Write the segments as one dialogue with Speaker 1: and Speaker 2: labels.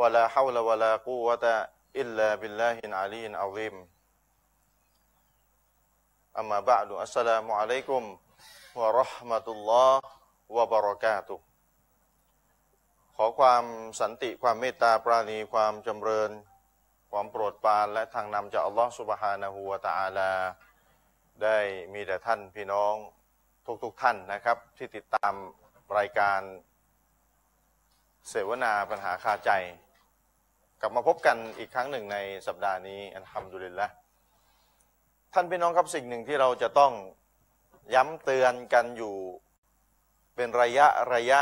Speaker 1: วะลาฮาวละวะลากูวะตะอิลลาบิลลาฮินอาลีนอาซิมอัมมาบะดุอัสสลามุอะลัยกุมวะเราะห์มะตุลลอฮ์วะบะเราะกาตุฮ์ขอความสันติความเมตตาปราณีความจำเริญ ความโปรดปรานและทางนำจากอัลลอฮ์สุบฮานะฮูวะตะอาลา ได้มีแต่ท่านพี่น้องทุกๆทท่านนะครับ ที่ติดตามรายการ เสวนาปัญหาคาใจ กลับมาพบกันอีกครั้งหนึ่งในสัปดาห์นี้อัลฮัมดุลิลละท่านพี่น้องครับสิ่งหนึ่งที่เราจะต้องย้ำเตือนกันอยู่เป็นระยะระยะ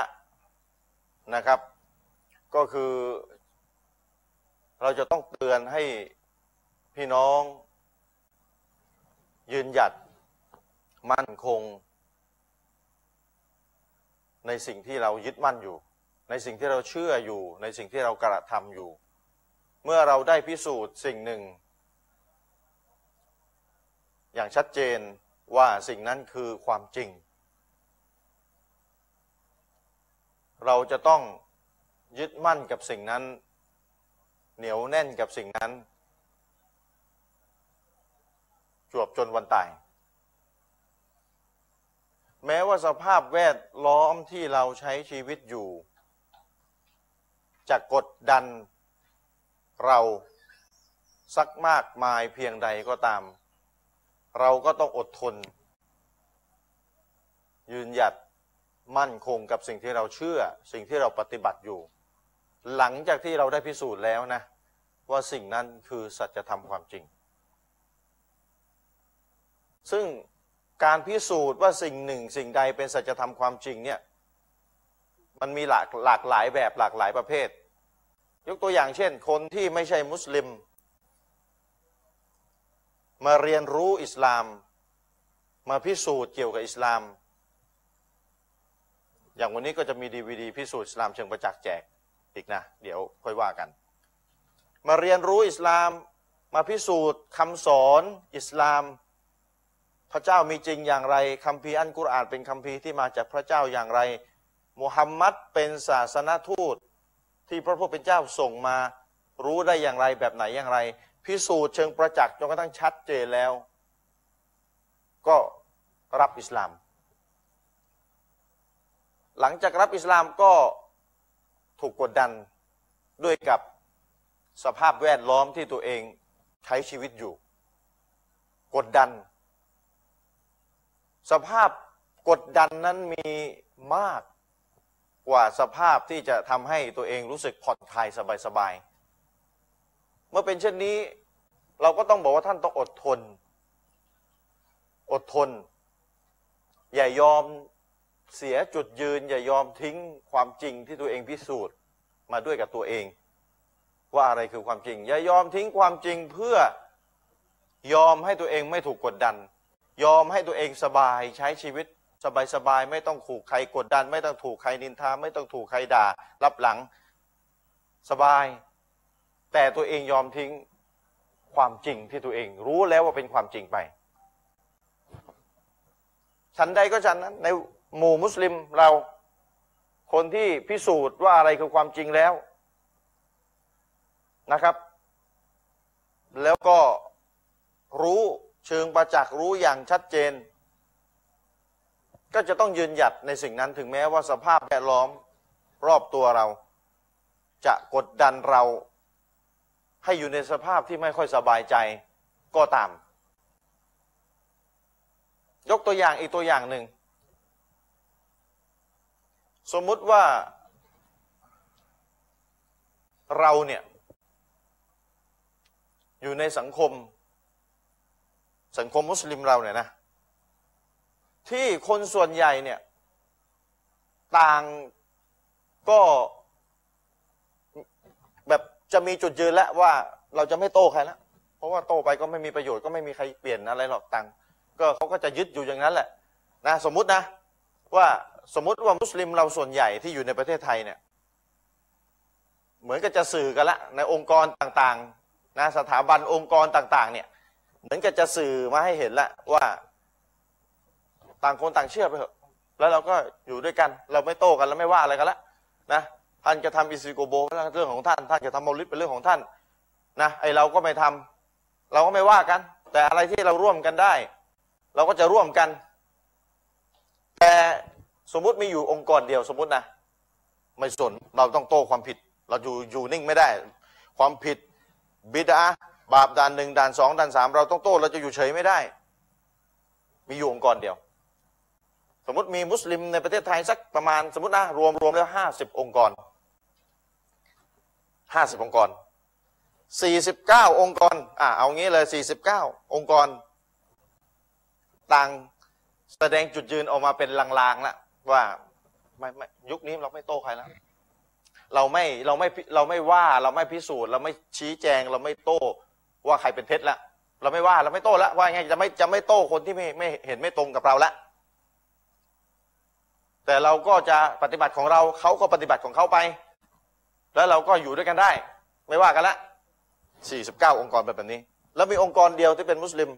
Speaker 1: นะครับ ก็คือ เราจะต้องเตือนให้พี่น้อง ยืนหยัดมั่นคง ในสิ่งที่เรายึดมั่นอยู่ ในสิ่งที่เราเชื่ออยู่ ในสิ่งที่เรากระทำอยู่ เมื่อเราได้พิสูจน์สิ่งหนึ่ง อย่างชัดเจนว่าสิ่งนั้นคือความจริง เราจะต้องยึดมั่นกับสิ่งนั้น เหนียวแน่นกับสิ่งนั้น จวบจนวันตาย แม้ว่าสภาพแวดล้อมที่เราใช้ชีวิตอยู่ จะกดดันเราสักมากมายเพียงใดก็ตาม เราก็ต้องอดทน ยืนหยัดมั่นคงกับสิ่งที่เราเชื่อ สิ่งที่เราปฏิบัติอยู่ หลังจากที่เราได้พิสูจน์แล้วนะ ว่าสิ่งนั้นคือสัจธรรมความจริง ซึ่งการพิสูจน์ว่าสิ่งหนึ่งสิ่งใดเป็นสัจธรรมความจริงเนี่ยมันมีหลากหลากหลายแบบหลากหลายประเภท ยกตัวอย่างเช่น คนที่ไม่ใช่มุสลิม มาเรียนรู้อิสลาม มาพิสูจน์เกี่ยวกับอิสลาม อย่างวันนี้ก็จะมีดีวดีพิสูจน์อิสลามเชิงประจักษ์แจกอีกนะ เดี๋ยวค่อยว่ากัน มาเรียนรู้อิสลาม มาพิสูจน์คำสอนอิสลาม พระเจ้ามีจริงอย่างไรคัมภีร์อันกุรอานเป็นคัมภีร์ที่มาจากพระเจ้าอย่างไรมูฮัมมัดเป็นศาสนทูต ที่พระผู้เป็นเจ้าส่งมารู้ได้อย่างไรแบบไหนอย่างไร พิสูจน์เชิงประจักษ์จนกระทั่งชัดเจนแล้ว ก็รับอิสลาม หลังจากรับอิสลามก็ถูกกดดันด้วยกับสภาพแวดล้อมที่ตัวเองใช้ชีวิตอยู่ กดดัน สภาพกดดันนั้นมีมากกว่าสภาพที่จะทำให้ตัวเองรู้สึกผ่อนคลายสบายๆ เมื่อเป็นเช่นนี้ เราก็ต้องบอกว่าท่านต้องอดทน อดทน อย่ายอมเสียจุดยืน อย่ายอมทิ้งความจริงที่ตัวเองพิสูจน์มาด้วยกับตัวเอง ว่าอะไรคือความจริง อย่ายอมทิ้งความจริงเพื่อยอมให้ตัวเองไม่ถูกกดดัน ยอมให้ตัวเองสบายใช้ชีวิตสบายสบายๆไม่ต้องถูกใครกดดัน ไม่ต้องถูกใครนินทา ไม่ต้องถูกใครด่า รับหลังสบาย แต่ตัวเองยอมทิ้งความจริงที่ตัวเอง รู้แล้วว่าเป็นความจริงไป ฉันใดก็ฉันนั้นในหมู่มุสลิมเราคนที่พิสูจน์ว่าอะไรคือความจริงแล้วนะครับ แล้วก็รู้เชิงประจักษ์รู้อย่างชัดเจน ก็จะต้องยืนหยัดในสิ่งนั้นถึงแม้ว่าสภาพแวดล้อมรอบตัวเรา จะกดดันเราให้อยู่ในสภาพที่ไม่ค่อยสบายใจก็ตาม ยกตัวอย่างอีกตัวอย่างหนึ่ง สมมุติว่าเราเนี่ย อยู่ในสังคม สังคมมุสลิมเราเนี่ยนะ ที่คนส่วนใหญ่เนี่ย ต่างก็แบบจะมีจุดยืนแล้วว่าเราจะไม่โต้ใครแล้วเพราะว่าโต้ไปก็ไม่มีประโยชน์ก็ไม่มีใครเปลี่ยนอะไรหรอกต่างก็เขาก็จะยึดอยู่อย่างนั้นแหละนะสมมุตินะว่าสมมุติว่ามุสลิมเราส่วนใหญ่ที่อยู่ในประเทศไทยเนี่ย เหมือนกับจะสื่อกันละในองค์กรต่างๆนะสถาบันองค์กรต่างๆ เนี่ย เหมือนกับจะสื่อมาให้เห็นละว่า ต่างคนต่างเชื่อไปเถอะ แล้วเราก็อยู่ด้วยกัน เราไม่โต้กันแล้วไม่ว่าอะไรกันละนะ ภ ท่านจะทำอิซิโกโบะเรื่องของท่านท่านจะทำมอลิดเป็นเรื่องของท่านนะไอเราก็ไม่ทำเราก็ไม่ว่ากัน แต่อะไรที่เราร่วมกันได้ เราก็จะร่วมกัน แต่สมมุติมีอยู่องค์กรเดียวสมมุตินะ ไม่สนเราต้องโต้ความผิด เราอยู่อยู่นิ่งไม่ได้ ความผิดบิดาบาปด่านหนึ่งด่านสองด่านสามเราต้องโต้เราจะอยู่เฉยไม่ได้ มีอยู่องค์กรเดียว สมมติมีมุสลิมในประเทศไทยสักประมาณสมมตินะรวมรวมแล้วห้าสิบองค์กรห้าสิบองค์กรสี่สิบเก้าองค์กรอ่าเอางี้เลยสี่สิบเก้าองค์กร ต่างแสดงจุดยืนออกมาเป็นลางๆแล้วว่าไม่ไม่ยุคนี้เราไม่โต้ใครแล้ว เราไม่เราไม่เราไม่ว่าเราไม่พิสูจน์ เราไม่ชี้แจงเราไม่โต้ว่าใครเป็นเท็จละเราไม่ว่าเราไม่โต้ละว่าไงจะไม่จะไม่โต้คนที่ไม่ไม่เห็นไม่ตรงกับเราละแต่เราก็จะปฏิบัติของเราเขาก็ปฏิบัติของเขาไป แล้วเราก็อยู่ด้วยกันได้ ไม่ว่ากันละ 49 องค์กรเป็นแบบนี้ แล้วมีองค์กรเดียวที่เป็นมุสลิม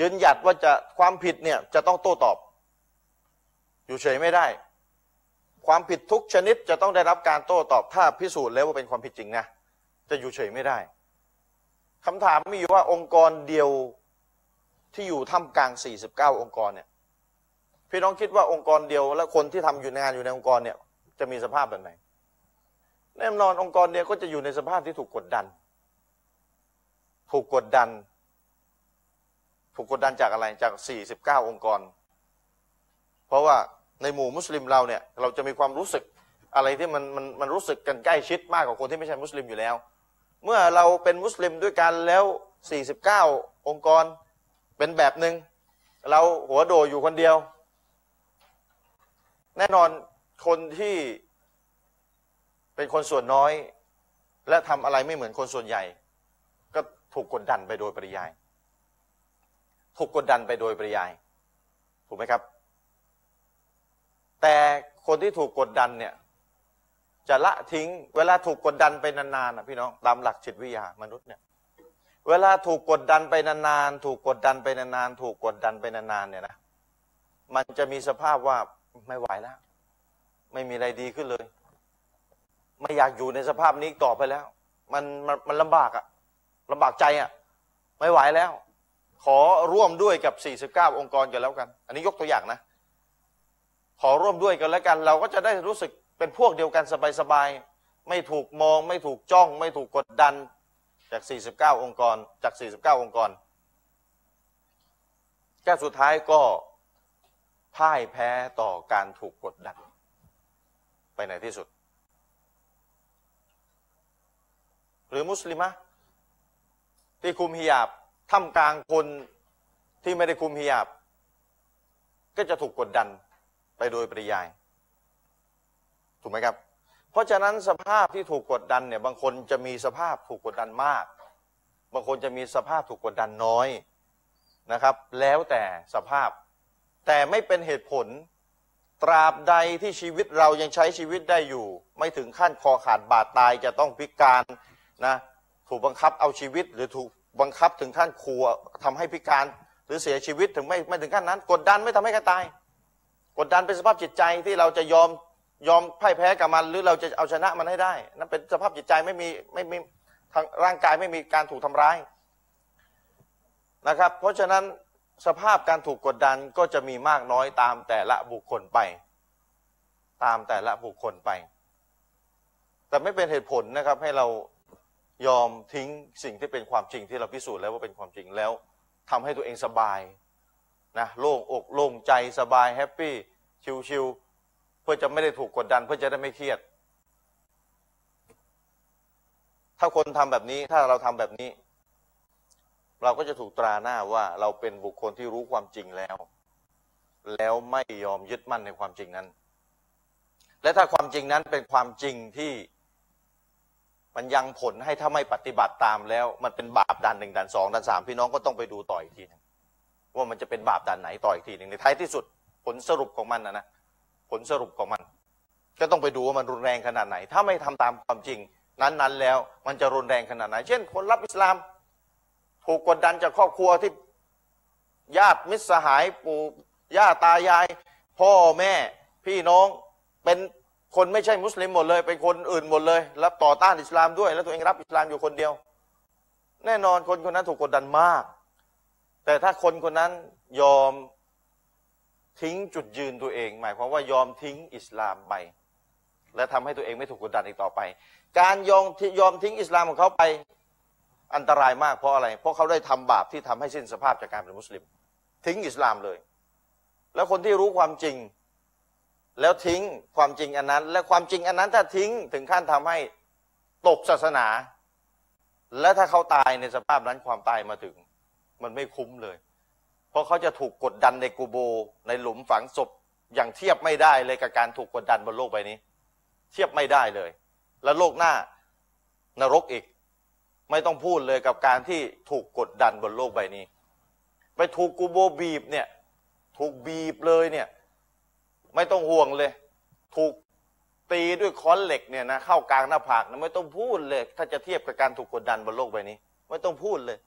Speaker 1: ยืนหยัดว่าจะความผิดเนี่ยจะต้องโต้ตอบ อยู่เฉยไม่ได้ ความผิดทุกชนิดจะต้องได้รับการโต้ตอบถ้าพิสูจน์แล้วว่าเป็นความผิดจริงนะจะอยู่เฉยไม่ได้คำถามมีอยู่ว่าองค์กรเดียวที่อยู่ท่ามกลาง 49 องค์กรเนี่ยพี่น้องคิดว่าองค์กรเดียวและคนที่ทำอยู่ในงานอยู่ในองค์กรเนี่ยจะมีสภาพแบบไหนแน่นอนองค์กรเดียวก็จะอยู่ในสภาพที่ถูกกดดัน ถูกกดดัน ถูกกดดันจากอะไรจาก 49 องค์กร เพราะว่าในหมู่มุสลิมเราเนี่ย เราจะมีความรู้สึกอะไรที่มันมันมันรู้สึกกันใกล้ชิดมากกว่าคนที่ไม่ใช่มุสลิมอยู่แล้ว เมื่อเราเป็นมุสลิมด้วยกันแล้ว 49 องค์กรเป็นแบบหนึ่งเราหัวโดอยู่คนเดียว แน่นอนคนที่เป็นคนส่วนน้อย และทำอะไรไม่เหมือนคนส่วนใหญ่ ก็ถูกกดดันไปโดยปริยาย ถูกกดดันไปโดยปริยาย ถูกไหมครับ แต่คนที่ถูกกดดันเนี่ย จะละทิ้ง เวลาถูกกดดันไปนานๆนะพี่น้องตามหลักจิตวิทยามนุษย์เนี่ย เวลาถูกกดดันไปนานๆถูกกดดันไปนานๆถูกกดดันไปนานๆเนี่ยนะมันจะมีสภาพว่าไม่ไหวแล้ว ไม่มีอะไรดีขึ้นเลย ไม่อยากอยู่ในสภาพนี้อีกต่อไปแล้ว มันมันมันลำบากอะลำบากใจอะไม่ไหวแล้ว ขอร่วมด้วยกับ 49 องค์กรกันแล้วกัน อันนี้ยกตัวอย่างนะ ขอร่วมด้วยกันแล้วกัน เราก็จะได้รู้สึกเป็นพวกเดียวกันสบายๆ ไม่ถูกมอง ไม่ถูกจ้อง ไม่ถูกกดดันจาก 49 องค์กร จาก 49 องค์กรแก้สุดท้ายก็พ่ายแพ้ต่อการถูกกดดัน ไปไหนที่สุด หรือมุสลิมะที่คุมฮิญาบท่ามกลางคนที่ไม่ได้คุมฮิญาบ ก็จะถูกกดดันไปโดยปริยาย ถูกไหมครับ เพราะฉะนั้นสภาพที่ถูกกดดันเนี่ยบางคนจะมีสภาพถูกกดดันมาก บางคนจะมีสภาพถูกกดดันน้อยนะครับ แล้วแต่สภาพ แต่ไม่เป็นเหตุผล ตราบใดที่ชีวิตเรายังใช้ชีวิตได้อยู่ ไม่ถึงขั้นคอขาดบาดตายจะต้องพิการนะถูกบังคับเอาชีวิต หรือถูกบังคับถึงขั้นครัวทำให้พิการ หรือเสียชีวิตถึงไม่ไม่ถึงขั้นนั้น กดดันไม่ทำให้ใครตาย กดดันเป็นสภาพจิตใจที่เราจะยอมยอมพ่ายแพ้กับมัน หรือเราจะเอาชนะมันให้ได้ นั่นเป็นสภาพจิตใจไม่มีไม่มีทางร่างกายไม่มีการถูกทำร้ายนะครับ เพราะฉะนั้นสภาพการถูกกดดันก็จะมีมากน้อยตามแต่ละบุคคลไป ตามแต่ละบุคคลไป แต่ไม่เป็นเหตุผลนะครับให้เรายอมทิ้งสิ่งที่เป็นความจริงที่เราพิสูจน์แล้วว่าเป็นความจริงแล้วทำให้ตัวเองสบาย นะโล่งอกโล่งใจสบายแฮปปี้ชิลๆเพื่อจะไม่ได้ถูกกดดัน เพื่อจะได้ไม่เครียด ถ้าคนทำแบบนี้ถ้าเราทำแบบนี้ เราก็จะถูกตราหน้าว่าเราเป็นบุคคลที่รู้ความจริงแล้ว แล้วไม่ยอมยึดมั่นในความจริงนั้น และถ้าความจริงนั้นเป็นความจริงที่มันยังผลให้ถ้าไม่ปฏิบัติตามแล้ว มันเป็นบาปดันหนึ่งดันสองดันสามพี่น้องก็ต้องไปดูต่ออีกทีหนึง ว่ามันจะเป็นบาปด่านไหนต่ออีกทีหนึ่งในท้ายที่สุดผลสรุปของมันนะนะผลสรุปของมัน ก็ต้องไปดูว่ามันรุนแรงขนาดไหน ถ้าไม่ทำตามความจริง นั้นๆ แล้วมันจะรุนแรงขนาดไหน เช่น คนรับอิสลาม ถูกกดดันจากครอบครัวที่ญาติมิตรสหายปู่ย่าตายาย พ่อแม่ พี่น้องเป็น คนไม่ใช่มุสลิมหมดเลยเป็นคนอื่นหมดเลย รับต่อต้านอิสลามด้วย แล้วตัวเองรับอิสลามอยู่คนเดียว แน่นอนคนคนนั้นถูกกดดันมาก แต่ถ้าคนคนนั้นยอมทิ้งจุดยืนตัวเอง หมายความว่ายอมทิ้งอิสลามไป และทำให้ตัวเองไม่ถูกกดดันอีกต่อไป การยอมยอมทิ้งอิสลามของเขาไป อันตรายมากเพราะอะไร เพราะเขาได้ทำบาปที่ทำให้สิ้นสภาพจากการเป็นมุสลิม ทิ้งอิสลามเลย แล้วคนที่รู้ความจริง แล้วทิ้งความจริงอันนั้น และความจริงอันนั้นถ้าทิ้งถึงขั้นทำให้ตกศาสนา และถ้าเขาตายในสภาพนั้นความตายมาถึง มันไม่คุ้มเลย เพราะเขาจะถูกกดดันในกูโบร์ในหลุมฝังศพอย่างเทียบไม่ได้เลยกับการถูกกดดันบนโลกใบนี้ เทียบไม่ได้เลย และโลกหน้านรกอีก ไม่ต้องพูดเลยกับการที่ถูกกดดันบนโลกใบนี้ ไปถูกกูโบบีบเนี่ย ถูกบีบเลยเนี่ย ไม่ต้องห่วงเลย ถูกตีด้วยค้อนเหล็กเนี่ยนะเข้ากลางหน้าผากนะไม่ต้องพูดเลย ถ้าจะเทียบกับการถูกกดดันบนโลกใบนี้ ไม่ต้องพูดเลย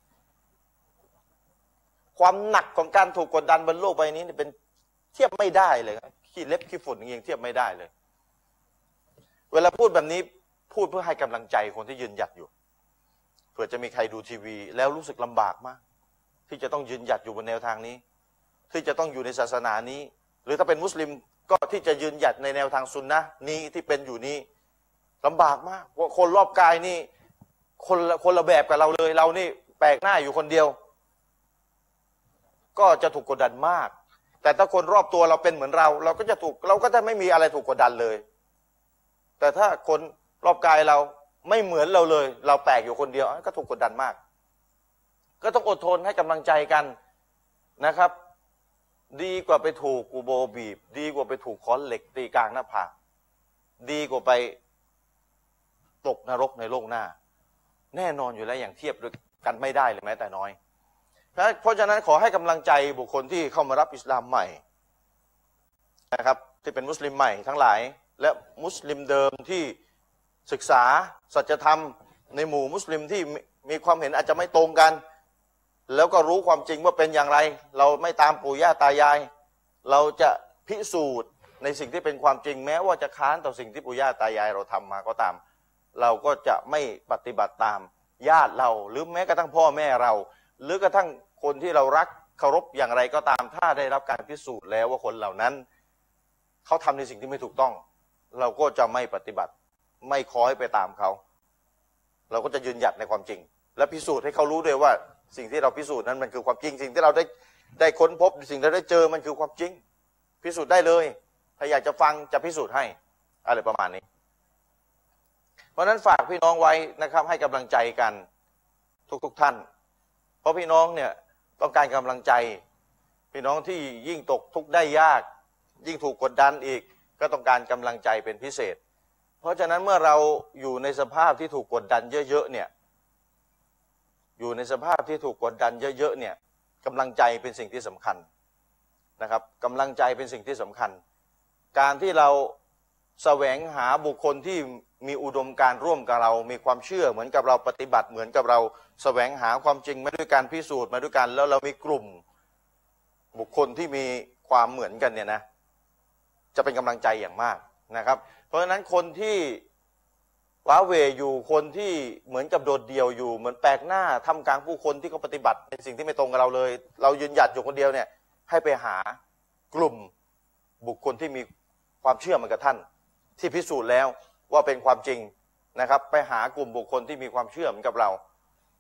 Speaker 1: ความหนักของการถูกกดดันบนโลกใบนี้เนี่ยเป็นเทียบไม่ได้เลยครับขี้เล็บขี้ฝุ่นยังเทียบไม่ได้เลย เวลาพูดแบบนี้พูดเพื่อให้กำลังใจคนที่ยืนหยัดอยู่ เผื่อจะมีใครดูทีวี แล้วรู้สึกลำบากมาก ที่จะต้องยืนหยัดอยู่บนแนวทางนี้ ที่จะต้องอยู่ในศาสนานี้ หรือถ้าเป็นมุสลิมก็ที่จะยืนหยัดในแนวทางซุนนะห์นี้ที่เป็นอยู่นี้ลำบากมากเพราะคนรอบกายนี่ คนละคนละแบบกับเราเลย เรานี่แปลกหน้าอยู่คนเดียว ก็จะถูกกดดันมาก แต่ถ้าคนรอบตัวเราเป็นเหมือนเรา เราก็จะถูกเราก็จะไม่มีอะไรถูกกดดันเลย แต่ถ้าคนรอบกายเราไม่เหมือนเราเลย เราแปลกอยู่คนเดียวก็ถูกกดดันมาก ก็ต้องอดทนให้กำลังใจกันนะครับ ดีกว่าไปถูกกูโบบีบ ดีกว่าไปถูกค้อนเหล็กตีกลางหน้าผากดีกว่าไปตกนรกในโลกหน้า แน่นอนอยู่แล้วอย่างเทียบด้วยกันไม่ได้เลยแม้แต่น้อย เพราะฉะนั้นขอให้กำลังใจบุคคลที่เข้ามารับอิสลามใหม่ นะครับที่เป็นมุสลิมใหม่ทั้งหลาย และมุสลิมเดิมที่ศึกษาสัจธรรมในหมู่มุสลิมที่มีมีความเห็นอาจจะไม่ตรงกัน แล้วก็รู้ความจริงว่าเป็นอย่างไร เราไม่ตามปู่ย่าตายาย เราจะพิสูจน์ในสิ่งที่เป็นความจริงแม้ว่าจะค้านต่อสิ่งที่ปู่ย่าตายายเราทำมาก็ตาม เราก็จะไม่ปฏิบัติตามญาติเรา หรือแม้กระทั่งพ่อแม่เรา หรือกระทั่งคนที่เรารักเคารพอย่างไรก็ตามถ้าได้รับการพิสูจน์แล้วว่าคนเหล่านั้น เขาทำในสิ่งที่ไม่ถูกต้อง เราก็จะไม่ปฏิบัติไม่คล้อยไปตามเขา เราก็จะยืนหยัดในความจริง และพิสูจน์ให้เขารู้ด้วยว่าสิ่งที่เราพิสูจน์นั้นมันคือความจริง สิ่งที่เราได้ได้ค้นพบสิ่งที่เราได้เจอมันคือความจริง พิสูจน์ได้เลย ถ้าอยากจะฟังจะพิสูจน์ให้อะไรประมาณนี้ เพราะฉะนั้นฝากพี่น้องไว้นะครับ ให้กำลังใจกันทุกๆท่าน เพราะพี่น้องเนี่ยต้องการกำลังใจ พี่น้องที่ยิ่งตกทุกข์ได้ยาก ยิ่งถูกกดดันอีกก็ต้องการกำลังใจเป็นพิเศษ เพราะฉะนั้นเมื่อเราอยู่ในสภาพที่ถูกกดดันเยอะๆเนี่ย อยู่ในสภาพที่ถูกกดดันเยอะๆเนี่ยกำลังใจเป็นสิ่งที่สำคัญนะครับกำลังใจเป็นสิ่งที่สำคัญ การที่เราแสวงหาบุคคลที่มีอุดมการณ์ร่วมกับเรา มีความเชื่อเหมือนกับเราปฏิบัติเหมือนกับเราแสวงหาความจริงมาด้วยการพิสูจน์มาด้วยกัน แล้วเรามีกลุ่มบุคคลที่มีความเหมือนกันเนี่ยนะ จะเป็นกำลังใจอย่างมากนะครับ เพราะฉะนั้นคนที่ว้าเหวอยู่คนที่เหมือนกับโดดเดี่ยวอยู่ เหมือนแปลกหน้าทำกลางผู้คนที่เขาปฏิบัติในสิ่งที่ไม่ตรงกับเราเลย เรายืนหยัดอยู่คนเดียวเนี่ย ให้ไปหากลุ่มบุคคลที่มีความเชื่อเหมือนกับท่าน ที่พิสูจน์แล้วว่าเป็นความจริงนะครับ ไปหากลุ่มบุคคลที่มีความเชื่อเหมือนกับเรา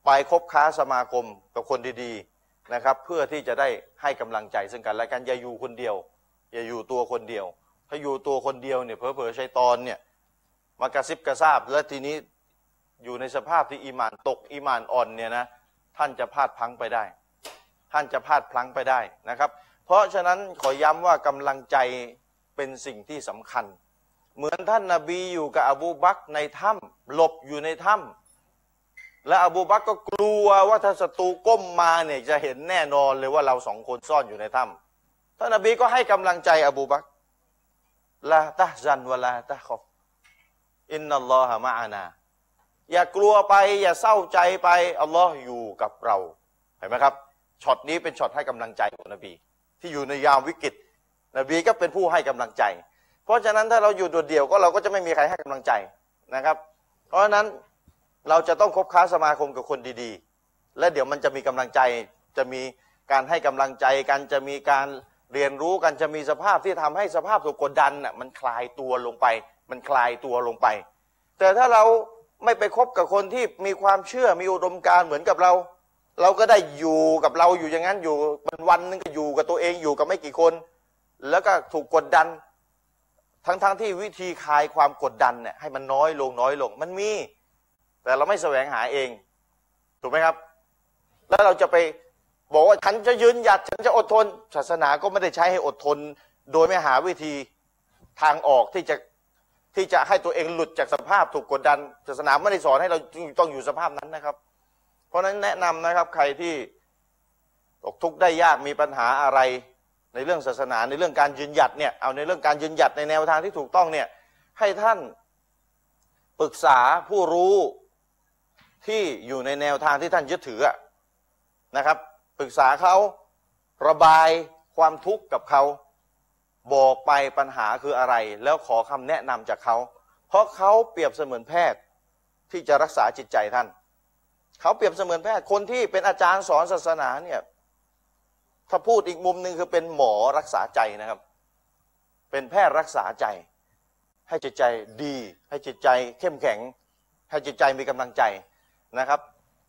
Speaker 1: ไปคบค้าสมาคมกับคนดีๆนะครับ เพื่อที่จะได้ให้กำลังใจซึ่งกันและกันอย่าอยู่คนเดียว อย่าอยู่ตัวคนเดียว ถ้าอยู่ตัวคนเดียวเนี่ยเผลอๆชัยตอนเนี่ยมากระซิบกระซาบ และทีนี้อยู่ในสภาพที่อีหมานตกอีหมานอ่อนเนี่ยนะท่านจะพลาดพลังไปได้ ท่านจะพลาดพลังไปได้นะครับ เพราะฉะนั้นขอย้ำว่ากำลังใจเป็นสิ่งที่สำคัญ เหมือนท่านนาบีอยู่กับอบูบักรในถ้ำหลบอยู่ในถ้ำและอบูบักรก็กลัวว่าถ้าศัตรูก้มมาเนี่ยจะเห็นแน่นอนเลยว่าเราสองคนซ่อนอยู่ในถ้ำท่านนาบีก็ให้กำลังใจอบูบักร ลาตะจันวะลาตะขอบอินนัลลอฮะมะอานา อย่ากลัวไป อย่าเศร้าใจไป อัลลอฮ์อยู่กับเรา เห็นไหมครับช็อตนี้เป็นช็อตให้กำลังใจของนบี ที่อยู่ในยามวิกฤต นบีก็เป็นผู้ให้กำลังใจ เพ เพราะฉะนั้นถ้าเราอยู่โดดเดี่ยวก็เราก็จะไม่มีใครให้กำลังใจนะครับ เพราะฉะนั้นเราจะต้องคบค้าสมาคมกับคนดีๆ และเดี๋ยวมันจะมีกำลังใจ จะมีการให้กำลังใจกันจะมีการเรียนรู้กันจะมีสภาพที่ทำให้สภาพถูกกดดันน่ะมันคลายตัวลงไป มันคลายตัวลงไป แต่ถ้าเราไม่ไปคบกับคนที่มีความเชื่อมีอุดมการณ์เหมือนกับเรา เราก็ได้อยู่กับเราอยู่อย่างนั้นอยู่เป็นวันนึงก็อยู่กับตัวเองอยู่กับไม่กี่คน แล้วก็ถูกกดดัน ทั้งๆทที่วิธีคลายความกดดันเนี่ยให้มันน้อยลงน้อยลงมันมี แต่เราไม่แสวงหาเองถูกไหมครับ แล้วเราจะไปบอกว่าฉันจะยืนหยัดฉันจะอดทน ศาสนาก็ไม่ได้ใช้ให้อดทน โดยไม่หาวิธีทางออกที่จะที่จะให้ตัวเองหลุดจากสภาพถูกกดดัน ศาสนาไม่ได้สอนให้เราต้องอยู่สภาพนั้นนะครับ เพราะฉะนั้นแนะนำนะครับใครที่ตกทุกข์ได้ยากมีปัญหาอะไรในเรื่องศาสนาในเรื่องการยืนหยัดเนี่ยเอาในเรื่องการยืนหยัดในแนวทางที่ถูกต้องเนี่ยให้ท่านปรึกษาผู้รู้ที่อยู่ในแนวทางที่ท่านยึดถืออะนะครับ ปรึกษาเขาระบายความทุกข์กับเขาบอกไปปัญหาคืออะไร แล้วขอคำแนะนำจากเขา เพราะเขาเปรียบเสมือนแพทย์ที่จะรักษาจิตใจท่าน เขาเปรียบเสมือนแพทย์คนที่เป็นอาจารย์สอนศาสนาเนี่ยถ้าพูดอีกมุมหนึ่งคือเป็นหมอรักษาใจนะครับ เป็นแพทย์รักษาใจ ให้จิตใจดี ให้จิตใจเข้มแข็ง ให้จิตใจมีกำลังใจนะครับ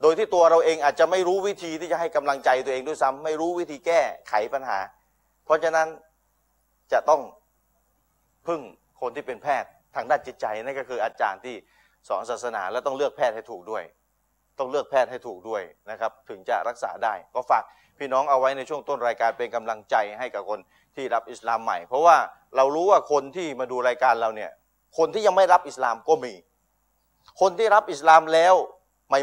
Speaker 1: โดยที่ตัวเราเองอาจจะไม่รู้วิธีที่จะให้กำลังใจตัวเองด้วยซ้ำไม่รู้วิธีแก้ไขปัญหา เพราะฉะนั้นจะต้องพึ่งคนที่เป็นแพทย์ทางด้านจิตใจนั่นก็คืออาจารย์ที่สอนศาสนา และต้องเลือกแพทย์ให้ถูกด้วย ต้องเลือกแพทย์ให้ถูกด้วยนะครับ ถึงจะรักษาได้ ก็ฝากพี่น้องเอาไว้ในช่วงต้นรายการเป็นกำลังใจให้กับคนที่รับอิสลามใหม่ เพราะว่าเรารู้ว่าคนที่มาดูรายการเราเนี่ยคนที่ยังไม่รับอิสลามก็มี คนที่รับอิสลามแล้ว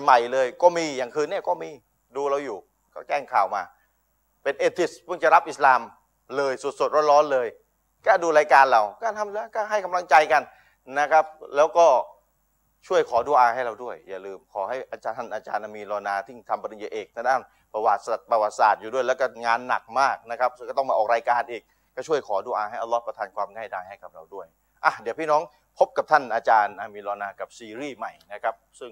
Speaker 1: ใหม่ ๆ เลย ก็มีอย่างคืนเนี่ยก็มีดูเราอยู่ ก็แจ้งข่าวมา เป็นเอทิสเพิ่งจะรับอิสลามเลยสดๆร้อนๆเลย ก็ดูรายการเราก็ทำแล้วก็ให้กำลังใจกันนะครับ แล้วก็ ช่วยขอดุอาให้เราด้วย อย่าลืมขอให้อาจารย์ท่านอาจารย์อามีรอนาที่ทำปริญญาเอกทางด้านประวัติศาสตร์ประวัติศาสตร์อยู่ด้วย แล้วก็งานหนักมากนะครับก็ต้องมาออกรายการอีก ก็ช่วยขอดุอาให้อัลลอฮ์ประทานความง่ายดายให้กับเราด้วยอ่ะเดี๋ยวพี่น้องพบกับท่านอาจารย์อามีรอนากับซีรีส์ใหม่นะครับ ซึ่ง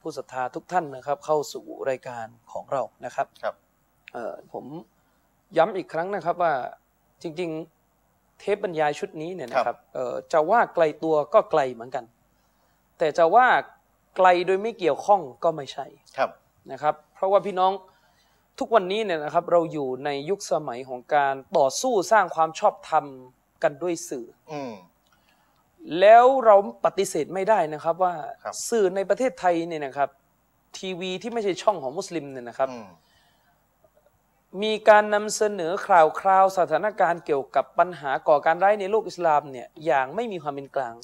Speaker 2: ผู้ศรัทธาทุกท่านนะครับเข้าสู่รายการของเรานะครับ
Speaker 1: ครับ
Speaker 2: เอ่อผมย้ำอีกครั้งนะครับว่าจริงๆเทปบรรยายชุดนี้เนี่ยนะครับเอ่อจะว่าไกลตัวก็ไกลเหมือนกัน แต่จะว่าไกลโดยไม่เกี่ยวข้องก็ไม่ใช่
Speaker 1: ครับ
Speaker 2: นะครับ เพราะว่าพี่น้องทุกวันนี้เนี่ยนะครับเราอยู่ในยุคสมัยของการต่อสู้สร้างความชอบธรรมกันด้วยสื่อ
Speaker 1: อืม
Speaker 2: แล้วเราปฏิเสธไม่ได้นะครับว่า
Speaker 1: ครับ
Speaker 2: สื่อในประเทศไทยเนี่ยนะครับทีวีที่ไม่ใช่ช่องของมุสลิมเนี่ยนะครับ
Speaker 1: อืม
Speaker 2: มีการนำเสนอข่าวคราวสถานการณ์เกี่ยวกับปัญหาก่อการร้ายในโลกอิสลามเนี่ยอย่างไม่มีความเป็นกลาง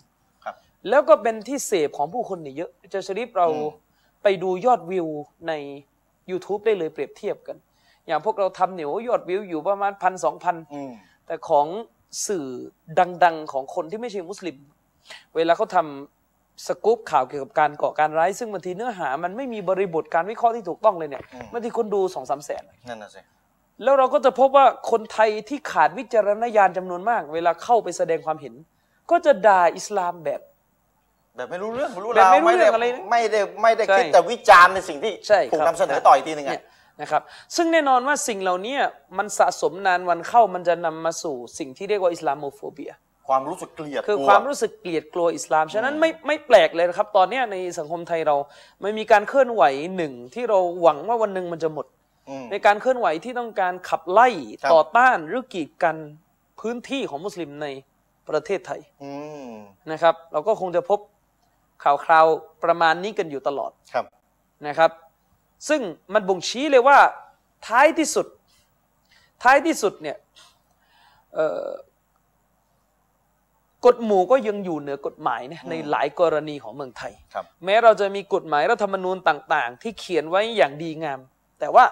Speaker 1: ครับ
Speaker 2: แล้วก็เป็นที่เสพของผู้คนเนี่ยเยอะอาจารย์ชริปเรา
Speaker 1: อืม
Speaker 2: ไปดูยอดวิวใน YouTube ได้เลยเปรียบเทียบกัน อย่างพวกเราทำเนี่ยโอ้ยอดวิวอยู่ประมาณพันสองพัน
Speaker 1: อืม
Speaker 2: แต่ของสื่อดัง ๆ ของคนที่ไม่ใช่มุสลิม เวลาเขาทำสกู๊ปข่าวเกี่ยวกับการก่อการร้าย ซึ่งบางทีเนื้อหา มันไม่มีบริบทการวิเคราะห์ที่ถูกต้องเลยเนี่ย
Speaker 1: อืม
Speaker 2: บางทีคนดูสองสามแสน
Speaker 1: นั่นน่ะสิ
Speaker 2: แล้วเราก็จะพบว่าคนไทยที่ขาดวิจารณญาณจำนวนมาก เวลาเข้าไปแสดงความเห็น ก็จะด่าอิสลามแบบ
Speaker 1: แบบไม่รู้เรื่องไม่รู้
Speaker 2: แบบ
Speaker 1: ราว
Speaker 2: ไม่รู้เรื่องอะไรนะ
Speaker 1: ไม่ได้ไม่ได้
Speaker 2: ใช่
Speaker 1: คิดแต่วิจารณ์ในสิ่งที่
Speaker 2: ใช่ครับ
Speaker 1: ถูกนำเสนอต่ออีกทีหนึ่ง
Speaker 2: เนี่ย
Speaker 1: อะ
Speaker 2: นะครับ ซึ่งแน่นอนว่าสิ่งเหล่านี้มันสะสมนานวันเข้ามันจะนำมาสู่สิ่งที่เรียกว่าอิสลามโมโฟเบีย
Speaker 1: ความรู้สึกเกลียด
Speaker 2: คือก
Speaker 1: ลั
Speaker 2: ความรู้สึกเกลียดกลัวอิสลาม ฉะนั้นไม่ไม่แปลกเลยนะครับ ตอนเนี้ยในสังคมไทยเรา มันมีการเคลื่อนไหวหนึ่งที่เราหวังว่าวันหนึ่งมันจะหมด
Speaker 1: อืม
Speaker 2: ในการเคลื่อนไหวที่ต้องการขับไล่
Speaker 1: ครับ
Speaker 2: ต่อต้านหรือกีดกันพื้นที่ของมุสลิมในประเทศไทย
Speaker 1: อืม
Speaker 2: นะครับเราก็คงจะพบข่าวคราวประมาณนี้กันอยู่ตลอด
Speaker 1: ครับ
Speaker 2: นะครับ ซึ่งมันบ่งชี้เลยว่าท้ายที่สุด ท้ายที่สุดเนี่ยเอ่อ กฎหมู่ก็ยังอยู่เหนือกฎหมายนะในหลายกรณีของเมืองไทย
Speaker 1: ครับ
Speaker 2: แม้เราจะมีกฎหมายรัฐธรรมนูญต่างๆ ที่เขียนไว้อย่างดีงาม แต่ว่า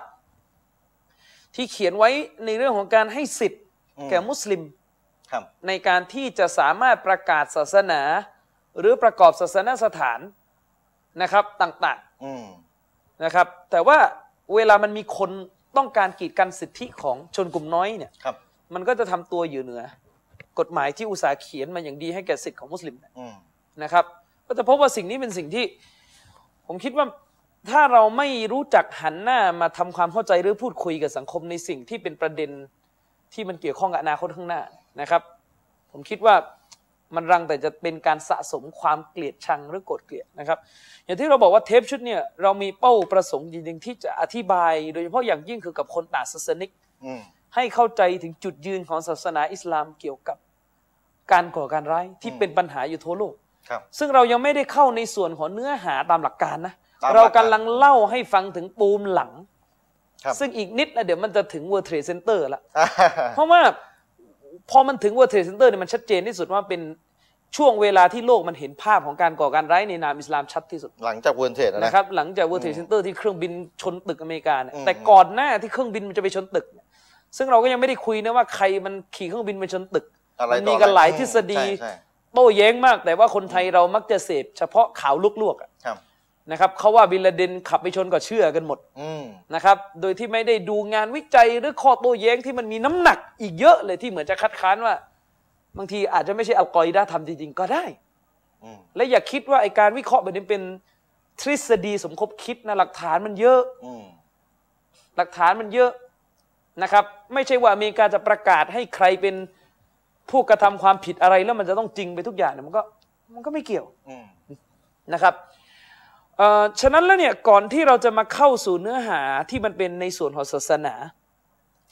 Speaker 2: ที่เขียนไว้ในเรื่องของการให้สิทธิ์
Speaker 1: อืม
Speaker 2: แก่มุสลิม
Speaker 1: ครับ
Speaker 2: ในการที่จะสามารถประกาศศาสนา หรือประกอบศาสนสถานนะครับต่าง
Speaker 1: อืม
Speaker 2: ๆนะครับ แต่ว่าเวลามันมีคนต้องการกีดกันสิทธิของชนกลุ่มน้อยเนี่ย
Speaker 1: ครับ
Speaker 2: มันก็จะทำตัวอยู่เหนือกฎหมายที่อุตสาห์เขียนมาอย่างดีให้แก่สิทธิของมุสลิม
Speaker 1: อืม
Speaker 2: นะครับ ก็จะพบว่าสิ่งนี้เป็นสิ่งที่ ผมคิดว่าถ้าเราไม่รู้จักหันหน้ามาทำความเข้าใจหรือพูดคุยกับสังคมในสิ่งที่เป็นประเด็นที่มันเกี่ยวข้องกับอนาคตข้างหน้านะครับ ผมคิดว่ามันรังแต่จะเป็นการสะสมความเกลียดชังหรือโกรธเกลียดนะครับ อย่างที่เราบอกว่าเทปชุดเนี่ยเรามีเป้าประสงค์จริงๆที่จะอธิบาย โดยเฉพาะอย่างยิ่งคือกับคนต่างศาสนิก
Speaker 1: อืม
Speaker 2: ให้เข้าใจถึงจุดยืนของศาสนาอิสลามเกี่ยวกับการก่อการร้ายที่
Speaker 1: อืม
Speaker 2: เป็นปัญหาอยู่ทั่วโลก
Speaker 1: ครับ
Speaker 2: ซึ่งเรายังไม่ได้เข้าในส่วนของเนื้อหาตามหลักการนะ
Speaker 1: ตามหลั
Speaker 2: เรา
Speaker 1: กการ
Speaker 2: กำลังเล่าให้ฟังถึงปูมหลัง
Speaker 1: ครับ
Speaker 2: ซึ่งอีกนิดนะเดี๋ยวมันจะถึง World Trade Center ละ
Speaker 1: อ่า
Speaker 2: เพราะว่าพอมันถึง World Trade Center เนี่ยมันชัดเจนที่สุดว่าเป็นช่วงเวลาที่โลกมันเห็นภาพของการก่อการร้ายในนามอิสลามชัดที่สุด
Speaker 1: หลังจากเวิร์นเทรดนะ
Speaker 2: นะครับ หลังจาก World Trade Center ที่เครื่องบินชนตึกอเมริกาเนี่ย
Speaker 1: อืม
Speaker 2: แต่ก่อนหน้าที่เครื่องบินมันจะไปชนตึกเนี่ยซึ่งเราก็ยังไม่ได้คุยนะว่าใครมันขี่เครื่องบินไปชนตึก
Speaker 1: อะไร
Speaker 2: มั
Speaker 1: ต่อ
Speaker 2: มีกันหลายทฤษฎี
Speaker 1: ใช่ใช่
Speaker 2: โต้แย้งมาก แต่ว่าคนไทยเรามักจะเสพเฉพาะข่าวลวกๆอะ
Speaker 1: ครับ
Speaker 2: นะครับเขาว่าบินลาเดนขับไปชนก็เชื่อกันหมด
Speaker 1: อืม
Speaker 2: นะครับ โดยที่ไม่ได้ดูงานวิจัยหรือข้อโต้แย้งที่มันมีน้ำหนักอีกเยอะเลยที่เหมือนจะคัดค้านว่า บางทีอาจจะไม่ใช่อัลกออิดาทำจริงๆ ก็ได้
Speaker 1: อืม
Speaker 2: และอย่าคิดว่าไอการวิเคราะห์แบบนี้เป็นทฤษฎีสมคบคิดนะหลักฐานมันเยอะ
Speaker 1: อืม
Speaker 2: หลักฐานมันเยอะนะครับ ไม่ใช่ว่าอเมริกาจะประกาศให้ใครเป็นผู้กระทำความผิดอะไรแล้วมันจะต้องจริงไปทุกอย่างเนี่ยมันก็มันก็ไม่เกี่ยว
Speaker 1: อืม
Speaker 2: นะครับเอ่อฉะนั้นแล้วเนี่ยก่อนที่เราจะมาเข้าสู่เนื้อหาที่มันเป็นในส่วนของศาสนา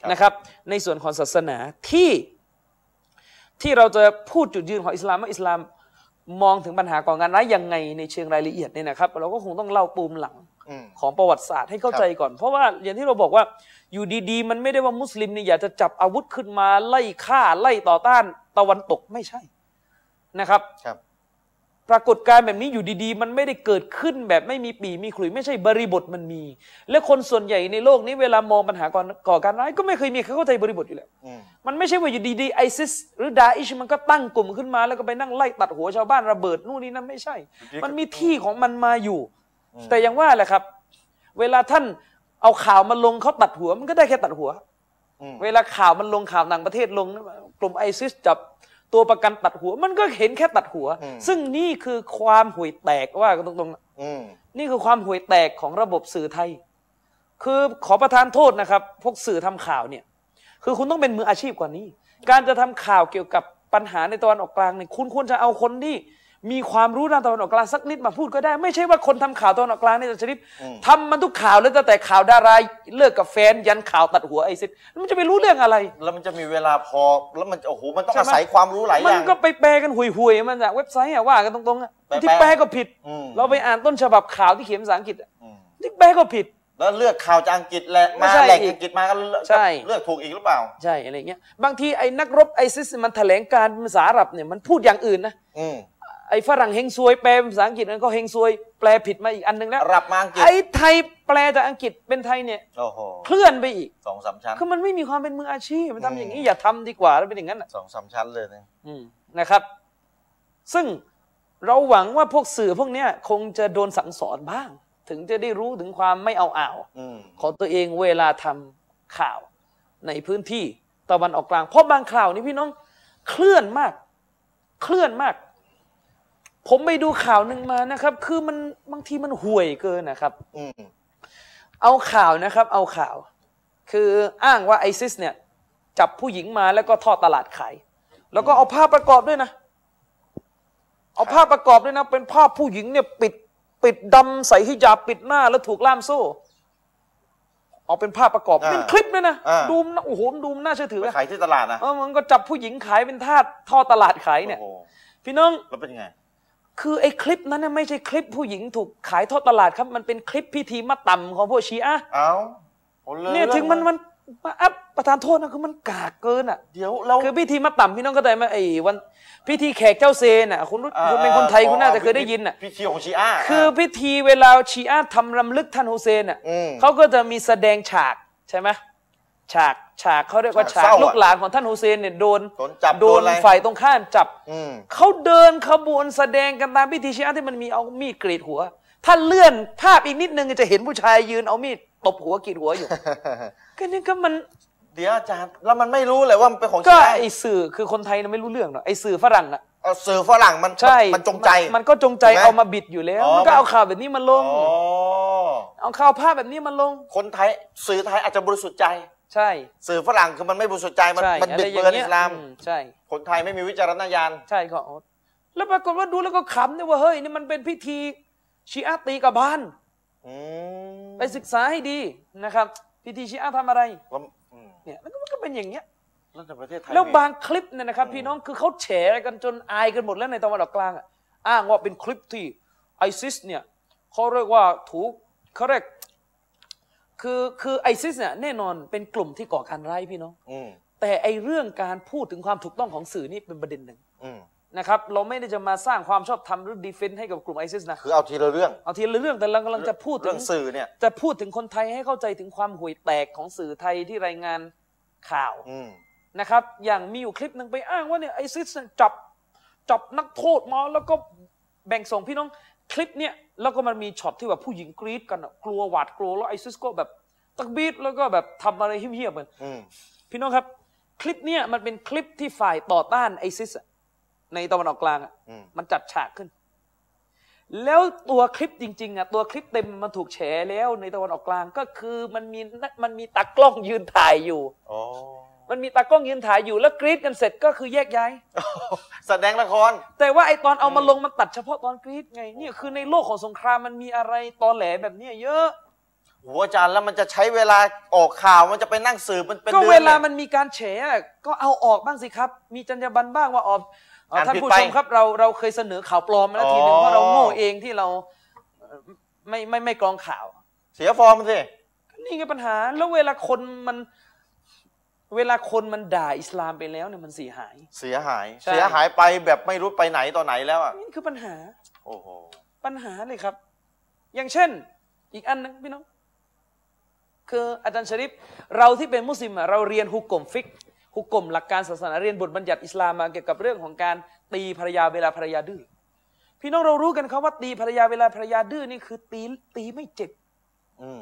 Speaker 1: ครับ
Speaker 2: นะครับ ในส่วนของศาสนาที่ที่เราจะพูดจุดยืนของอิสลามว่าอิสลามมองถึงปัญหาก่อการร้ายยังไงในเชิงรายละเอียดเนี่ยนะครับ เราก็คงต้องเล่าปูมหลัง
Speaker 1: อืม
Speaker 2: ของประวัติศาสตร์ให้เข้าใจก่อน เพราะว่าอย่างที่เราบอกว่าอยู่ดีๆ มันไม่ได้ว่ามุสลิมเนี่ยอยากจะจับอาวุธขึ้นมาไล่ฆ่าไล่ต่อต้านตะวันตกไม่ใช่นะครับ
Speaker 1: ครับ
Speaker 2: ปรากฏการณ์แบบนี้อยู่ดีๆ มันไม่ได้เกิดขึ้นแบบไม่มีปีมีขลุยไม่ใช่บริบทมันมี และคนส่วนใหญ่ในโลกนี้เวลามองปัญหาก่อนก่อการร้ายก็ไม่เคยมีใครเข้าใจบริบทอยู่แล้ว
Speaker 1: อืม
Speaker 2: มันไม่ใช่ว่าอยู่ดีๆไอซิสหรือดาอิชมันก็ตั้งกลุ่มขึ้นมาแล้วก็ไปนั่งไล่ตัดหัวชาวบ้านระเบิดนู่นนี่นั่นไม่ใช่ มันมีที่ของมันมาอยู่
Speaker 1: อืม
Speaker 2: แต่อยังว่าแหละครับ เวลาท่านเอาข่าวมาลงเขาตัดหัวมันก็ได้แค่ตัดหัว
Speaker 1: อืม
Speaker 2: เวลาข่าวมันลงข่าวต่างประเทศลงนะกลุ่มไอซิสจับตัวประกันตัดหัว มันก็เห็นแค่ตัดหัว ซึ่งนี่คือความห่วยแตกว่ากันตรงๆนะ
Speaker 1: อืม
Speaker 2: นี่คือความห่วยแตกของระบบสื่อไทย คือขอประทานโทษนะครับ พวกสื่อทำข่าวเนี่ยคือคุณต้องเป็นมืออาชีพกว่านี้ การจะทำข่าวเกี่ยวกับปัญหาในตะวันออกกลางเนี่ยคุณควรจะเอาคนที่มีความรู้ด้านตะวันออกกลางสักนิดมาพูดก็ได้ ไม่ใช่ว่าคนทำข่าวตะวันออกกลางเนี่ยจะชนิด
Speaker 1: อืม
Speaker 2: ทำมันทุกข่าวแล้วตั้งแต่ข่าวดาราเลิกกับแฟนยันข่าวตัดหัวไอซิสมันจะไปรู้เรื่องอะไร
Speaker 1: แล้วมันจะมีเวลาพอ แล้วมันจะโอ้โห มันต้อง
Speaker 2: ใช่ไหม
Speaker 1: อาศัยความรู้หลายอ
Speaker 2: มัน
Speaker 1: ย่าง
Speaker 2: ก็ไปแปลกันห่วยๆมันจากเว็บไซต์อะว่ากันตรงๆอะ
Speaker 1: แปลๆ
Speaker 2: ที่แปลก็ผิด
Speaker 1: อืม
Speaker 2: เราไปอ่านต้นฉบับข่าวที่เขียนภาษาอังกฤษอะ
Speaker 1: อืม
Speaker 2: ที่แปลก็ผิด
Speaker 1: แล้วเลือกข่าวจากอังกฤษแหละ
Speaker 2: ไม่
Speaker 1: มา
Speaker 2: ใช่
Speaker 1: แหล่ง
Speaker 2: อีก
Speaker 1: อังกฤษมาก็เลือก
Speaker 2: ใช่
Speaker 1: เลือกถูกอีกหรือเปล่า
Speaker 2: ใช่อะไรเงี้ยบางทีไอ้นักรบไอซิสมันแถลงการเป็นภาษาอาหรับเนี่ยมันพูดอย่างอื่นนะ
Speaker 1: อืม
Speaker 2: ไอ้ฝรั่งเฮงซวยแปลเป็นภาษาอังกฤษมันก็เฮงซวยแปลผิดมาอีกอันหนึงแล้ว
Speaker 1: รับมาอังกฤษ
Speaker 2: ไอ้ไทยแปลจากอังกฤษเป็นไทยเนี่ย
Speaker 1: โอ้โห
Speaker 2: เคลื่อนไปอีก
Speaker 1: สองสามชั้น
Speaker 2: คือมันไม่มีความเป็นมืออาชีพมัน
Speaker 1: อืม
Speaker 2: ทำอย่างนี้อย่าทำดีกว่าแล้วเป็นอย่างนั้นอะ
Speaker 1: สองสามชั้นเลยนะ
Speaker 2: อืมนะครับ ซึ่งเราหวังว่าพวกสื่อพวกเนี้ยคงจะโดนสั่งสอนบ้าง ถึงจะได้รู้ถึงความไม่เอาอ่าว
Speaker 1: อืม
Speaker 2: ของตัวเองเวลาทำข่าวในพื้นที่ตะวันออกกลาง เพราะบางข่าวนี่พี่น้องเคลื่อนมาก เคลื่อนมาก ผมไปดูข่าวหนึ่งมานะครับ คือมันบางทีมันห่วยเกินนะครับ
Speaker 1: อืม
Speaker 2: เอาข่าวนะครับ เอาข่าว คืออ้างว่าไอซิสเนี่ยจับผู้หญิงมาแล้วก็ทอดตลาดขาย แล้วก็เอาภาพประกอบด้วยนะ เอาภาพประกอบด้วยนะ เป็นภาพผู้หญิงเนี่ยปิดปิดดำใส่ฮิญาบปิดหน้าแล้วถูกล่ามโซ่เอาเป็นภาพประกอบ
Speaker 1: อ่า
Speaker 2: เป็นคลิปด้วยนะ
Speaker 1: อ่า
Speaker 2: ดูมนะโอ้โหดูมน่าเชื่อถือ
Speaker 1: ไป
Speaker 2: นะ
Speaker 1: ขายที่ตลาดนะ
Speaker 2: เออมันก็จับผู้หญิงขายเป็นทาสทอดตลาดขายเนี่ย
Speaker 1: โอ้โห
Speaker 2: พี่น้อง
Speaker 1: แล้วเป็นไง
Speaker 2: คือไอ้คลิปนั้นน่ะไม่ใช่คลิปผู้หญิงถูกขายทอดตลาดครับ มันเป็นคลิปพิธีมัดต่ำของพวกชีอะห์
Speaker 1: เอ้าโอ้ลิก
Speaker 2: เนี่ยถึงมันมัน มาอัพประธานโทษนะคือมันกากเกินอ่ะ
Speaker 1: เดี๋ยวเรา
Speaker 2: คือพิธีมาต่ำพี่น้องก็ได้ไหมไอ้วันพิธีแขกเจ้าเซนอ่ะคุณรู้
Speaker 1: อ่า
Speaker 2: คุณเป็นคนไทย
Speaker 1: อ่
Speaker 2: คุณน่าจะเคยได้ยินอ่ะ
Speaker 1: พิธีของชีอา
Speaker 2: คือ
Speaker 1: อ่ะ
Speaker 2: พิธีเวลาชีอาทำรำลึกท่านโฮเซนอ่ะ
Speaker 1: อืม
Speaker 2: เขาก็จะมีแสดงฉากใช่ไหมฉากฉากเขาเรียกว่า
Speaker 1: ฉาเศ
Speaker 2: ฉาก ก
Speaker 1: ร้าอะ
Speaker 2: ลูกหลานของท่านโฮเซนเนี่ยโดน
Speaker 1: โดนจับ
Speaker 2: โด
Speaker 1: โดน
Speaker 2: น
Speaker 1: อะไร
Speaker 2: ฝ่ายตรงข้ามจับ
Speaker 1: อืม
Speaker 2: เขาเดินขบวนแสดงกันตามพิธีชีอะห์ที่มันมีเอามีดกรีดหัว ถ้าเลื่อนภาพอีกนิดนึงจะเห็นผู้ชายยืนเอามีดตบหัวกรีดหัว อยู่ ก็นี่ก็มัน
Speaker 1: เดี๋ยวอาจารย์แล้วมันไม่รู้เลยว่ามันเป็นของชี
Speaker 2: ก็
Speaker 1: อา
Speaker 2: ไอสื่อคือคนไทยน่ะไม่รู้เรื่องหรอกไอสื่อฝรั่งอ่ะ
Speaker 1: เอาสื่อฝรั่งมัน
Speaker 2: ใช่
Speaker 1: มันจงใจ
Speaker 2: มันมันก็จงใจ
Speaker 1: ถูกไหม
Speaker 2: เอามาบิดอยู่แล้ว
Speaker 1: อ๋อ
Speaker 2: มันก็
Speaker 1: มัน
Speaker 2: เอาข่าวแบบนี้มาล
Speaker 1: อ๋
Speaker 2: ง
Speaker 1: อ
Speaker 2: เอาข่าวภาพแบบนี้มาลง
Speaker 1: คนไทยสื่อไทยอาจจะบริสุทธิ์ใจ
Speaker 2: ใช่
Speaker 1: สื่อฝรั่งคือมันไม่บริสุทธิ์ใจ มัน
Speaker 2: ใช่
Speaker 1: มัน
Speaker 2: อะไร
Speaker 1: บิด
Speaker 2: อ
Speaker 1: เบื
Speaker 2: ย่า
Speaker 1: อน
Speaker 2: งเงี้
Speaker 1: อิ
Speaker 2: ย
Speaker 1: สลาม
Speaker 2: อืมใช่
Speaker 1: คนไทยไม่มีวิจารณญาณ
Speaker 2: ใช่ก็เอาแล้วปรากฏว่าดูแล้วก็ขำเนี่ยว่าเฮ้ยนี่มันเป็นพิธีชีอะห์ตีกับบ้าน
Speaker 1: อืม
Speaker 2: ไปศึกษาให้ดีนะครับ พิธีชีอะห์ทำอะไร
Speaker 1: แล้วอืม
Speaker 2: เนี่ยมันก็มันก็เป็นอย่างเงี้ย
Speaker 1: แล้วในประเทศไทย
Speaker 2: แล้ว
Speaker 1: มี
Speaker 2: บางคลิปเนี่ยนะครับ พี่น้องคือเขาแฉกันจนอายกันหมดแล้วในตะวันออกกลางอะอ้างว่าเป็นคลิปที่ไอซิสเนี่ยเขาเรียกว่าถูกเขาเรียกคือคือไอซิสเนี่ยแน่นอนเป็นกลุ่มที่ก่อการร้ายพี่น้อง
Speaker 1: อืม
Speaker 2: แต่ไอเรื่องการพูดถึงความถูกต้องของสื่อนี่เป็นประเด็นหนึ่ง
Speaker 1: อืม
Speaker 2: นะครับ เราไม่ได้จะมาสร้างความชอบธรรมหรือดีเฟนต์ให้กับกลุ่มไอซิสนะ
Speaker 1: คือเอาทีละเรื่อง
Speaker 2: เอาทีละเรื่องแต่เรากำลังจะพูดถึ
Speaker 1: เรื่อง งสื่อเนี่ย
Speaker 2: จะพูดถึงคนไทยให้เข้าใจถึงความห่วยแตกของสื่อไทยที่รายงานข่าว
Speaker 1: อืม
Speaker 2: นะครับ อย่างมีอยู่คลิปหนึ่งไปอ้างว่าเนี่ยไอซิสเนี่ยจับจับนักโทษมาแล้วก็แบ่งส่งพี่น้องคลิปเนี่ยแล้วก็มันมีช็อตที่แบบผู้หญิงกรีดกันอะกลัวหวาดกลัวแล้วไอซิสก็แบบตักบีดแล้วก็แบบทำอะไรเหี้ยๆเหมือน
Speaker 1: อืม
Speaker 2: พี่น้องครับ คลิปเนี่ยมันเป็นคลิปที่ฝ่ายต่อต้านไอซิสอะในตะวันออกกลางอะ
Speaker 1: อืม
Speaker 2: มันจัดฉากขึ้น แล้วตัวคลิปจริงๆอะตัวคลิปเต็มมันถูกแฉแล้วในตะวันออกกลางก็คือมันมีนักมันมีตากล้องยืนถ่ายอยู่
Speaker 1: อ๋อ
Speaker 2: มันมีตากล้องยืนถ่ายอยู่แล้วกรีดกันเสร็จก็คือแยกย้าย
Speaker 1: แสดงละคร
Speaker 2: แต่ว่าไอตอนเอามาลงมันตัดเฉพาะตอนกรีดไงเนี่ยคือในโลกของสงครามมันมีอะไรตอแหลแบบเนี้ยเยอะ
Speaker 1: โหัวอาจารย์แล้วมันจะใช้เวลาออกข่าวมันจะไปนั่งสืบมันเป็น
Speaker 2: ก็
Speaker 1: ดือน
Speaker 2: เวลา
Speaker 1: นี่ย
Speaker 2: มันมีการแฉอะก็เอาออกบ้างสิครับ มีจรรยาบรรณบ้างว่าออกเอา
Speaker 1: อ่าน
Speaker 2: ท่าน
Speaker 1: ผิด
Speaker 2: ผู้
Speaker 1: ไป
Speaker 2: ชมครับเราเราเคยเสนอข่าวปลอมมาแล้วทีหนึ่
Speaker 1: อ๋
Speaker 2: ง
Speaker 1: อ
Speaker 2: เพราะเราโง่เองที่เราเอ่อไม่ไม่ไม่กรองข่าว
Speaker 1: เสียฟอร์มสิ
Speaker 2: นี่ไงปัญหาแล้วเวลาคนมัน เวลาคนมันด่าอิสลามไปแล้วเนี่ยมันเสียหาย
Speaker 1: เสียหาย
Speaker 2: ใช่
Speaker 1: เสียหายไปแบบไม่รู้ไปไหนต่อไหนแล้วอ่ะ
Speaker 2: นี่คือปัญหา
Speaker 1: โอ้โห
Speaker 2: ปัญหาเลยครับ อย่างเช่น อีกอันหนึงพี่น้อง คืออาจารย์ชริปเราที่เป็นมุสลิมอะเราเรียนฮุกกลมฟิกฮุกกลมหลักการศาสนาเรียนบทบัญญัติอิสลามมาเกี่ยวกับเรื่องของการตีภรรยาเวลาภรรยาดื้อพี่น้องเรารู้กันครับว่าตีภรรยาเวลาภรรยาดื้อนี่คือตีตีไม่เจ็บ
Speaker 1: อืม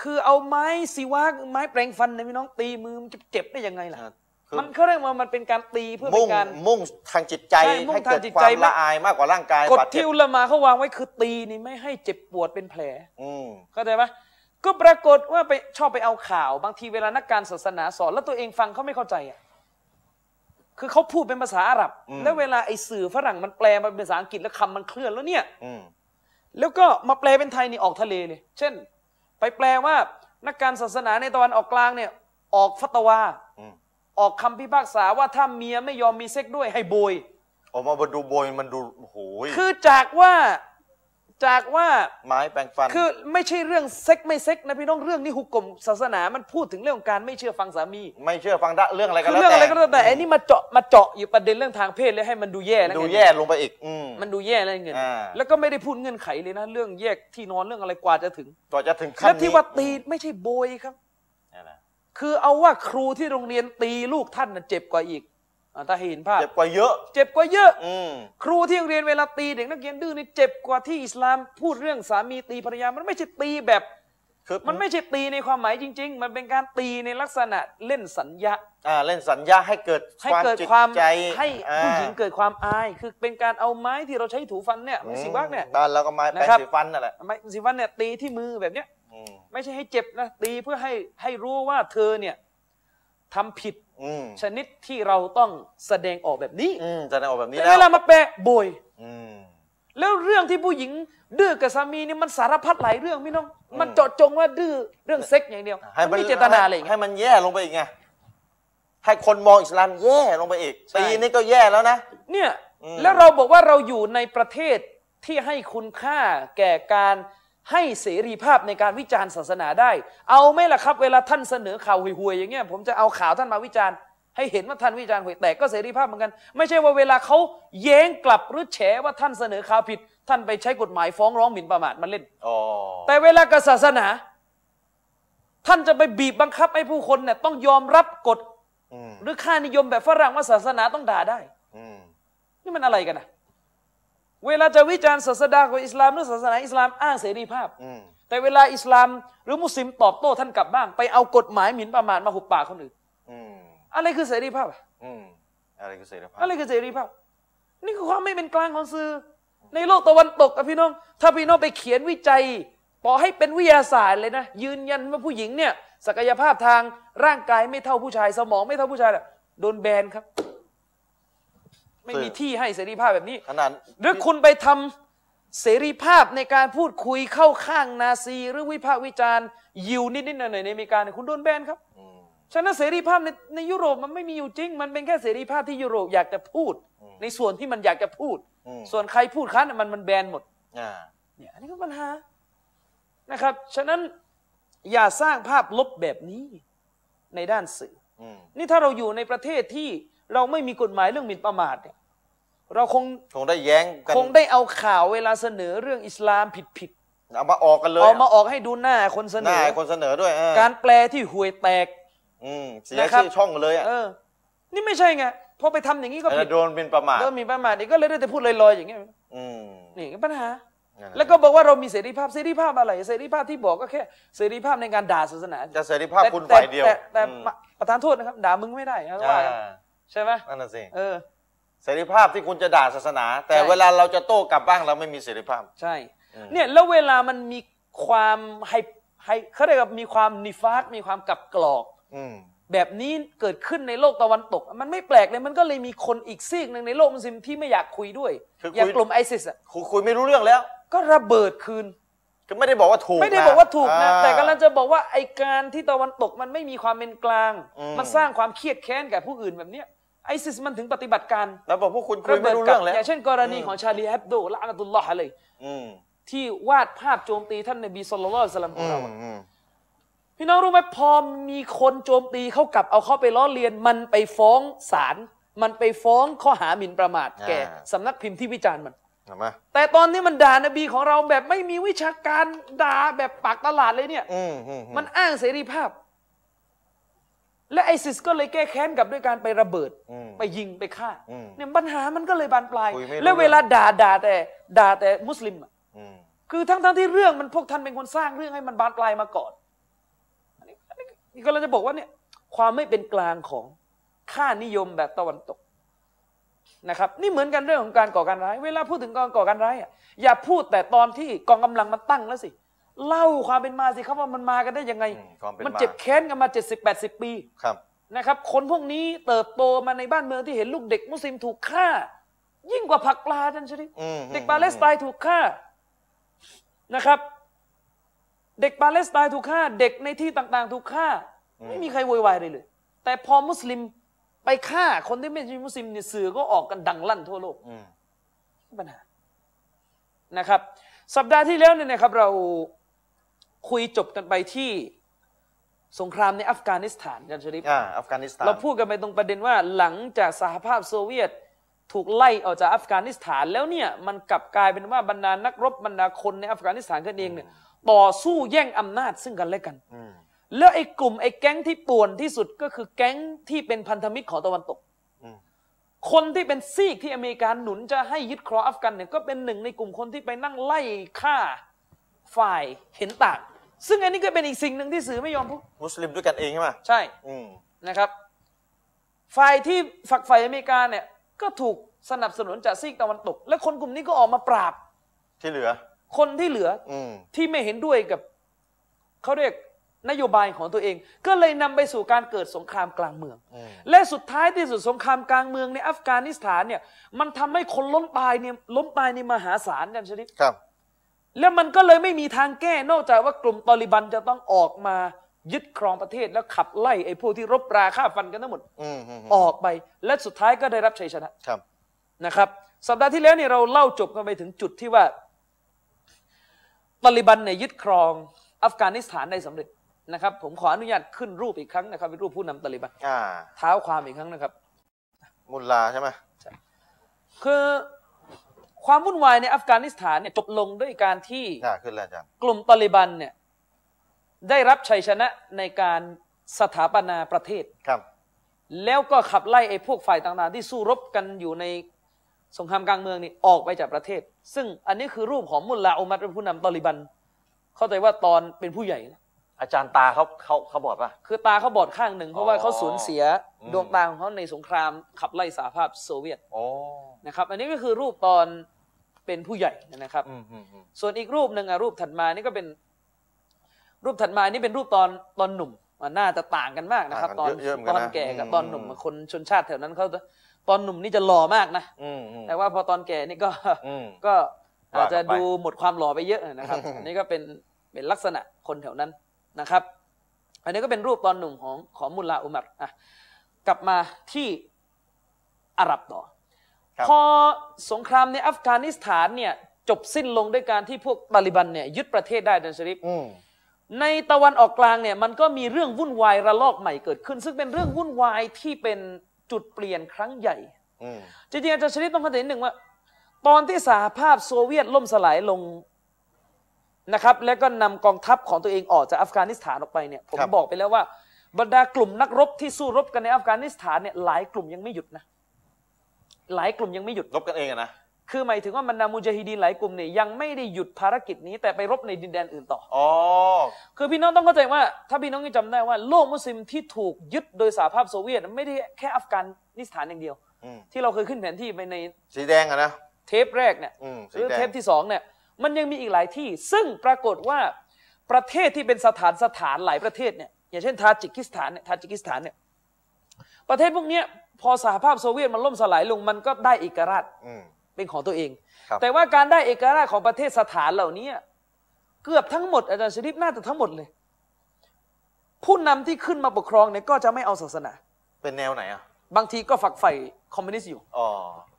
Speaker 2: คือเอาไม้สีวากไม้แปรงฟันเนยพี่น้องตีมือมันจะเจ็บได้ยังไงล่ะ
Speaker 1: นะคือ
Speaker 2: มันเขาเรียกว่ามันเป็นการตีเพื่อเป็
Speaker 1: มุ่ง
Speaker 2: นการ
Speaker 1: มุ่งทางจิตใจ
Speaker 2: ใช่มุ่ง
Speaker 1: ให้
Speaker 2: ทาง
Speaker 1: เกิด
Speaker 2: จิต
Speaker 1: ควา
Speaker 2: ใจ
Speaker 1: ม
Speaker 2: ไม่
Speaker 1: ละอายมากกว่าร่างกาย
Speaker 2: กฎ
Speaker 1: บาดเจ็
Speaker 2: ที่
Speaker 1: บ
Speaker 2: อุลามาเขาวางไว้คือตีนี่ไม่ให้เจ็บปวดเป็นแผล
Speaker 1: อืม
Speaker 2: เข้าใจปะก็ปรากฏว่าไปชอบไปเอาข่าว บางทีเวลานักการศาสนาสอน แล้วตัวเองฟังเขาไม่เข้าใจอ่ะคือเขาพูดเป็นภาษาอาหรับ
Speaker 1: อืม
Speaker 2: แล้วเวลาไอ้สื่อฝรั่งมันแปลมาเป็นภาษาอังกฤษแล้วคำมันเคลื่อนแล้วเนี่ย
Speaker 1: อืม
Speaker 2: แล้วก็มาแปลเป็นไทยนี่ออกทะเลเลย เช่น ไปแปลว่านักการศาสนาในตะวันออกกลางเนี่ย ออกฟัตวา
Speaker 1: อืม
Speaker 2: ออกคำพิพากษาว่าถ้าเมียไม่ยอมมีเซ็กด้วยให้โบย
Speaker 1: ออกมาดูโบยมันดู โอ้โหย
Speaker 2: คือจากว่าจากว่า
Speaker 1: ไม้แปรงฟัน
Speaker 2: คือไม่ใช่เรื่องเซ็กไม่เซ็กนะพี่น้องเรื่องนี้หุกกลมศาสนามันพูดถึงเรื่องของการไม่เชื่อฟังสามี
Speaker 1: ไม่เชื่อฟังได้เรื่องอะไรก็
Speaker 2: คือ
Speaker 1: แล้ว
Speaker 2: เรื่อง
Speaker 1: แต่
Speaker 2: อะไรก็แล้วแต่ไอ้นี่มาเจาะมาเจาะอยู่ประเด็นเรื่องทางเพศเลยให้มันดูแย่แล้วไง
Speaker 1: ดูแย่ลงไปอีก อืม
Speaker 2: มันดูแย่แล้วเงิน
Speaker 1: อ่า
Speaker 2: แล้วก็ไม่ได้พูดเงื่อนไขเลยนะเรื่องแยกที่นอนเรื่องอะไรกว่าจะถึง
Speaker 1: กว่าจะถึงขั้น
Speaker 2: และที่ว่าตี
Speaker 1: นี้
Speaker 2: ไม่ใช่โบยครับ
Speaker 1: เนี่ยนะ
Speaker 2: คือเอาว่าครูที่โรงเรียนตีลูกท่านน่ะเจ็บกว่าอีกอ่าถ้าเห็นภาพ
Speaker 1: เจ็บกว่าเยอะ
Speaker 2: เจ็บกว่าเยอะ
Speaker 1: อืม
Speaker 2: ครูที่โรงเรียนเวลาตีเด็กนักเรียนดื้อนี่เจ็บกว่าที่อิสลามพูดเรื่องสามีตีภรรยามันไม่ใช่ตีแบบ
Speaker 1: คือ
Speaker 2: มันไม่ใช่ตีในความหมายจริง ๆ มันเป็นการตีในลักษณะเล่นสัญญา
Speaker 1: อ่าเล่นสัญญาให้เกิด
Speaker 2: ให้
Speaker 1: ความ
Speaker 2: เกิด
Speaker 1: จิต
Speaker 2: ความ
Speaker 1: ใจ
Speaker 2: ให้ผู้หญิง
Speaker 1: อ่า
Speaker 2: เกิดความอาย คือเป็นการเอาไม้ที่เราใช้ถูฟันเนี่ยไม้สีวักเนี่ย
Speaker 1: บ้านเราก็ไม้แปรง
Speaker 2: นะครับ
Speaker 1: สีฟันนั่นแหละ
Speaker 2: ไม้สีวักเนี่ยตีที่มือแบบเนี้ย
Speaker 1: อืม
Speaker 2: ไม่ใช่ให้เจ็บนะตีเพื่อให้ให้รู้ว่าเธอเนี่ยทำผิด
Speaker 1: อืม
Speaker 2: ชนิดที่เราต้องแสดงออกแบบนี้
Speaker 1: อืมจะได้ออกแบบนี้
Speaker 2: แต่
Speaker 1: แล้
Speaker 2: เว
Speaker 1: ว
Speaker 2: ลามาแปลโบย
Speaker 1: อืม
Speaker 2: แล้วเรื่องที่ผู้หญิงดื้อกับสามีเนี่ยมันสารพัดหลายเรื่องพี่น้อง
Speaker 1: อืม
Speaker 2: มันเจาะจงว่าดื้อเรื่องเซ็กส์อย่างเดียว
Speaker 1: ให้
Speaker 2: มันมีเจตนาอะไรอย่างเงี้ย
Speaker 1: ให้มันแย่ลงไปอีกไงให้คนมองอิสลามแย่ลงไปอีก
Speaker 2: ใช่
Speaker 1: ตีนี่ก็แย่แล้วนะ
Speaker 2: เนี่ย
Speaker 1: อืม
Speaker 2: แล้วเราบอกว่าเราอยู่ในประเทศที่ให้คุณค่าแก่การ ให้เสรีภาพในการวิจารณ์ศาสนาได้ เอาไหมล่ะครับ เวลาท่านเสนอข่าวห่วยๆอย่างเงี้ยผมจะเอาข่าวท่านมาวิจารณ์ ให้เห็นว่าท่านวิจารณ์ห่วยแตกก็เสรีภาพเหมือนกัน ไม่ใช่ว่าเวลาเขาแย้งกลับหรือแฉว่าท่านเสนอข่าวผิด ท่านไปใช้กฎหมายฟ้องร้องหมิ่นประมาทมาเล่น
Speaker 1: อ๋อ
Speaker 2: แต่เวลากับศาสนา ท่านจะไปบีบบังคับให้ผู้คนเนี่ยต้องยอมรับกฎ
Speaker 1: อืม
Speaker 2: หรือค่านิยมแบบฝรั่งว่าศาสนาต้องด่าได้
Speaker 1: อืม
Speaker 2: นี่มันอะไรกันนะเวลาจะวิจารณ์ศาสดาของอิสลามหรือศาสนาอิสลามอ้างเสรีภาพ
Speaker 1: อืม
Speaker 2: แต่เวลาอิสลามหรือมุสลิมตอบโต้ท่านกลับบ้าง ไปเอากฎหมายหมิ่นประมาทมาหุบปากคนอื่น
Speaker 1: อืม
Speaker 2: อะไรคือเสรีภาพอะ
Speaker 1: อืมอะไรคือเสรีภาพ
Speaker 2: อะไรคือเสรีภาพ นี่คือความไม่เป็นกลางของสื่อ ในโลกตะวันตกอะพี่น้อง ถ้าพี่น้องไปเขียนวิจัยต่อให้เป็นวิทยาศาสตร์เลยนะ ยืนยันว่าผู้หญิงเนี่ยศักยภาพทางร่างกายไม่เท่าผู้ชาย สมองไม่เท่าผู้ชายน่ะโดนแบนครับ ไม่มีที่ให้เสรีภาพแบบนี้
Speaker 1: ขนาด
Speaker 2: หรือคุณไปทำเสรีภาพในการพูดคุยเข้าข้างนาซี หรือวิพากษ์วิจารณ์ยิวนิดๆหน่อยๆในอเมริกาเนี่ยคุณโดนแบนครับ
Speaker 1: อืม
Speaker 2: ฉะนั้นเสรีภาพในในยุโรปมันไม่มีอยู่จริง มันเป็นแค่เสรีภาพที่ยุโรปอยากจะพูด
Speaker 1: อืม
Speaker 2: ในส่วนที่มันอยากจะพูด
Speaker 1: อืม
Speaker 2: ส่วนใครพูดค้านมันมันแบนหมด
Speaker 1: อ่า
Speaker 2: เนี่ยอันนี้ก็ปัญหานะครับ ฉะนั้นอย่าสร้างภาพลบแบบนี้ในด้านสื่อ
Speaker 1: อืม
Speaker 2: นี่ถ้าเราอยู่ในประเทศที่เราไม่มีกฎหมายเรื่องหมิ่นประมาทเนี่ยเราคง
Speaker 1: คงได้แย้งกัน
Speaker 2: คงได้เอาข่าวเวลาเสนอเรื่องอิสลามผิด
Speaker 1: เอามาออกกันเล
Speaker 2: ๆ
Speaker 1: ย
Speaker 2: เอามาออกให้ดูหน้าคนเส
Speaker 1: ห
Speaker 2: น
Speaker 1: น้า
Speaker 2: อ
Speaker 1: คนเสนอด้วยเออ
Speaker 2: การแปลที่ห่วยแตก
Speaker 1: อืมเสีย
Speaker 2: นะครับ
Speaker 1: ชื่อช่องเลยอ่ะ
Speaker 2: เออ นี่ไม่ใช่ไงพอไปทำอย่างนี้ก็ผิ
Speaker 1: แล้
Speaker 2: ด
Speaker 1: วโดนเป็นประมาท
Speaker 2: ก็มีประมาทอีกก็เลยได้แต่พูดลอยๆอย่างเงี้ย
Speaker 1: อืม
Speaker 2: นี่ก็ปัญหา
Speaker 1: นั่นหะ
Speaker 2: แล้วก็บอกว่าเรามีเสรีภาพเสรีภาพอะไรเสรีภาพที่บอกก็แค่เสรีภาพในการด่าศาสนา
Speaker 1: จะเสรีภาพ
Speaker 2: แต่
Speaker 1: คุณ
Speaker 2: แต่
Speaker 1: ฝ่ายเดียว
Speaker 2: แต่แต่
Speaker 1: อืม
Speaker 2: ประธานโทษนะครับด่ามึงไม่ได้นะ
Speaker 1: อ่า
Speaker 2: ว่ากันใช่ไหม
Speaker 1: นั่นน่ะสิ
Speaker 2: เออ
Speaker 1: เสรีภาพที่คุณจะด่าศาสนา แต่
Speaker 2: ใช่
Speaker 1: เวลาเราจะโต้กลับบ้างเราไม่มีเสรีภาพ
Speaker 2: ใช่
Speaker 1: อืม
Speaker 2: เนี่ยแล้วเวลามันมีความไฮไฮเขาเรียกว่ามีความนิฟาสมีความกลับกรอก
Speaker 1: อืม
Speaker 2: แบบนี้เกิดขึ้นในโลกตะวันตก มันไม่แปลกเลยมันก็เลยมีคนอีกซีกหนึ่งในโลกมุสลิมที่ไม่อยากคุยด้วยอย่างกลุ่มไอซิสอ่ะ
Speaker 1: คุยคุยไม่รู้เรื่องแล้ว
Speaker 2: ก็ระเบิดคืน
Speaker 1: ก็ไม่ได้บอกว่าถูก
Speaker 2: ไม่ได้
Speaker 1: นะ
Speaker 2: บอกว่าถูกนะ
Speaker 1: อ่า
Speaker 2: แต่กำลังจะบอกว่าไอการที่ตะวันตกมันไม่มีความเป็นกลาง
Speaker 1: อืม
Speaker 2: มันสร้างความเครียดแค้นแก่ผู้อื่นแบบเนี้ยไอซิสมันถึงปฏิบัติการ
Speaker 1: แล้วบอกพวกคุณคุย
Speaker 2: ระเบิ
Speaker 1: ไม่
Speaker 2: ด
Speaker 1: รู้
Speaker 2: กลั
Speaker 1: เรื่องแล้ว
Speaker 2: อย่างเช่นกรณี
Speaker 1: อืม
Speaker 2: ของชาลีแฮบโดและอันตุลลอฮ์อะลัย
Speaker 1: อืม
Speaker 2: ที่วาดภาพโจมตีท่านนบีสุลต่านละสลัมขอ
Speaker 1: อืม
Speaker 2: งเราอะ
Speaker 1: อืม
Speaker 2: พี่น้องรู้ไหมพอมีคนโจมตีเขากลับเอาเขาไปล้อเลียน มันไปฟ้องศาลมันไปฟ้องข้อหาหมิ่นประมาทแก่สำนักพิมพ์ที่วิจารณ์มัน
Speaker 1: เห็นไหม
Speaker 2: แต่ตอนนี้มันด่านบีของเราแบบไม่มีวิชาการด่าแบบปากตลาดเลยเนี่ย
Speaker 1: อืมอืมอื
Speaker 2: มันอ้างเสรีภาพ และไอซิสก็เลยแก้แค้นกลับด้วยการไประเบิด
Speaker 1: อืม
Speaker 2: ไปยิงไปฆ่า
Speaker 1: อืม
Speaker 2: เนี่ยปัญหามันก็เลยบานปลาย
Speaker 1: คุยไม่รู้
Speaker 2: และเวลาด่าด่าแต่ด่าแต่มุสลิมอะ
Speaker 1: อืม
Speaker 2: คือทั้งทั้งที่เรื่องมันพวกท่านเป็นคนสร้างเรื่องให้มันบานปลายมาก่อนอันนี้อันนี้นี่ก็เราจะบอกว่าเนี่ย ความไม่เป็นกลางของค่านิยมแบบตะวันตกนะครับ นี่เหมือนกันเรื่องของการก่อการร้าย เวลาพูดถึงการก่อการร้ายอะอย่าพูดแต่ตอนที่กองกำลังมันตั้งแล้วสิเล่าความเป็นมาสิครับว่ามันมากันได้ยังไง
Speaker 1: อืมความเป็น
Speaker 2: มัน
Speaker 1: มา
Speaker 2: เจ็บแค้นกันมา 70 80 ปี
Speaker 1: ครับ
Speaker 2: นะครับ คนพวกนี้เติบโตมาในบ้านเมืองที่เห็นลูกเด็กมุสลิมถูกฆ่า ยิ่งกว่าผักปลาท่านชริฟ
Speaker 1: อืม
Speaker 2: เด็กปาเลสไตน์ถูกฆ่านะครับ เด็กปาเลสไตน์ถูกฆ่า เด็กในที่ต่างๆ ถูกฆ่า ไม่มีใครโวยวายเลยเลย แต่พอมุสลิมไปฆ่าคนที่ไม่ใช่มุสลิมเนี่ยสื่อก็ออกกันดังลั่นทั่วโลก
Speaker 1: อืม
Speaker 2: ปัญหานะครับ สัปดาห์ที่แล้วเนี่ยนะครับเราคุยจบกันไปที่สงครามในอัฟกานิสถานกันชริฟ
Speaker 1: อ่าอัฟกานิสถาน
Speaker 2: เราพูดกันไปตรงประเด็นว่าหลังจากสหภาพโซเวียตถูกไล่ออกจากอัฟกานิสถานแล้วเนี่ยมันกลับกลายเป็นว่าบรรดานักรบบรรดาคนในอัฟกานิสถานกันเองเนี่ยต่อสู้แย่งอำนาจซึ่งกันและกัน
Speaker 1: อืม
Speaker 2: แล้วไอ้กลุ่มไอ้แก๊งที่ป่วนที่สุดก็คือแก๊งที่เป็นพันธมิตรของตะวันตก
Speaker 1: อืม
Speaker 2: คนที่เป็นซีกที่อเมริกาหนุนจะให้ยึดครองอัฟกันเนี่ยก็เป็นหนึ่งในกลุ่มคนที่ไปนั่งไล่ฆ่าฝ่ายเห็นต่าง ซึ่งอันนี้ก็เป็นอีกสิ่งหนึ่งที่สื่อไม่ยอมพูด
Speaker 1: มุสลิมด้วยกันเองใช่ไหม
Speaker 2: ใช่
Speaker 1: อืม
Speaker 2: นะครับ ฝ่ายที่ฝักฝ่ายอเมริกาเนี่ยก็ถูกสนับสนุนจากซีกตะวันตก และคนกลุ่มนี้ก็ออกมาปราบ
Speaker 1: ที่เหลือ
Speaker 2: คนที่เหลือ
Speaker 1: อืม
Speaker 2: ที่ไม่เห็นด้วยกับเขาเรียกนโยบายของตัวเอง ก็เลยนำไปสู่การเกิดสงครามกลางเมือง
Speaker 1: อืม
Speaker 2: และสุดท้ายที่สุดสงครามกลางเมืองในอัฟกานิสถานเนี่ยมันทำให้คนล้มตายเนี่ยล้มตายในมหาศาลกันชนิด
Speaker 1: ครับ
Speaker 2: แล้วมันก็เลยไม่มีทางแก้นอกจากว่ากลุ่มตอริบันจะต้องออกมายึดครองประเทศแล้วขับไล่ไอ้พวกที่รบราฆ่าฟันกันทั้งหมด
Speaker 1: อืมอืม
Speaker 2: ออกไป และสุดท้ายก็ได้รับชัยชนะ
Speaker 1: ครับ
Speaker 2: นะครับสัปดาห์ที่แล้วเนี่ยเราเล่าจบกันไปถึงจุดที่ว่า ตาลิบันเนี่ยยึดครองอัฟกานิสถานได้สำเร็จนะครับ ผมขออนุญาตขึ้นรูปอีกครั้งนะครับเป็นรูปผู้นำตาลิบัน
Speaker 1: อ่า
Speaker 2: เท้าความอีกครั้งนะครับ
Speaker 1: มุลลาใช่ไหม
Speaker 2: คือความวุ่นวายในอัฟกานิสถานเนี่ยจบลงด้วยการที่
Speaker 1: อ่าขึ้นแล้วอาจารย์
Speaker 2: กลุ่มตาลิบันเนี่ยได้รับชัยชนะในการสถาปนาประเทศ
Speaker 1: ครับ
Speaker 2: แล้วก็ขับไล่ไอ้พวกฝ่ายต่างๆ ที่สู้รบกันอยู่ในสงครามกลางเมืองนี่ออกไปจากประเทศ ซึ่งอันนี้คือรูปของมุลลาอุมัดเป็นผู้นำตาลิบัน เข้าใจว่าตอนเป็นผู้ใหญ่นะ
Speaker 3: อาจารย์ตาเขาเขาเขาบอกป่ะ
Speaker 2: คือตาเขาบอดข้างหนึ่ง เพราะว่าเขาสูญเสีย
Speaker 3: อ๋อ
Speaker 2: ดวงตาของเขาในสงครามขับไล่สหภาพโซเวียต
Speaker 3: โอ้
Speaker 2: นะครับ อันนี้ก็คือรูปตอนเป็นผู้ใหญ่นะครับ
Speaker 1: อืมอืมอืม
Speaker 2: ส่วนอีกรูปหนึ่งอะรูปถัดมานี่ก็เป็น รูปถัดมานี่เป็นรูปตอนตอนหนุ่มอ่ะน่าจะต่างกันมากนะครับ ตอน
Speaker 1: เยะๆเหมืน
Speaker 2: ตอน
Speaker 1: นะ
Speaker 2: แก่กับตอนหนุ่มอะคนชนชาติแถวนั้นเขาจะตอนหนุ่มนี่จะหล่อมากนะ
Speaker 1: อืมอืม
Speaker 2: แต่ว่าพอตอนแก่นี่ก็
Speaker 1: อืม
Speaker 2: ก็อา
Speaker 1: ว่า
Speaker 2: จ
Speaker 1: กันไป
Speaker 2: จะดูหมดความหล่อไปเยอะนะครับ อันนี้ก็เป็นเป็นลักษณะคนแถวนั้นนะครับ อันนี้ก็เป็นรูปตอนหนุ่มของของมุลลาอุมัรอ่ะกลับมาที่อาหรับต่อ
Speaker 1: ครับ
Speaker 2: พอสงครามในอัฟกานิสถานเนี่ยจบสิ้นลงด้วยการที่พวกตาลิบันเนี่ยยึดประเทศได้ดันชริฟ
Speaker 1: อืม
Speaker 2: ในตะวันออกกลางเนี่ยมันก็มีเรื่องวุ่นวายระลอกใหม่เกิดขึ้น ซึ่งเป็นเรื่องวุ่นวายที่เป็นจุดเปลี่ยนครั้งใหญ่
Speaker 1: อืม
Speaker 2: จริงๆอาจารย์ชลิดต้องเข้าใจนิดหนึ่งว่า ตอนที่สหภาพโซเวียตล่มสลายลงนะครับ แล้วก็นำกองทัพของตัวเองออกจากอัฟกานิสถานออกไปเนี่ยผม
Speaker 1: ครับ
Speaker 2: บอกไปแล้วว่า บรรดากลุ่มนักรบที่สู้รบกันในอัฟกานิสถานเนี่ยหลายกลุ่มยังไม่หยุดนะหลายกลุ่มยังไม่หยุด
Speaker 1: ลบกันเองอะนะ
Speaker 2: คือหมายถึงว่ามันดามูจาฮิดีนหลายกลุ่มเนี่ยยังไม่ได้หยุดภารกิจนี้แต่ไปรบในดินแดนอื่นต่อ
Speaker 1: อ๋อ
Speaker 2: คือพี่น้องต้องเข้าใจว่า ถ้าพี่น้องยังจำได้ว่าโลกมุสลิมที่ถูกยึดโดยสหภาพโซเวียตไม่ได้แค่อัฟกานิสถานอย่างเดียว
Speaker 1: อืม
Speaker 2: ที่เราเคยขึ้นแผนที่ไปใน
Speaker 1: สีแดงอะนะ
Speaker 2: เทปแรกเนี่ย
Speaker 1: อืม
Speaker 2: ห
Speaker 1: สี
Speaker 2: รือ
Speaker 1: แดง
Speaker 2: เทปที่สองเนี่ยมันยังมีอีกหลายที่ ซึ่งปรากฏว่าประเทศที่เป็นสถานสถานหลายประเทศเนี่ยอย่างเช่นทาจิกิสถานเนี่ยทาจิกิสถานเนี่ยประเทศพวกเนี้ยพอสหภาพโซเวียตมันล่มสลายลงมันก็ได้เอกราช
Speaker 1: อืม
Speaker 2: เป็นของตัวเอง
Speaker 1: ครับ
Speaker 2: แต่ว่าการได้เอกราชของประเทศสถานเหล่านี้เกือบทั้งหมดอาจารย์ชริปน่าจะทั้งหมดเลย ผู้นำที่ขึ้นมาปกครองเนี่ยก็จะไม่เอาศาสนา
Speaker 1: เป็นแนวไหนอ่ะ
Speaker 2: บางทีก็ฝักใฝ่คอมมิวนิสต์อยู่
Speaker 1: อ๋อ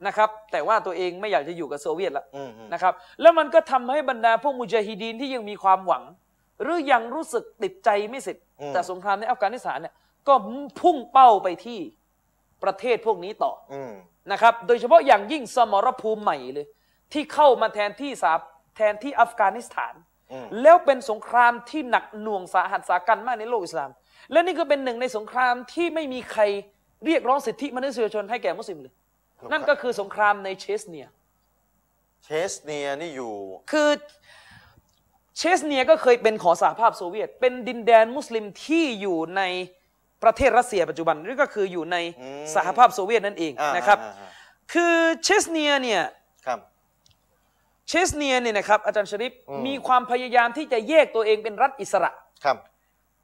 Speaker 2: นะครับ แต่ว่าตัวเองไม่อยากจะอยู่กับโซเวียตละ
Speaker 1: อืมอืม
Speaker 2: นะครับแล้วมันก็ทำให้บรรดาพวกมุจาฮิดีนที่ยังมีความหวัง หรือยังรู้สึกติดใจไม่เสร็จจากสงครามในอัฟกานิสถานเนี่ยก็พุ่งเป้าไปที่ประเทศพวกนี้ต่อ
Speaker 1: อืม
Speaker 2: นะครับโดยเฉพาะอย่างยิ่งสมรภูมิใหม่เลย ที่เข้ามาแทนที่สาแทนที่อัฟกานิสถาน
Speaker 1: อืม
Speaker 2: แล้วเป็นสงครามที่หนักหน่วงสาหัสสากันมากในโลกอิสลาม และนี่ก็เป็นหนึ่งในสงครามที่ไม่มีใครเรียกร้องสิทธิมนุษยชนให้แก่มุสลิมเลยนั่นก็คือสงครามในเชสเนีย
Speaker 1: เชสเนียนี่อยู่
Speaker 2: คือเชสเนียก็เคยเป็นของสหภาพโซเวียต เป็นดินแดนมุสลิมที่อยู่ในประเทศรัสเซียปัจจุบันหรือก็คืออยู่ใน
Speaker 1: อืม
Speaker 2: สหภาพโซเวียตนั่นเอง
Speaker 1: อ่า
Speaker 2: นะครับ
Speaker 1: อ่าอ่า
Speaker 2: คือเชสเนียเนี่ย
Speaker 1: ครับ
Speaker 2: เชสเนียเนี่ยนะครับอาจารย์ชริป
Speaker 1: อืม
Speaker 2: มีความพยายามที่จะแยกตัวเองเป็นรัฐอิสระ
Speaker 1: ครับ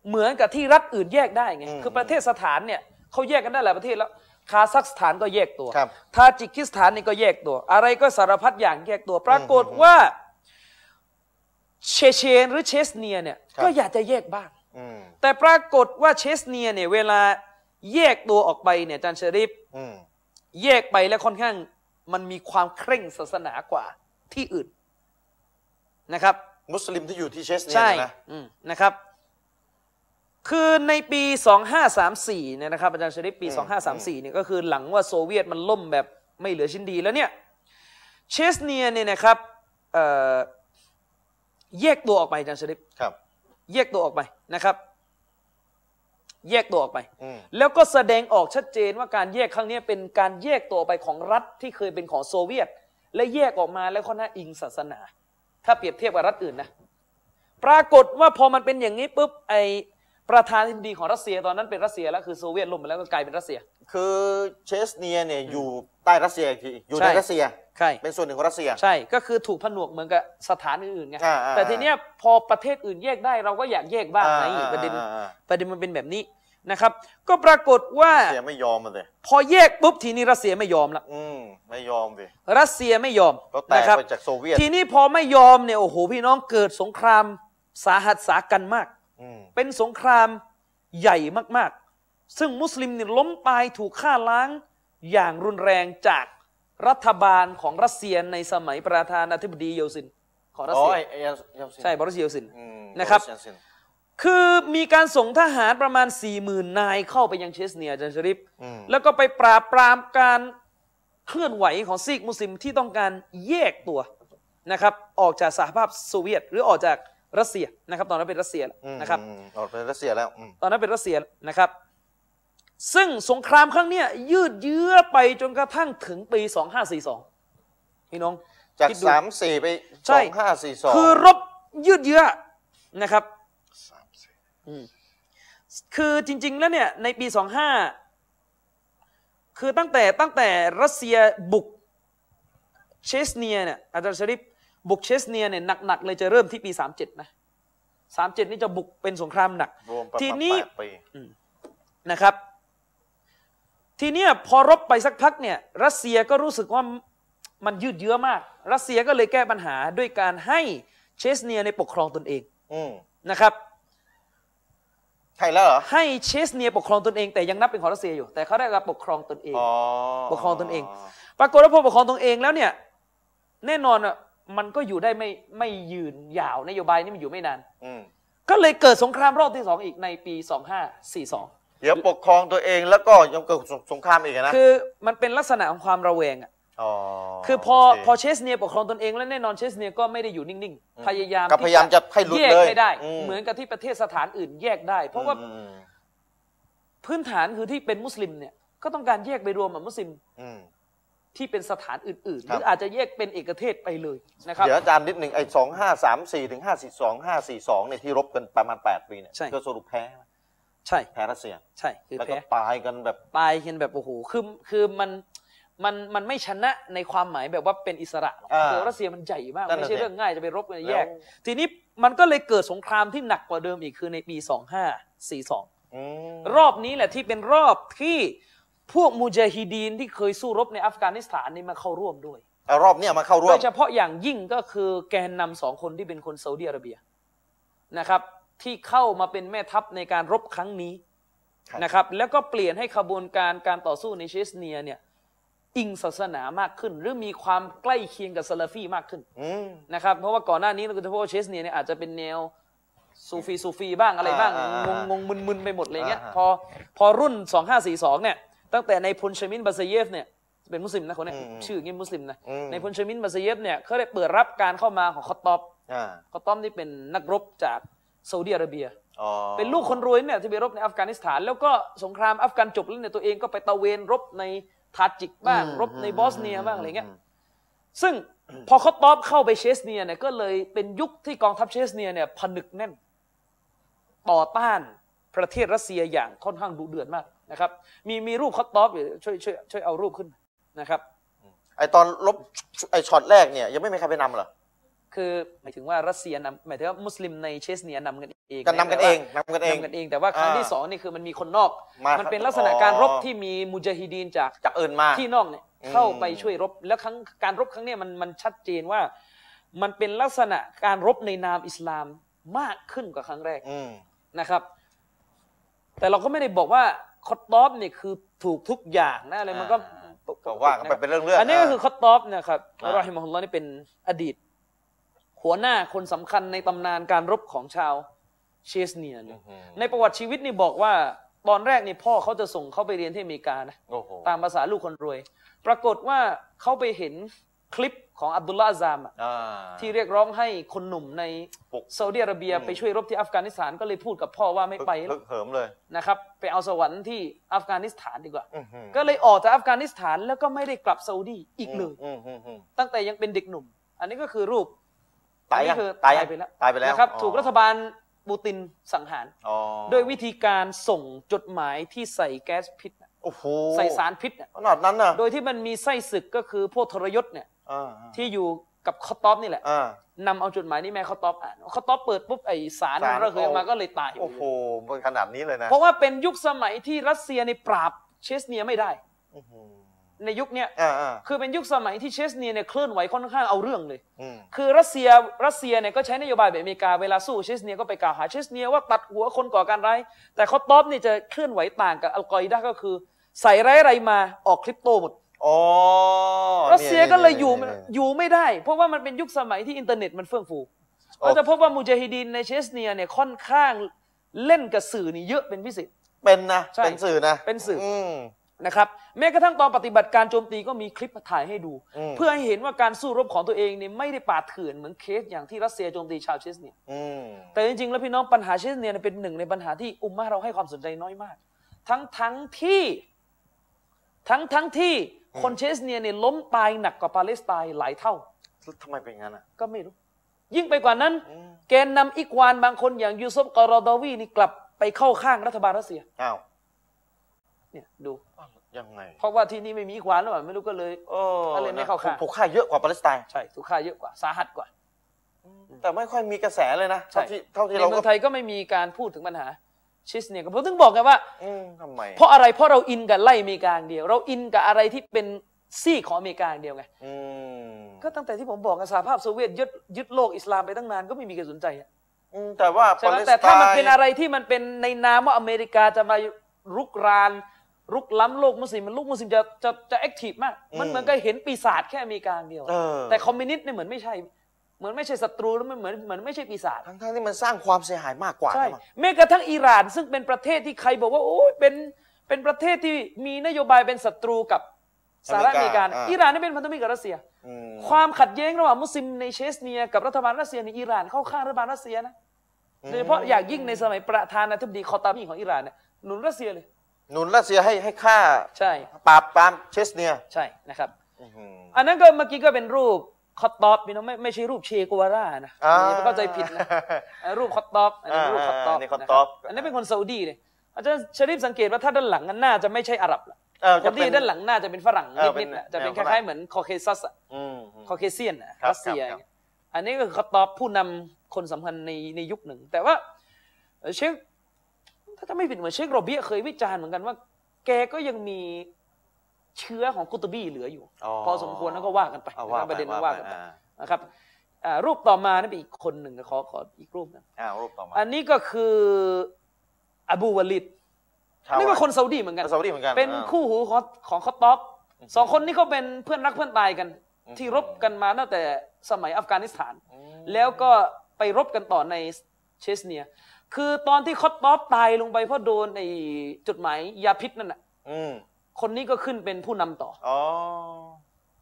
Speaker 2: เหมือนกับที่รัฐอื่นแยกได้ไง
Speaker 1: อืม
Speaker 2: คือประเทศสถานเนี่ยเขาแยกกันได้หลายประเทศแล้วคาซัคสถานก็แยกตัว
Speaker 1: ครับ
Speaker 2: ทาจิกิสถานนี่ก็แยกตัว อะไรก็สารพัดอย่างแยกตัว ปรากฏว่าเชเชนหรือเชสเนียเนี่ย
Speaker 1: ครับ
Speaker 2: ก็อยากจะแยกบ้าง
Speaker 1: อืม
Speaker 2: แต่ปรากฏว่าเชสเนียเนี่ยเวลาแยกตัวออกไปเนี่ยอาจารย์ชริฟ
Speaker 1: อืม
Speaker 2: แยกไปแล้วค่อนข้างมันมีความเคร่งศาสนากว่าที่อื่นนะครับ
Speaker 1: มุสลิมที่อยู่ที่เชสเนีย
Speaker 2: ใช่
Speaker 1: เนี่ยนะ
Speaker 2: อืมนะครับ คือในปี 2534 เนี่ยนะครับอาจารย์ชริปปี
Speaker 1: อืม
Speaker 2: 2534 เนี่ยก็คือหลังว่าโซเวียตมันล่มแบบไม่เหลือชิ้นดีแล้วเนี่ย เชสเนียเนี่ยนะครับเอ่อแยกตัวออกไปอาจารย์ชริป
Speaker 1: ครับ
Speaker 2: แยกตัวออกไปนะครับ แยกตัวออกไป
Speaker 1: อืม
Speaker 2: แล้วก็แสดงออกชัดเจนว่าการแยกครั้งเนี้ยเป็นการแยกตัวออกไปของรัฐที่เคยเป็นของโซเวียต และแยกออกมาแล้วค่อนข้างอิงศาสนา ถ้าเปรียบเทียบกับรัฐอื่นนะ ปรากฏว่าพอมันเป็นอย่างนี้ปุ๊บไอประธานาธิบดีของรัสเซียตอนนั้นเป็นรัสเซียแล้วคือโซเวียตล่มไปแล้วก็กลายเป็นรัสเซีย
Speaker 1: คือเชสเนียเนี่ยอยู่ใต้รัสเซียอีกทีอยู่
Speaker 2: ใช่
Speaker 1: ในรัสเซีย
Speaker 2: ใช่
Speaker 1: เป็นส่วนหนึ่งของรัสเซีย
Speaker 2: ใช่ก็คือถูกผนวกเหมือนกับสถานอื่นๆไง
Speaker 1: อ่าอ่า
Speaker 2: แต่ทีเนี้ยพอประเทศอื่นแยกได้เราก็อยากแยกบ้างไง
Speaker 1: อ่า
Speaker 2: ประเด็น
Speaker 1: อ่าอ่า
Speaker 2: ประเด็นมันเป็นแบบนี้นะครับ ก็ปรากฏว่า
Speaker 1: รัสเซียไม่ยอมมันเลย
Speaker 2: พอแยกปุ๊บทีนี้รัสเซียไม่ยอมละ
Speaker 1: อืม ไม่ยอมสิ
Speaker 2: รัสเซียไม่ยอม
Speaker 1: ก็แตก
Speaker 2: นะครับ
Speaker 1: ไปจากโซเวียต
Speaker 2: ทีนี้พอไม่ยอมเนี่ยโอ้โหพี่น้องเกิดสงครามสาหัสสากันมาก
Speaker 1: อืม
Speaker 2: เป็นสงครามใหญ่มากๆ ซึ่งมุสลิมเนี่ยล้มตายถูกฆ่าล้าง อย่างรุนแรงจากรัฐบาลของรัสเซียในสมัยประธานาธิบดีเยลซิน ของรัส
Speaker 1: อ๋อ
Speaker 2: เซีย
Speaker 1: ไอ้ไอ้ยันยันซิน
Speaker 2: ใช่บอริสเยลซิน
Speaker 1: อืม
Speaker 2: นะครับ
Speaker 1: ยันซิน
Speaker 2: คือมีการส่งทหารประมาณ 4 0,000 นายเข้าไปยังเชสเนียอาจันชริฟ
Speaker 1: อืม
Speaker 2: แล้วก็ไปปราบปรามการเคลื่อนไหวของซีกมุสลิมที่ต้องการแยกตัวนะครับออกจากสหภาพโซเวียต หรือออกจากรัสเซียนะครับตอนนั้นเป็นรัสเซีย
Speaker 1: อืม
Speaker 2: นะครับ
Speaker 1: อืมออกไปรัสเซียแล้วอืม
Speaker 2: ตอนนั้นเป็นรัสเซียนะครับ ซึ่งสงครามครั้งเนี้ยยืดเยื้อไปจนกระทั่งถึงปี 2542 พี่น้อง
Speaker 1: จาก
Speaker 2: คิดดู
Speaker 1: สามสี่ไป
Speaker 2: ใช่
Speaker 1: สองห้าสี่สอง
Speaker 2: คือรบยืดเยื้อนะครับ
Speaker 1: สามสี่
Speaker 2: อืมคือจริง ๆ แล้วเนี่ย ในปี 25 คือตั้งแต่ตั้งแต่รัสเซียบุกเชสเนียเนี่ยอาจารย์ชริปบุกเชสเนียเนี่ยหนัก ๆ เลยจะเริ่มที่ปี 37 นะ 37 นี่จะบุกเป็นสงครามหนัก
Speaker 1: รวมประ
Speaker 2: ที
Speaker 1: มาณ
Speaker 2: นี้
Speaker 1: แปดปี
Speaker 2: นะครับ ทีเนี้ยพอรบไปสักพักเนี่ย รัสเซียก็รู้สึกว่ามันยืดเยื้อมาก รัสเซียก็เลยแก้ปัญหาด้วยการให้เชสเนียในยปกครองตนเอง
Speaker 1: อืม
Speaker 2: นะครับ
Speaker 1: ใช่แล้วเหรอ
Speaker 2: ให้เชสเนียปกครองตนเองแต่ยังนับเป็นของรัสเซียอยู่ แต่เขาได้รับปกครองตนเอง
Speaker 1: อ๋อ
Speaker 2: ปกครองตนเอง ปรากฏว่าพอปกครองตนเองแล้วเนี่ยแน่นอนอ่ะมันก็อยู่ได้ไม่ไม่ยืนยาวนโยบายนี่มันอยู่ไม่นาน
Speaker 1: อืม
Speaker 2: ก็เลยเกิดสงครามรอบที่สองอีกในปี 2542
Speaker 1: เดี๋ยวปกครองตัวเองแล้วก็ยังเกิดสงสงครามอีกอะนะ
Speaker 2: คือมันเป็นลักษณะของความระแวงอ่ะ
Speaker 1: อ๋อ
Speaker 2: คือพอ
Speaker 1: โเค
Speaker 2: พอเชสเนียปกครองตนเองแล้วแน่นอนเชสเนียก็ไม่ได้อยู่นิ่งๆ พยายาม
Speaker 1: ก็พยายามจะให้หลุด
Speaker 2: แยก
Speaker 1: เลย
Speaker 2: ให้ได้
Speaker 1: ม
Speaker 2: เหมือนกับที่ประเทศสถานอื่นแยกได้ เพราะว่า
Speaker 1: อืมอืม
Speaker 2: พื้นฐานคือที่เป็นมุสลิมเนี่ยก็ต้องการแยกไปรวมกับมุสลิม
Speaker 1: อืม
Speaker 2: ที่เป็นสถานอื่นๆ ห
Speaker 1: ครับ
Speaker 2: รืออาจจะแยกเป็นเอกเทศไปเลยนะครับ
Speaker 1: เดี๋ยวอาจารย์นิดหนึ่งไอ้สองห้าสามสี่ถึงห้าสี่สองห้าสี่สองเนี่ยที่รบกันประมาณแปดปีเนี่ย
Speaker 2: ใช่
Speaker 1: ก็สรุปแพ้ไหม
Speaker 2: ใช่
Speaker 1: แพ้รัสเซีย
Speaker 2: ใช่คือ
Speaker 1: แล้วก็
Speaker 2: แพ้
Speaker 1: ตายกันแบบ
Speaker 2: ตายเห็นแบบโอ้โหคือคือมันมันมันไม่ชนะในความหมายแบบว่าเป็นอิสระหรอก
Speaker 1: อ่า
Speaker 2: คือรัสเซียมันใหญ่มาก
Speaker 1: นั่นน่ะ
Speaker 2: ไม่ใช่
Speaker 1: สิ
Speaker 2: เรื่องง่ายจะไปรบกันแย
Speaker 1: แล้
Speaker 2: ก
Speaker 1: ว
Speaker 2: ทีนี้มันก็เลยเกิดสงครามที่หนักกว่าเดิมอีกคือในปี 2542
Speaker 1: อืม
Speaker 2: รอบนี้แหละที่เป็นรอบที่พวกมูจาฮิดีนที่เคยสู้รบในอัฟกานิสถานนี่มาเข้าร่วมด้วย
Speaker 1: เอารอบเนี้ยมาเข้าร่
Speaker 2: โด
Speaker 1: วม
Speaker 2: ยเฉพาะอย่างยิ่งก็คือแกนนำสองคนที่เป็นคนซาอุดีอาระเบียนะครับ ที่เข้ามาเป็นแม่ทัพในการรบครั้งนี้
Speaker 1: ครับ
Speaker 2: นะครับ แล้วก็เปลี่ยนให้ขบวนการการต่อสู้ในเชสเนียเนี่ยอิงศาสนามากขึ้น หรือมีความใกล้เคียงกับซาลาฟีมากขึ้น
Speaker 1: อืม
Speaker 2: นะครับเพราะว่าก่อนหน้านี้เราก็จะพบว่าเชสเนียเนี่ยอาจจะเป็นแนวซูฟีซูฟีบ้างอะไรบ้าง
Speaker 1: อ่าง อ่าง ง
Speaker 2: งงมึนมึนไปหมดอะไรเงี้ย
Speaker 1: อ่าฮะ
Speaker 2: พอพอรุ่น 2542เนี่ยตั้งแต่ในพลชมินบาซเยฟเนี่ยเป็นมุสลิมนะคนเนี้ยชื่ออย่างงี้มุสลิมนะ
Speaker 1: อืม
Speaker 2: ในพลชมินบาซเยฟเนี่ยเขาได้เปิดรับการเข้ามาของคอตตอบ
Speaker 1: อ่า
Speaker 2: คอตตอบนี่เป็นนักรบจากซาอุดิอาระเบีย
Speaker 1: อ๋อ
Speaker 2: เป็นลูกคนรวยเนี่ยที่ไปรบในอัฟกานิสถาน แล้วก็สงครามอัฟกันจบแล้วเนี่ยตัวเองก็ไปตะเวนรบในทาจิกบ้างรบในบอสเนียบ้างอะไรเงี้ย ซึ่งพอเขาตอบเข้าไปเชสเนียเนี่ยก็เลยเป็นยุคที่กองทัพเชสเนียเนี่ยผนึกแน่น ต่อต้านประเทศรัสเซียอย่างค่อนข้างดุเดือดมากนะครับ มีมีรูปเขาตอบอยู่ช่วยช่วยช่วยเอารูปขึ้นนะครับ
Speaker 1: ไอตอนลบไอช็อตแรกเนี่ยยังไม่มีใครไปนำเหรอ
Speaker 2: คือหมายถึงว่ารัสเซียนำหมายถึงว่ามุสลิมในเชสเนียนำกันเอง
Speaker 1: ก็นำกันเอง
Speaker 2: แต่
Speaker 1: ำ
Speaker 2: ว่าน
Speaker 1: กันเอง
Speaker 2: นำกันเอง แต่ว่าครั้ง
Speaker 1: อ่า
Speaker 2: ที่สองนี่คือมันมีคนนอก
Speaker 1: มามั
Speaker 2: มันเป็นลักษณะการรบ
Speaker 1: อ๋อ
Speaker 2: ที่มีมุจาฮิดีนจาก
Speaker 1: จากอื่นมา
Speaker 2: ที่นอกเนี่ย
Speaker 1: อืม
Speaker 2: เข้าไปช่วยรบ แล้วครั้งการรบครั้งเนี้มันมันชัดเจนว่ามันเป็นลักษณะการรบในนามอิสลามมากขึ้นกว่าครั้งแรก
Speaker 1: อืม
Speaker 2: นะครับ แต่เราก็ไม่ได้บอกว่าคอตตอบเนี่ยคือถูกทุกอย่างนะอะไรมันก็ปติ
Speaker 1: ก็ว่ากันไปเป็นเรื่องเรื่อง
Speaker 2: อันนี้ก็คือ
Speaker 1: เ
Speaker 2: คอตตอบนะครับ
Speaker 1: อ่าร
Speaker 2: อฮิมะฮุลลอฮ์นี่เป็นอดีต หัวหน้าคนสำคัญในตำนานการรบของชาวเชสเนียเล
Speaker 1: อื้
Speaker 2: ย
Speaker 1: อหือ
Speaker 2: ในประวัติชีวิตนี่บอกว่าตอนแรกนี่พ่อเขาจะส่งเขาไปเรียนที่อเมริกานะ
Speaker 1: โอ้โห
Speaker 2: ตามภาษาลูกคนรวย ปรากฏว่าเขาไปเห็นคลิปของอับดุลลาห์อาซามอะ
Speaker 1: อ่า
Speaker 2: ที่เรียกร้องให้คนหนุ่มใน
Speaker 1: ปลุก
Speaker 2: ซาอุดิอาระเบีย
Speaker 1: อืม
Speaker 2: ไปช่วยรบที่อัฟกานิสถานก็เลยพูดกับพ่อว่าไม่ไป
Speaker 1: ฮึกเหิมเลย
Speaker 2: นะครับ ไปเอาสวรรค์ที่อัฟกานิสถานดีกว่า
Speaker 1: อื้อหือ
Speaker 2: ก็เลยออกจากอัฟกานิสถานแล้วก็ไม่ได้กลับซาอุดีอีกเลย
Speaker 1: อืมอืมอืม
Speaker 2: ตั้งแต่ยังเป็นเด็กหนุ่ม อันนี้ก็คือรูป
Speaker 1: ตาย
Speaker 2: อัน
Speaker 1: ยัง
Speaker 2: นี้คือ
Speaker 1: ตายยัง
Speaker 2: ไปแล้ว
Speaker 1: ตายไปแล้ว
Speaker 2: นะครับ
Speaker 1: อ๋อ
Speaker 2: ถูกรัฐบาลปูตินสังหาร
Speaker 1: อ๋อ
Speaker 2: ด้วยวิธีการส่งจดหมายที่ใส่แก๊สพิษน่ะ
Speaker 1: โอ้โห
Speaker 2: ใส่สารพิษน่ะ
Speaker 1: ขนาดนั้นน่ะ
Speaker 2: โดยที่มันมีไส้ศึกก็คือพวกทรยศเนี่ย
Speaker 1: อ่า
Speaker 2: ที่อยู่กับคอตอปนี่แหละ
Speaker 1: อ่า
Speaker 2: นำเอาจดหมายนี่แม่คอตอปอ่านคอตอปเปิดปุ๊บไอสารมัน
Speaker 1: สาร
Speaker 2: ระเหยออกมา
Speaker 1: ออก
Speaker 2: ก็เลยตายไป
Speaker 1: โอ้
Speaker 2: เล
Speaker 1: โห
Speaker 2: ย
Speaker 1: มันขนาดนี้เลยนะ
Speaker 2: เพราะว่าเป็นยุคสมัยที่รัสเซียในปราบเชสเนียไม่ได้
Speaker 1: อื้อหือ
Speaker 2: ในยุคเนี้ย
Speaker 1: อ่าอ่า
Speaker 2: คือเป็นยุคสมัยที่เชสเนียเนี่ยเคลื่อนไหวค่อนข้างเอาเรื่องเลย
Speaker 1: อืม
Speaker 2: คือรัสเซียรัสเซียเนี่ยก็ใช้นโยบายแบบอเมริกาเวลาสู้เชสเนียก็ไปกล่าวหาเชสเนียว่าตัดหัวคนก่อการร้ายแต่คอตอปเนี่ยจะเคลื่อนไหวต่างกับอัลกออิดะห์ก็คือ ใส่ร้ายอะไรมาออกคลิปโตหมด
Speaker 1: อ๋อ
Speaker 2: รัสเซียก็เลยอยู่
Speaker 1: นี่นี่
Speaker 2: อยู่ไม่ได้ เพราะว่ามันเป็นยุคสมัยที่อินเทอร์เน็ตมันเฟื่องฟู
Speaker 1: โอเค
Speaker 2: เราจะพบว่ามูจาฮิดีนในเชชเนียเนี่ยค่อนข้างเล่นกับสื่อนี่เยอะเป็นพิเศษ
Speaker 1: เป็นนะ
Speaker 2: ใช่
Speaker 1: เป็นสื่อนะ
Speaker 2: เป็นสื่ออื
Speaker 1: ม
Speaker 2: นะครับแม้กระทั่งตอนปฏิบัติการโจมตีก็มีคลิปมาถ่ายให้ดู
Speaker 1: อืม
Speaker 2: เพื่อให้เห็นว่าการสู้รบของตัวเองเนี่ยไม่ได้ป่าเถื่อนเหมือนเคสอย่างที่รัสเซียโจมตีชาวเชชเนีย
Speaker 1: อืม
Speaker 2: แต่จริงๆ แล้วพี่น้องปัญหาเชชเนียเนี่ยเป็นหนึ่งในปัญหาที่อุมมาเราให้ความสนใจน้อยมาก ทั้งทั้งๆที่ทั้งทั้งๆที่คนเชชเนียเนี่ยล้มตายหนักกว่าปาเลสไตน์หลายเท่า
Speaker 1: ทำไมเป็นงั้นอ่ะ
Speaker 2: ก็ไม่รู้ ยิ่งไปกว่านั้น
Speaker 1: อืม
Speaker 2: แกนนำอิกวานบางคนอย่างยูซุฟกอรอดอวีนี่กลับไปเข้าข้างรัฐบาลรัสเซีย
Speaker 1: อ้าว
Speaker 2: เนี่ยดู
Speaker 1: ยังไง
Speaker 2: เพราะว่าที่นี่ไม่มีอิกวานแล้วอ่ะไม่รู้ก็เลย
Speaker 1: เออ
Speaker 2: ก็เลยไม่เข้าข้าง
Speaker 1: ผูกค่าเยอะกว่าปาเลสไตน์
Speaker 2: ใช่ถูกฆ่าเยอะกว่าสาหัสกว่า
Speaker 1: แต่ไม่ค่อยมีกระแสเลยนะ
Speaker 2: ใช่
Speaker 1: เท่าที่เท่าที่
Speaker 2: ใน
Speaker 1: เรา
Speaker 2: เมื
Speaker 1: ก็
Speaker 2: องไทยก็ไม่มีการพูดถึงปัญหาเชชเนียก็ผมถึงบอกไงว่า
Speaker 1: อืมทำไม
Speaker 2: เพราะอะไรเพราะเราอินกับไล่อเมริกาอย่างเดียว เราอินกับอะไรที่เป็นซี่ของอเมริกาอย่างเดียวไง
Speaker 1: อืม
Speaker 2: ก็ตั้งแต่ที่ผมบอกกับสหภาพโซเวียตยึดยึดโลกอิสลามไปตั้งนานก็ไม่มีใครสนใจอะ
Speaker 1: อืมแต่ว่า
Speaker 2: ใช่
Speaker 1: ปา
Speaker 2: ไหม
Speaker 1: เลสไตน์
Speaker 2: แต่ถ้ามันเป็นอะไรที่มันเป็นในนามว่าอเมริกาจะมารุกราน รุกล้ำโลกมุสลิมมันลูกมุสลิมจะจะจะแอคทีฟมาก มันเหมือนกับเห็นปีศาจแค่อเมริกาอย่างเดียว
Speaker 1: เออ
Speaker 2: แต่คอมมิวนิสต์เนี่ยเหมือนไม่ใช่ เหมือนไม่ใช่ศัตรูแล้วมันเหมือนเหมือนไม่ใช่ปีศาจ
Speaker 1: ทั้งทั้งๆที่มันสร้างความเสียหายมากกว่า
Speaker 2: ใช่
Speaker 1: นะมั้ง
Speaker 2: แม้กระทั่งอิหร่าน ซึ่งเป็นประเทศที่ใครบอกว่าโอ้ยเป็นเป็นประเทศที่มีนโยบายเป็นศัตรูกับสหรัฐอเมริกาอิหร่านนี่เป็นพันธมิตรกับรัสเซีย
Speaker 1: อืม
Speaker 2: ความขัดแย้งระหว่างมุสลิมในเชชเนียกับรัฐบาลรัสเซียในยอิหร่านเข้าข้างรัฐบาลรัสเซียนะ โดยเฉพาะอย่างยิ่งในสมัยประธานาธิบดีคอตามีของอิหร่านเนี่ยหนุนรัสเซียเลย
Speaker 1: หนุนรัสเซียให้ให้ค่า
Speaker 2: ใช่
Speaker 1: ปราบปรามเชสเนีย
Speaker 2: ใช่นะครับ
Speaker 1: อื้อหือ
Speaker 2: อันนั้นก็เมื่อกี้ก็เป็นรูปคอตตอบพี่น้องไม่ไม่ใช่รูปเชกัวร่านะ
Speaker 1: อ่า
Speaker 2: อย่าไปเข้าใจผิดนะเอ่อรูปคอตตอบอันนี้รูปคอตตอ
Speaker 1: อ่า
Speaker 2: บ
Speaker 1: อันนี้คอตตอบ
Speaker 2: ะครับอันนี้นเป็นคนซาอุดีเลยอาจารย์ชริฟสังเกตว่าถ้าด้านหลังนั้นน่าจะไม่ใช่อาหรับละ
Speaker 1: เออ
Speaker 2: ค
Speaker 1: จะ
Speaker 2: น
Speaker 1: เป็
Speaker 2: ที่ด้านหลังน่าจะเป็นฝรั่ง
Speaker 1: เออเป็น
Speaker 2: นิดๆน่ะจะเป็น
Speaker 1: แนวฝ
Speaker 2: ค
Speaker 1: รั่ง
Speaker 2: ล้ายๆเหมือนคอเคซัสอะ
Speaker 1: อืมอืม
Speaker 2: คอเคเซียนน่ะ
Speaker 1: ครับ
Speaker 2: รัสเซีย
Speaker 1: ครับ
Speaker 2: อันนี้ก็คือคำตอบผู้นำคนสำคัญในในยุคหนึ่ง แต่ว่าเอ่อเชคถ้าจะไม่ผิดเหมือนเชคโรเบียเคยวิจารณ์เหมือนกันว่า แกก็ยังมีเชื้อของกุตบีเหลืออยู่ พอสมควรแล้วก็ว่ากันไป
Speaker 1: เอา
Speaker 2: นะ
Speaker 1: ว่า
Speaker 2: ครับประเด็นนั้นว่ากันไป
Speaker 1: อ่
Speaker 2: นะครับอ่ารูปต่อมานั่นเป็นอีกคนหนึ่งนะขอขออีกรูปหนึง
Speaker 1: อ่ารูปต่อมา
Speaker 2: อันนี้ก็คืออบูวาลิด
Speaker 1: ชาว
Speaker 2: นี่ก็คนซาอุดีเหมือนกัน
Speaker 1: ซาอุดีเหมือนกัน
Speaker 2: เป็น
Speaker 1: อ่า
Speaker 2: คู่หูของของคอตตอปสองคนนี้เขาเป็นเพื่อนรักเพื่อนตายกัน
Speaker 1: อืม
Speaker 2: ที่รบกันมาตั้งแต่สมัยอัฟกานิสถาน แล้วก็ไปรบกันต่อในเชชเนีย คือตอนที่คอตตอปตายลงไปเพราะโดนไอ้จดหมายยาพิษนั่นน่ะ
Speaker 1: อืม
Speaker 2: คนนี้ก็ขึ้นเป็นผู้นำต่อ
Speaker 1: อ๋อ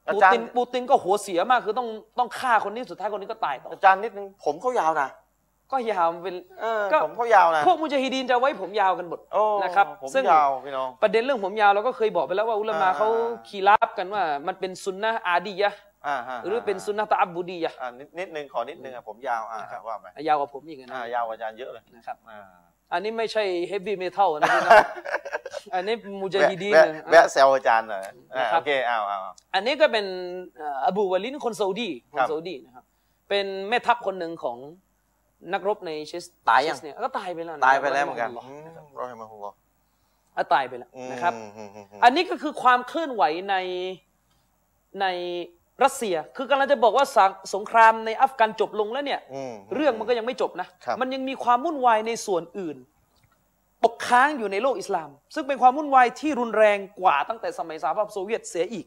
Speaker 1: อา
Speaker 2: ปู
Speaker 1: จาร
Speaker 2: ติน
Speaker 1: ย์
Speaker 2: ปูตินก็หัวเสียมากคือต้องต้องฆ่าคนนี้สุดท้ายคนนี้ก็ตายต่อ
Speaker 1: อาจารย์นิดนึงผมเขายาวนะ
Speaker 2: ก็ยาวมันเป็น
Speaker 1: เออ
Speaker 2: ก็
Speaker 1: ผมเขายาวนะ
Speaker 2: พวกมุจาฮิดีนจะไว้ผมยาวกันหมด
Speaker 1: โอ้
Speaker 2: นะครับ
Speaker 1: ผม
Speaker 2: ซึ่ง
Speaker 1: ยาวพี่น้อง
Speaker 2: ประเด็นเรื่องผมยาวเราก็เคยบอกไปแล้วว่าอุลามา
Speaker 1: อ่า
Speaker 2: เขาขีราบกันว่า มันเป็นซุนนะอาดียะห์
Speaker 1: อ่าฮะ
Speaker 2: หรือเป็นซุนนะตะอับบูดียะห์
Speaker 1: อ่านิดนิดนึงขอนิดนึงอ่ะผมยาวอ่าว่าไป
Speaker 2: ยาวกว่าผมอีกนะ
Speaker 1: อ่ายาวกว่าอาจารย์เยอะเลย
Speaker 2: นะครับ
Speaker 1: อ่า
Speaker 2: อันนี้ไม่ใช่เฮฟวี่เมทัลนะพี่นะ อันนี้มูจาฮิดีน
Speaker 1: แวะ
Speaker 2: นะ
Speaker 1: แวะแซวอาจารย์หน่อยอ่า
Speaker 2: นะครับ
Speaker 1: โอเคอ้าวอ้าวอ้าว
Speaker 2: อันนี้ก็เป็นเอ่ออบูวาลินคนซาอุดีค
Speaker 1: ครั
Speaker 2: น
Speaker 1: บ
Speaker 2: ซาอุดีนะครับเป็นแม่ทัพคนหนึ่งของนักรบในเชส
Speaker 1: ตายยัง
Speaker 2: เชสเนี่ก็ตายไปแล้วนะ
Speaker 1: ตายไปแล้วเหมือนกัน
Speaker 2: ร
Speaker 1: อืมรอให้มาหัว
Speaker 2: อ่ะตายไปแล้วนะครับ
Speaker 1: อืมอืมอืมอืม
Speaker 2: อันนี้ก็คือความเคลื่อนไหวในในรัสเซีย คือกำลังจะบอกว่าสงสงครามในอัฟกันจบลงแล้วเนี่ย
Speaker 1: อืม
Speaker 2: เรื่องมันก็ยังไม่จบนะ
Speaker 1: ครับ
Speaker 2: มันยังมีความวุ่นวายในส่วนอื่น ตกค้างอยู่ในโลกอิสลาม ซึ่งเป็นความวุ่นวายที่รุนแรงกว่าตั้งแต่สมัยสหภาพโซเวียตเสียอีก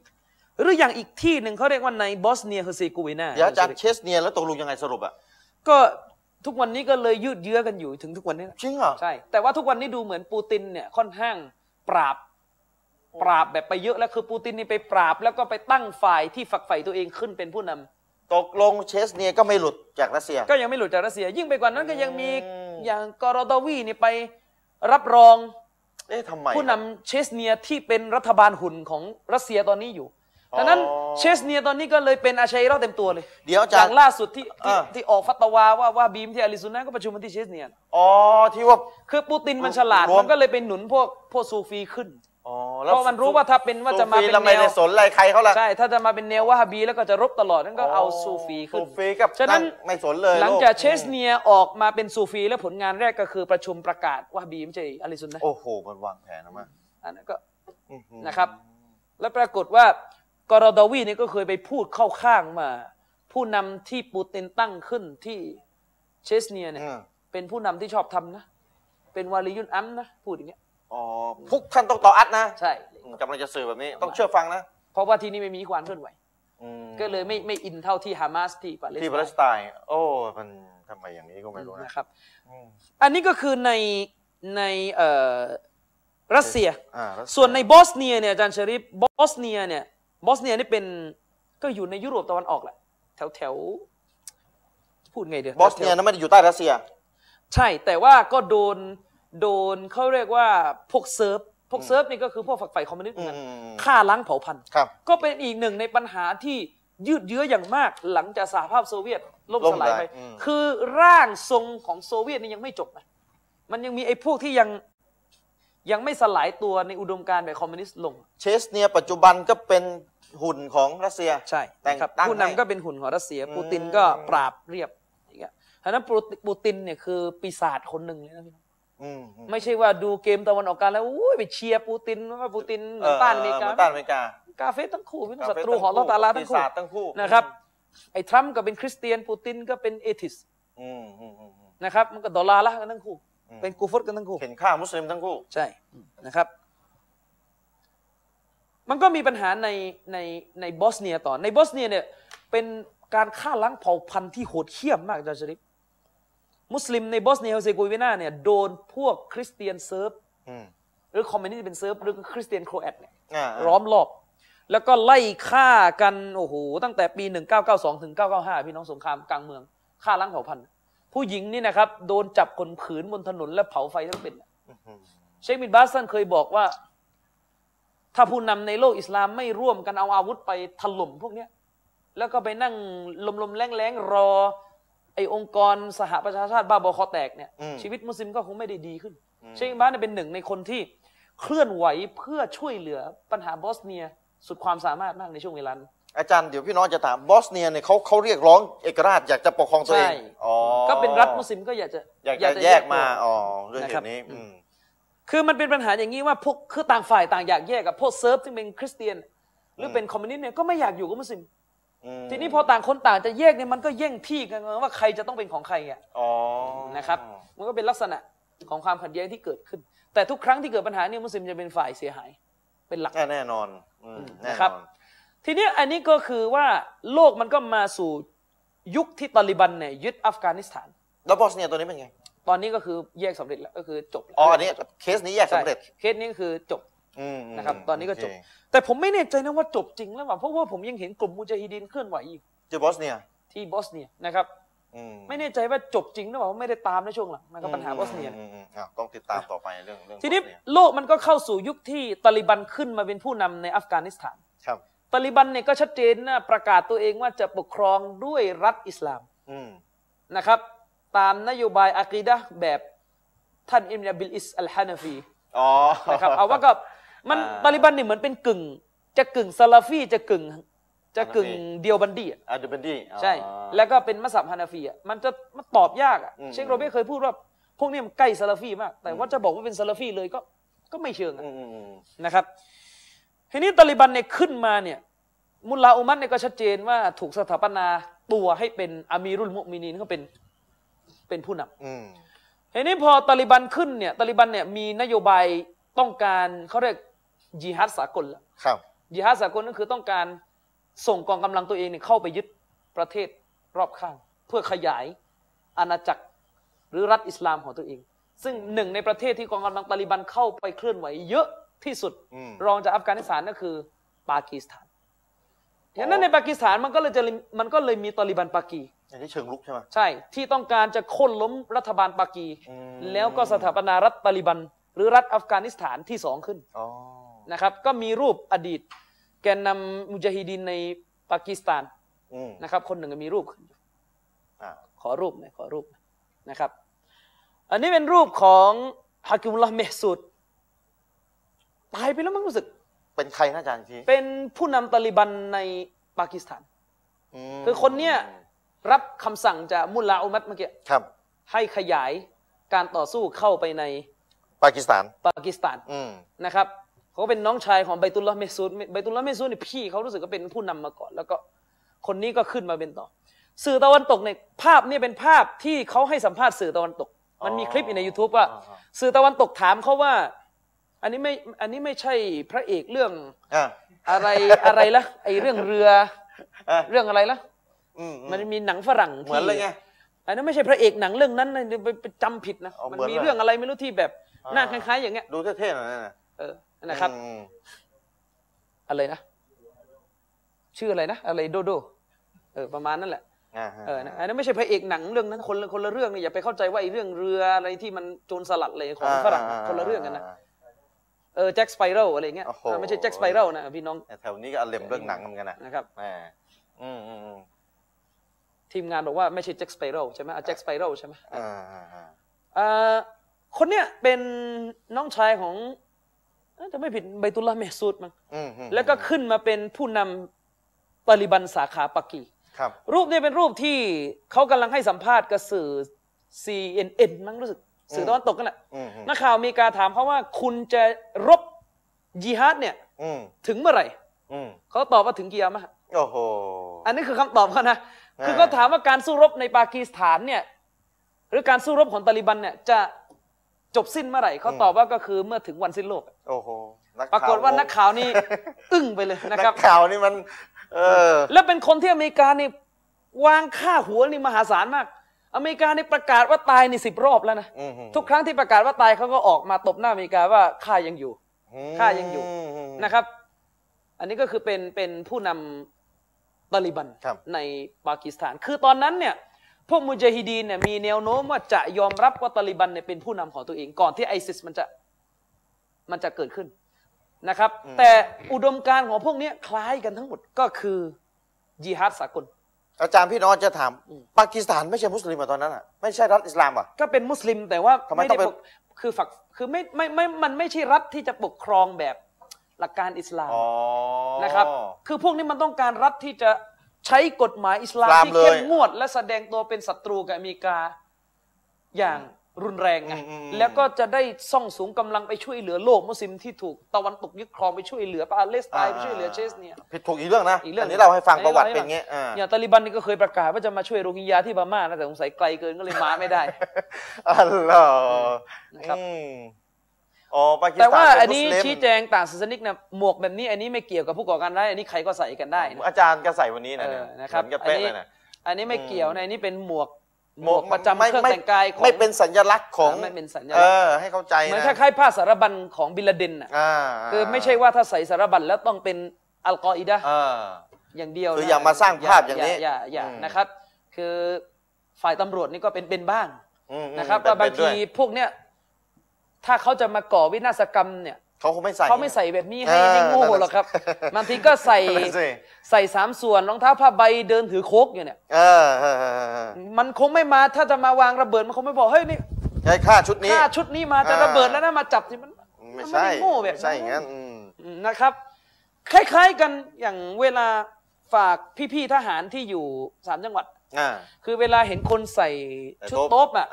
Speaker 2: หรืออย่างอีกที่หนึ่งเขาเรียกว่าในบอสเนียเฮอร์เซโกวีนา
Speaker 1: เดี๋ยวอาจารย์เชสเนียแล้วตกลงยังไงสรุปอ่ะ
Speaker 2: ก็ทุกวันนี้ก็เลยยืดเยื้อกันอยู่ถึงทุกวันนี้
Speaker 1: จริงเหรอ
Speaker 2: ใช่ แต่ว่าทุกวันนี้ดูเหมือนปูตินเนี่ยค่อนข้างปราบ ปราบแบบไปเยอะแล้วคือปูตินนี่ไปปราบ แล้วก็ไปตั้งฝ่ายที่ฝักใฝ่ตัวเองขึ้นเป็นผู้นำ
Speaker 1: ตกลงเชสเนียก็ไม่หลุดจากรัสเซีย
Speaker 2: ก็ยังไม่หลุดจากรัสเซีย ยิ่งไปกว่านั้นก็ยังมี
Speaker 1: อืม
Speaker 2: อย่างกอรอดอวีนี่ไปรับรอง
Speaker 1: เอ๊ะทำไม
Speaker 2: ผู้นำเชสเนียที่เป็นรัฐบาลหุ่นของรัสเซียตอนนี้อยู่
Speaker 1: อ๋อ
Speaker 2: ดังนั้นเชสเนียตอนนี้ก็เลยเป็นอาชัยเราะห์เต็มตัวเลย
Speaker 1: เดี๋ยวอาจารย์
Speaker 2: อย่างล่าสุดที่ที่
Speaker 1: อ่า
Speaker 2: ที่ออกฟัตวาว่าว่าบีมที่อาลิซุนนะห์ก็ประชุมกันที่เชสเนีย
Speaker 1: อ๋อที่ว่า
Speaker 2: คือปูตินมันฉลาด
Speaker 1: รวม
Speaker 2: มันก็เลยไปหนุนพวกพวกซูฟีขึ้น
Speaker 1: อ๋อ
Speaker 2: เพราะมันรู้ว่าถ้าเป็นว่าจะมา
Speaker 1: ซู
Speaker 2: เป็น
Speaker 1: ฟีแล้วไม่
Speaker 2: แนว
Speaker 1: ได้สนอะไรใครเขาละ
Speaker 2: ใช่ ถ้าจะมาเป็นแนววาฮาบี แล้วก็จะรบตลอดนั่นก็เอาซูฟีขึ้น
Speaker 1: ซูฟีกับ
Speaker 2: ฉะนั้น
Speaker 1: ไม่สนเลย
Speaker 2: หลังจาก
Speaker 1: โลก
Speaker 2: เชสเนียออกมาเป็นซูฟี แล้วผลงานแรกก็คือประชุมประกาศวาฮาบีไม่ใช่อาลิซุนนะห์
Speaker 1: โอ้โห มันวางแผนนะมั้ย
Speaker 2: อันนั้นก็
Speaker 1: อื้อหือ
Speaker 2: นะครับ แล้วปรากฏว่ากอรอดอวีนี่ก็เคยไปพูดเข้าข้างมา ผู้นำที่ปูตินตั้งขึ้นที่เชสเนียเนี่ย
Speaker 1: อืม
Speaker 2: เป็นผู้นำที่ชอบทำนะ เป็นวาลียุนอัมนะพูดอย่างเงี้ย
Speaker 1: อ๋อพวกท่านต้องต่ออัดนะ
Speaker 2: ใช่
Speaker 1: อืมกำลังจะสื่อแบบนี้ ต้องเชื่อฟังนะ
Speaker 2: เพราะว่าที่นี่ไม่มีความเคลื่อนไหว
Speaker 1: อืม
Speaker 2: ก็เลยไม่ไม่อินเท่าที่ฮามาสที่ปาเลสไต
Speaker 1: ที่ปาเลส
Speaker 2: น์
Speaker 1: ไตน์โอ้มันทำไมอย่างนี้ก็ไม่รู้นะ
Speaker 2: นะครับ
Speaker 1: อืม
Speaker 2: อันนี้ก็คือในในเอ่อรัสเซีย
Speaker 1: อ่ารัสเซีย
Speaker 2: ส่วนในบอสเนียเนี่ยอาจารย์ชริปบอสเนียเนี่ยบอสเนียนี่เป็นก็อยู่ในยุโรปตะวันออกแหละแถวแถวพูดไงเดี๋ยว
Speaker 1: บอสเนียนั้นไม่ได้อยู่ใต้รัสเซีย
Speaker 2: ใช่แต่ว่าก็โดนโดนเขาเรียกว่าพวกเซิร์ฟพวกเซิร์ฟนี่ก็คือพวกฝักใฝ่คอมมิวนิสต์เหมือนกั
Speaker 1: อ
Speaker 2: น
Speaker 1: ืม
Speaker 2: ฆ่าล้างเผ่าพันธุ์
Speaker 1: ครับ
Speaker 2: ก็เป็นอีกหนึ่งในปัญหาที่ยืดเยื้ออย่างมากหลังจากสหภาพโซเวียตล่ม
Speaker 1: ล่ม
Speaker 2: สลายไป
Speaker 1: สลายอืม
Speaker 2: คือร่างทรงของโซเวียตนี่ยังไม่จบนะมันยังมีไอ้พวกที่ยังยังไม่สลายตัวในอุดมการณ์แบบคอมมิวนิสต์ลง
Speaker 1: เชสเนียปัจจุบันก็เป็นหุ่นของรัสเซีย
Speaker 2: ใช่
Speaker 1: แต่ง
Speaker 2: นะครับ
Speaker 1: ตั้ง
Speaker 2: ผู้
Speaker 1: ให้
Speaker 2: นำก็เป็นหุ่นของรัสเซีย
Speaker 1: อืม
Speaker 2: ปูตินก็ปราบเรียบอย่างเงี้ยฉะนั้นปูติปูตินเนี่ยคือปีศาจคนหนึ่งเลยนะพี่น้อง
Speaker 1: อืมอืม
Speaker 2: ไม่ใช่ว่าดูเกมตะวันออกกลางแล้วอุ้ยไปเชียร์ปูตินว่าปูตินเหมือนต้านอเมริ
Speaker 1: เห
Speaker 2: กา
Speaker 1: มือนต้านอเมริกา
Speaker 2: กาเฟสทั้งคู่เป็นศัตรูของอัลลอฮ์ตะอาลาทั้ง
Speaker 1: ปี
Speaker 2: คู่
Speaker 1: ศาจทั้งคู่
Speaker 2: นะครับไอ้ทรัมป์ก็เป็นคริสเตียนปูตินก็เป็นเอทิส
Speaker 1: อืมอืมอืมอืม
Speaker 2: นะครับมันก็ดอลลาร์ละกันทั้งคู่
Speaker 1: อืม
Speaker 2: เป็นกูฟตกันทั้งคู่
Speaker 1: เห็นฆ่ามุสลิมทั้งคู่
Speaker 2: ใช่นะครับ มันก็มีปัญหาในในในบอสเนียต่อในบอสเนียเนี่ย เป็นการฆ่าล้างเผ่าพันธุ์ที่โหดเหี้ยมมากอาจารย์ชริปมุสลิมในบอสเนียเฮอร์เซโกวีนาเนี่ยโดนพวกคริสเตียนเซิร์ฟ
Speaker 1: อืม
Speaker 2: หรือคอมมิวนิสต์เป็นเซิร์ฟหรือคริสเตียนโครแอตเนี่ย
Speaker 1: อ่าา
Speaker 2: ล้อมรอบ แล้วก็ไล่ฆ่ากันโอ้โหตั้งแต่ปี 1992 ถึง 995 พี่น้องสงครามกลางเมืองฆ่าล้างเผ่าพันธุ์ ผู้หญิงนี่นะครับ โดนจับข่มขืนบนถนนและเผาไฟทั้งเป็น
Speaker 1: อืม
Speaker 2: เชคบินบาสตันเคยบอกว่า ถ้าผู้นำในโลกอิสลามไม่ร่วมกันเอาอาวุธไปถล่มพวกเนี้ย แล้วก็ไปนั่งลมๆแรงๆรอ ไอ้องค์กรสหประชาชาติบ้าบอคอแตกเนี่ยชีวิตมุสลิมก็คงไม่ได้ดีขึ้น เชคบินบาสเนี่ยเป็นหนึ่งในคนที่เคลื่อนไหวเพื่อช่วยเหลือปัญหาบอสเนียสุดความสามารถมากในช่วงเวลานั้น
Speaker 1: อาจารย์เดี๋ยวพี่น้องจะถามบอสเนียเนี่ยเขาเขาเรียกร้องเอกราชอยากจะปกครองตัวเอง
Speaker 2: ใช่
Speaker 1: อ๋อ
Speaker 2: ก็เป็นรัฐมุสลิมก็อยากจะ
Speaker 1: อยากจะแยกมา
Speaker 2: ตัว
Speaker 1: อ๋อเรื่องเห
Speaker 2: นะครับ
Speaker 1: ตุนี้อื
Speaker 2: อืม
Speaker 1: ม
Speaker 2: คือมันเป็นปัญหาอย่างนี้ว่าพวกคือต่างฝ่ายต่างอยากแยกกับพวกเซิร์ฟที่เป็นคริสเตียน หรือเป็นคอมมิวนิสต์เนี่ยก็ไม่อยากอยู่กับมุสลิม
Speaker 1: อืม
Speaker 2: ทีนี้พอต่างคนต่างจะแยกเนี่ยมันก็แย่งที่กันว่าใครจะต้องเป็นของใครอ่ะ
Speaker 1: อ๋อ
Speaker 2: นะครับ มันก็เป็นลักษณะของความขัดแย้งที่เกิดขึ้น แต่ทุกครั้งที่เกิดปัญหาเนี่ยมุสลิมจะเป็นฝ่ายเสียหาย เป็นหลัก
Speaker 1: อ่าแน่นอนอืมแน่
Speaker 2: นะ
Speaker 1: น
Speaker 2: ครั
Speaker 1: อบ น
Speaker 2: ทีเนี้ยอันนี้ก็คือว่าโลกมันก็มาสู่ยุคที่ตาลิบันเนี่ยยึดอัฟกานิสถาน
Speaker 1: แล้วบอสเนียตัวนี้เป็นไง
Speaker 2: ตอนนี้ก็คือแยกสำเร็จแล้วก็คือจบแล้ว
Speaker 1: อ๋ออันนี้เคสนี้แยก
Speaker 2: ใช่
Speaker 1: สำเร็จ
Speaker 2: เคสนี้ก็คือจบ
Speaker 1: อืมม
Speaker 2: นะครับตอนนี้ก็จบ
Speaker 1: โเค
Speaker 2: แต่ผมไม่แน่ใจนะว่าจบจริงหรือเปล่าเพราะว่าผมยังเห็นกลุ่มมูจาฮิดินเคลื่อนไหวอยู่
Speaker 1: เจอบอสเนีย
Speaker 2: ที่บอสเนียนะครับ
Speaker 1: อืม
Speaker 2: ไม่แน่ใจว่าจบจริงหรือเปล่าเพราะไม่ได้ตามในช่วงหลังนะครับปัญหาบอสเนีย
Speaker 1: มอืมอืมอ่ะต้องติดตามต่อไปเรื่องเรื่อง
Speaker 2: ทีนี้
Speaker 1: บอสเย
Speaker 2: โลกมันก็เข้าสู่ยุคที่ตาลิบันขึ้นมาเป็นผู้นำในอัฟกานิสถาน
Speaker 1: ครับ
Speaker 2: ตาลิบันเนี่ยก็ชัดเจนนะประกาศตัวเองว่าจะปกครองด้วยรัฐอิสลาม
Speaker 1: อืม
Speaker 2: นะครับ ตามนโยบายอะกีดะห์แบบท่านอิมนาบิลอิสอัลฮานาฟี
Speaker 1: อ๋อ
Speaker 2: นะครับเอาว่าก็มัน
Speaker 1: อ่า
Speaker 2: ตาลิบันเนี่ยเหมือนเป็นกึ่ง จะกึ่งซาลาฟีจะกึ่ง จะกึ่ง
Speaker 1: ฮานาฟี
Speaker 2: เดียวบันดีอะ
Speaker 1: อ่ะเดบันดี้อ๋อ
Speaker 2: ใช่ แล้วก็เป็นมัสยิดฮานาฟีอะมันจะมันตอบยากอะ
Speaker 1: อืม
Speaker 2: เชคโรเบ้เคยพูดว่าพวกเนี้มันใกล้ซาลาฟีมากแต่ว่าจะบอกว่าเป็นซาลาฟีเลยก็ก็ไม่เชิงอะ
Speaker 1: อืมอืมอืม
Speaker 2: นะครับทีนี้ตาลิบันเนี่ยขึ้นมาเนี่ยมุลลาอุมัรเนี่ยก็ชัดเจนว่าถูกสถาปนาตัวให้เป็นอามีรุลมุมินีนเขาเป็นเป็นผู้น
Speaker 1: อืม
Speaker 2: ำทีนี้พอตาลิบันขึ้นเนี่ยตาลิบันเนี่ยมีนโยบายต้องการเขาเรียกยิฮัดสากลละ
Speaker 1: ครับ
Speaker 2: ยิฮัดสากลก็คือต้องการส่งกองกำลังตัวเองเนี่ยเข้าไปยึดประเทศรอบข้าง เพื่อขยายอาณาจักรหรือรัฐอิสลามของตัวเอง ซึ่งหนึ่งในประเทศที่กองกำลังตาลิบันเข้าไปเคลื่อนไหวเยอะที่สุด
Speaker 1: อืม
Speaker 2: รองจากอัฟกานิสถานก็คือปากีสถาน
Speaker 1: อ๋อ
Speaker 2: ฉะนั้นในปากีสถานมันก็เลยจะมันก็เลยมีตาลิบันปากี
Speaker 1: อันนี้เชิงลุกใช่ไหม
Speaker 2: ใช่ที่ต้องการจะโค่นล้มรัฐบาลปากี
Speaker 1: อืม
Speaker 2: แล้วก็สถาปนารัฐตาลิบัน หรือรัฐอัฟกานิสถานที่สองขึ้น
Speaker 1: อ๋อ
Speaker 2: นะครับ ก็มีรูปอดีต แกนนำมุจาฮิดินในปากีสถาน
Speaker 1: อืม
Speaker 2: นะครับ คนหนึ่งก็มีรูปขึ้น
Speaker 1: อ่ะ
Speaker 2: ขอรูปหน่อยขอรูปหน่อยนะครับ อันนี้เป็นรูปของฮากิมุลลาห์เมห์สุดตายไปแล้วมั้งรู้สึก
Speaker 1: เป็นใครนะอาจารย์อีกที
Speaker 2: เป็นผู้นำตาลิบันในปากีสถาน
Speaker 1: ม
Speaker 2: คือคนเนี้ยรับคำสั่งจากมุลลาอุมัดเมื่อกี้
Speaker 1: ครับ
Speaker 2: ให้ขยายการต่อสู้เข้าไปใน
Speaker 1: ปากีสถาน
Speaker 2: ปากีสถาน
Speaker 1: อืม
Speaker 2: นะครับเขาเป็นน้องชายของไบตุลลอฮ์เมซูดไบตุลลอฮ์เมซูดเนี่ยพี่เขารู้สึกว่าเป็นผู้นำมาก่อน แล้วก็คนนี้ก็ขึ้นมาเป็นต่อ สื่อตะวันตกเนี่ยภาพเนี่ยเป็นภาพที่เขาให้สัมภาษณ์สื่อตะวันตก มันมีคลิปอยู่ใน YouTube ว่า สื่อตะวันตกถามเขาว่า อันนี้ไม่อันนี้ไม่ใช่พระเอกเรื่อง
Speaker 1: อ่ะ
Speaker 2: อะไรอะไรละไอเรื่องเรือ
Speaker 1: อ่ะ
Speaker 2: เรื่องอะไรละ
Speaker 1: อืมอืม
Speaker 2: มันมีหนังฝรั่ง
Speaker 1: เหมือนเลยไง
Speaker 2: อันนั้นไม่ใช่พระเอกหนังเรื่องนั้นนะเดี๋ยวไปไปจำผิดนะ
Speaker 1: เอามั
Speaker 2: มัน
Speaker 1: เหมือน
Speaker 2: มี
Speaker 1: เลย
Speaker 2: เรื่องอะไรไม่รู้ที่แบบ
Speaker 1: อ่า
Speaker 2: หน้าคล้ายๆ อย่างเงี้ย
Speaker 1: ดูเท่ๆหน่อยนั่นนะ
Speaker 2: เออนะครับ
Speaker 1: อืม
Speaker 2: อะไรนะ ชื่ออะไรนะ อะไรโดโดเออประมาณนั่นแหละ
Speaker 1: อ่าฮะ
Speaker 2: เออนะอันนั้นไม่ใช่พระเอกหนังเรื่องนั้นคนละคนละเรื่องนะอย่าไปเข้าใจว่าไอ้เรื่องเรืออะไรที่มันโจรสลัดอะไรของฝรั่งนะ
Speaker 1: า
Speaker 2: คนละเรื่องกันนะเออแจ็คสไปรัลอะไรเงี้ย
Speaker 1: โอ้โห
Speaker 2: เออไม่ใช่แจ็คสไปรัลนะพี่น้อง
Speaker 1: แต่แถวนี้ก็อารมณ์เรื่องหนังเหมือนกันนะ
Speaker 2: นะครับ
Speaker 1: แหมอืมอืมอืม
Speaker 2: ทีมงานบอกว่าไม่ใช่แจ็คสไปรัลใช่ไหมแจ็คสไปรัลใช่ไหม
Speaker 1: อ่าอ่าอ่า
Speaker 2: เอ่อคนเนี้ยเป็นน้องชายของเอ้ยจะไม่ผิดไบตุลลาห์เมซูดมั้ง
Speaker 1: อืมอืม
Speaker 2: แล้วก็ขึ้นมาเป็นผู้นำตาลิบันสาขาปักกี
Speaker 1: ครับ
Speaker 2: รูปนี้เป็นรูปที่เขากำลังให้สัมภาษณ์กับสื่อ CNN มั้งรู้สึก สื่อตะวันตกกันแหละ
Speaker 1: อืมอืม
Speaker 2: นักข่าวอเมริกาถามเขาว่าคุณจะรบยิฮาดเนี่ย
Speaker 1: อืม
Speaker 2: ถึงเมื่อไหร่
Speaker 1: อืม
Speaker 2: เขาตอบว่าถึงกิยามะฮ์
Speaker 1: โอ้โห
Speaker 2: อันนี้คือคำตอบเขานะ
Speaker 1: อ่า
Speaker 2: คือเขาถามว่าการสู้รบในปากีสถานเนี่ย หรือการสู้รบของตาลิบันเนี่ย จะจบสิ้นเมื่อไหร่ เขาตอบว่าก็คือเมื่อถึงวันสิ้นโลก
Speaker 1: โอ้โหนัข่
Speaker 2: ปรากฏว่านักข่าวนี่ อึ้งไปเลยนะครับ
Speaker 1: นักข่าวนี่มัน เออ
Speaker 2: แล้วเป็นคนที่อเมริกานี่วางค่าหัวนี่มหาศาลมาก อเมริกานี่ประกาศว่าตายนี่สิบรอบแล้วนะ
Speaker 1: อืม
Speaker 2: ทุกครั้งที่ประกาศว่าตายเขาก็ออกมาตบหน้าอเมริกาว่าข้ายังอยู่ ข้ายังอยู่
Speaker 1: ม
Speaker 2: นะครับ อันนี้ก็คือเป็นเป็นผู้นำตาลิบัน
Speaker 1: ครับ
Speaker 2: ในปากีสถาน คือตอนนั้นเนี่ยพวกมุจาฮิดีนเนี่ยมีแนวโน้มว่าจะยอมรับว่าตาลิบันเนี่ยเป็นผู้นำของตัวเองก่อนที่ไอซิสมันจะมันจะเกิดขึ้นนะครับ แต่อุดมการณ์ของพวกเนี้ยคล้ายกันทั้งหมดก็คือยิฮาดสากล
Speaker 1: อาจารย์พี่น้องจะถาม ปากีสถานไม่ใช่มุสลิมเหรอตอนนั้นอ่ะ ไม่ใช่รัฐอิสลามเหรอ่ะ
Speaker 2: ก็เป็นมุสลิมแต่ว่า
Speaker 1: ทำไม
Speaker 2: ไม่
Speaker 1: ต้อ
Speaker 2: ได้
Speaker 1: งเป็น
Speaker 2: ปกคือฝักคือไม่ไม่ไม่มันไม่ใช่รัฐที่จะปกครองแบบหลักการอิสลาม
Speaker 1: อ๋อ
Speaker 2: นะครับ คือพวกนี้มันต้องการรัฐที่จะใช้กฎหมายอิสลาม
Speaker 1: อิสลาม
Speaker 2: ที่เข้ม
Speaker 1: เลย
Speaker 2: งวด และแสดงตัวเป็นศัตรูกับอเมริกาอย่างรุนแรงไง
Speaker 1: อืมอืมอืม
Speaker 2: แล้วก็จะได้ซ่องสูงกำลังไปช่วยเหลือโลกมุสลิมที่ถูกตะวันตกยึดครองไปช่วยเหลือปาเลสไตน์ไปช่วยเหลือเชสเนีย
Speaker 1: ผิดถูกอีกเรื่องนะ
Speaker 2: อีกเรื่อง
Speaker 1: นนี้เราให้ฟัง
Speaker 2: อั
Speaker 1: ประวัติ
Speaker 2: ให้
Speaker 1: เป็นอย่างเงี้ยอ่า
Speaker 2: อย่างตาลิบันนี่ก็เคยประกาศว่าจะมาช่วยโรฮิงญาที่พม่านะแต่สงสัยไกลเกินก็เลยมาไม่ได้
Speaker 1: อ๋อเหรอ
Speaker 2: นะครับ
Speaker 1: อืมอ๋อปากีสถาน
Speaker 2: แต่ว่าอันนี้
Speaker 1: เป็มุสลิม
Speaker 2: ชี้แจงต่างศาสนิกนะหมวกแบบนี้อันนี้ไม่เกี่ยวกับผู้ก่อการร้ายอันนี้ใครก็ใส่กันได้นะ
Speaker 1: อาจารย์ก็ใส่วันนี้นะเนี่ย
Speaker 2: เออนะครับ
Speaker 1: เหมือนกับ
Speaker 2: อัน
Speaker 1: เป๊ะ
Speaker 2: นี้
Speaker 1: เลยนะ
Speaker 2: อันนี้ไม่เกี่ยวนะอันนี้เป็นหมวกหมวก
Speaker 1: น
Speaker 2: ประจำ
Speaker 1: ไม่
Speaker 2: เครื่อง
Speaker 1: ไม่
Speaker 2: แต่งกายของ
Speaker 1: ไม่เป็นสัญลักษณ์ของ
Speaker 2: ไม่เป็นสัญลักษณ์
Speaker 1: เออ ให้เข้าใจ
Speaker 2: เหมือน
Speaker 1: นะ
Speaker 2: คล้ายๆผ้าสารบัญของบินลาเดนน่ะ
Speaker 1: อ่า
Speaker 2: คือไม่ใช่ว่าถ้าใส่สารบัญแล้วต้องเป็นอัลกออิดะห์
Speaker 1: เออ
Speaker 2: อย่างเดียว
Speaker 1: คือ
Speaker 2: นะ
Speaker 1: อย่ามาสร้างภาพอย่างนี้
Speaker 2: อย่าอย่า
Speaker 1: อืม
Speaker 2: นะครับ คือฝ่ายตำรวจนี่ก็เป็นเป็นบ้าง
Speaker 1: อืมอืม
Speaker 2: นะครับว่าบาง
Speaker 1: เป็
Speaker 2: ที
Speaker 1: นด้วย
Speaker 2: พวกเนี้ยถ้าเขาจะมาก่อวินาศกรรมเนี่ย
Speaker 1: เขาคงไม่ใส่
Speaker 2: เขาไม่ใส่แบบนี้ให้
Speaker 1: เออ
Speaker 2: ให้โง่หรอกครับบางทีก็ใส่
Speaker 1: นั่นสิ
Speaker 2: ใส่สามส่วนรองเท้าผ้าใบเดินถือโคกอยู่เนี่ย
Speaker 1: เออเออเออเออ
Speaker 2: มันคงไม่มาถ้าจะมาวางระเบิดมันคงไม่บอกเฮ้ยนี่
Speaker 1: ไอ้ค่าชุดนี้
Speaker 2: ข้าชุดนี้มาจะ
Speaker 1: เออ
Speaker 2: ระเบิดแล้วนะมาจับสิมัน
Speaker 1: ไม่
Speaker 2: มัน
Speaker 1: ใช่
Speaker 2: ด้โง่แบบ
Speaker 1: ไม่ใช่อย่างนั้นอืม
Speaker 2: นะครับ คล้ายๆกันอย่างเวลาฝากพี่ๆทหารที่อยู่สามจังหวัด
Speaker 1: อ่า
Speaker 2: คือเวลาเห็นคนใส่ชุดโต๊บอ่ะ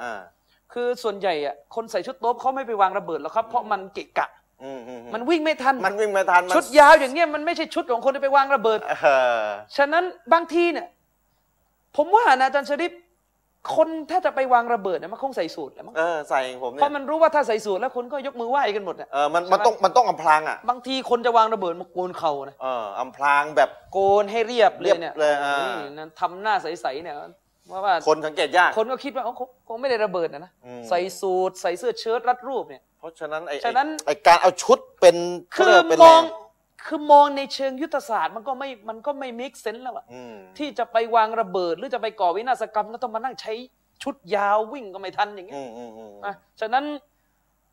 Speaker 2: คือส่วนใหญ่อะคนใส่ชุดโต๊ปเขาไม่ไปวางระเบิดหรอกครับ เพราะมันเกะกะ
Speaker 1: อืมอืมอืม
Speaker 2: มันวิ่งไม่ทัน
Speaker 1: มันวิ่งไม่ทันมัน
Speaker 2: ชุดยาวอย่างเงี้ยมันไม่ใช่ชุดของคนที่ไปวางระเบิด
Speaker 1: เออ
Speaker 2: ฉะนั้นบางทีเนี่ยผมว่านะอาจารย์ชริปคนถ้าจะไปวางระเบิดเนี่ยมันคงใส่สูตรแหละมั้ง
Speaker 1: เออใส่ของผม
Speaker 2: เพ
Speaker 1: เนี่ย
Speaker 2: ราะมันรู้ว่าถ้าใส่สูตรแล้วคนก็ยกมือไหว้กันหมดอะ
Speaker 1: เออมันมันต้องมันต้องอำพรางอ่ะ
Speaker 2: บางทีคนจะวางระเบิดมาโกนเข่านะ
Speaker 1: เอออำพรางแบบ
Speaker 2: โกนให้เรียบเลยเนี่ย
Speaker 1: เรียบเลยอ่า
Speaker 2: นี่นะทำหน้าใสๆเนี่ยว่าว่า
Speaker 1: คนสังเกตยาก
Speaker 2: คนก็คิดว่าเขาคงคงไม่ได้ระเบิดนะนะ
Speaker 1: อืม
Speaker 2: ใส่สูตรใส่เสื้อเชิ้ตรัดรูปเนี่ย
Speaker 1: เพราะฉะนั้นไอ้
Speaker 2: ฉะนั้น
Speaker 1: ไอ้การเอาชุดเป็น
Speaker 2: คือ
Speaker 1: เรียกว่าเป็น
Speaker 2: ม
Speaker 1: แร
Speaker 2: องคือมองในเชิงยุทธศาสตร์มันก็ไม่มันก็ไม่มิกเซนแล้วอะ
Speaker 1: อืม
Speaker 2: ที่จะไปวางระเบิดหรือจะไปก่อวินาศกรรมแล้วต้องมานั่งใช้ชุดยาววิ่งก็ไม่ทันอย่างเงี้
Speaker 1: อื
Speaker 2: ย
Speaker 1: มอืมอืม
Speaker 2: อ่ะฉะนั้น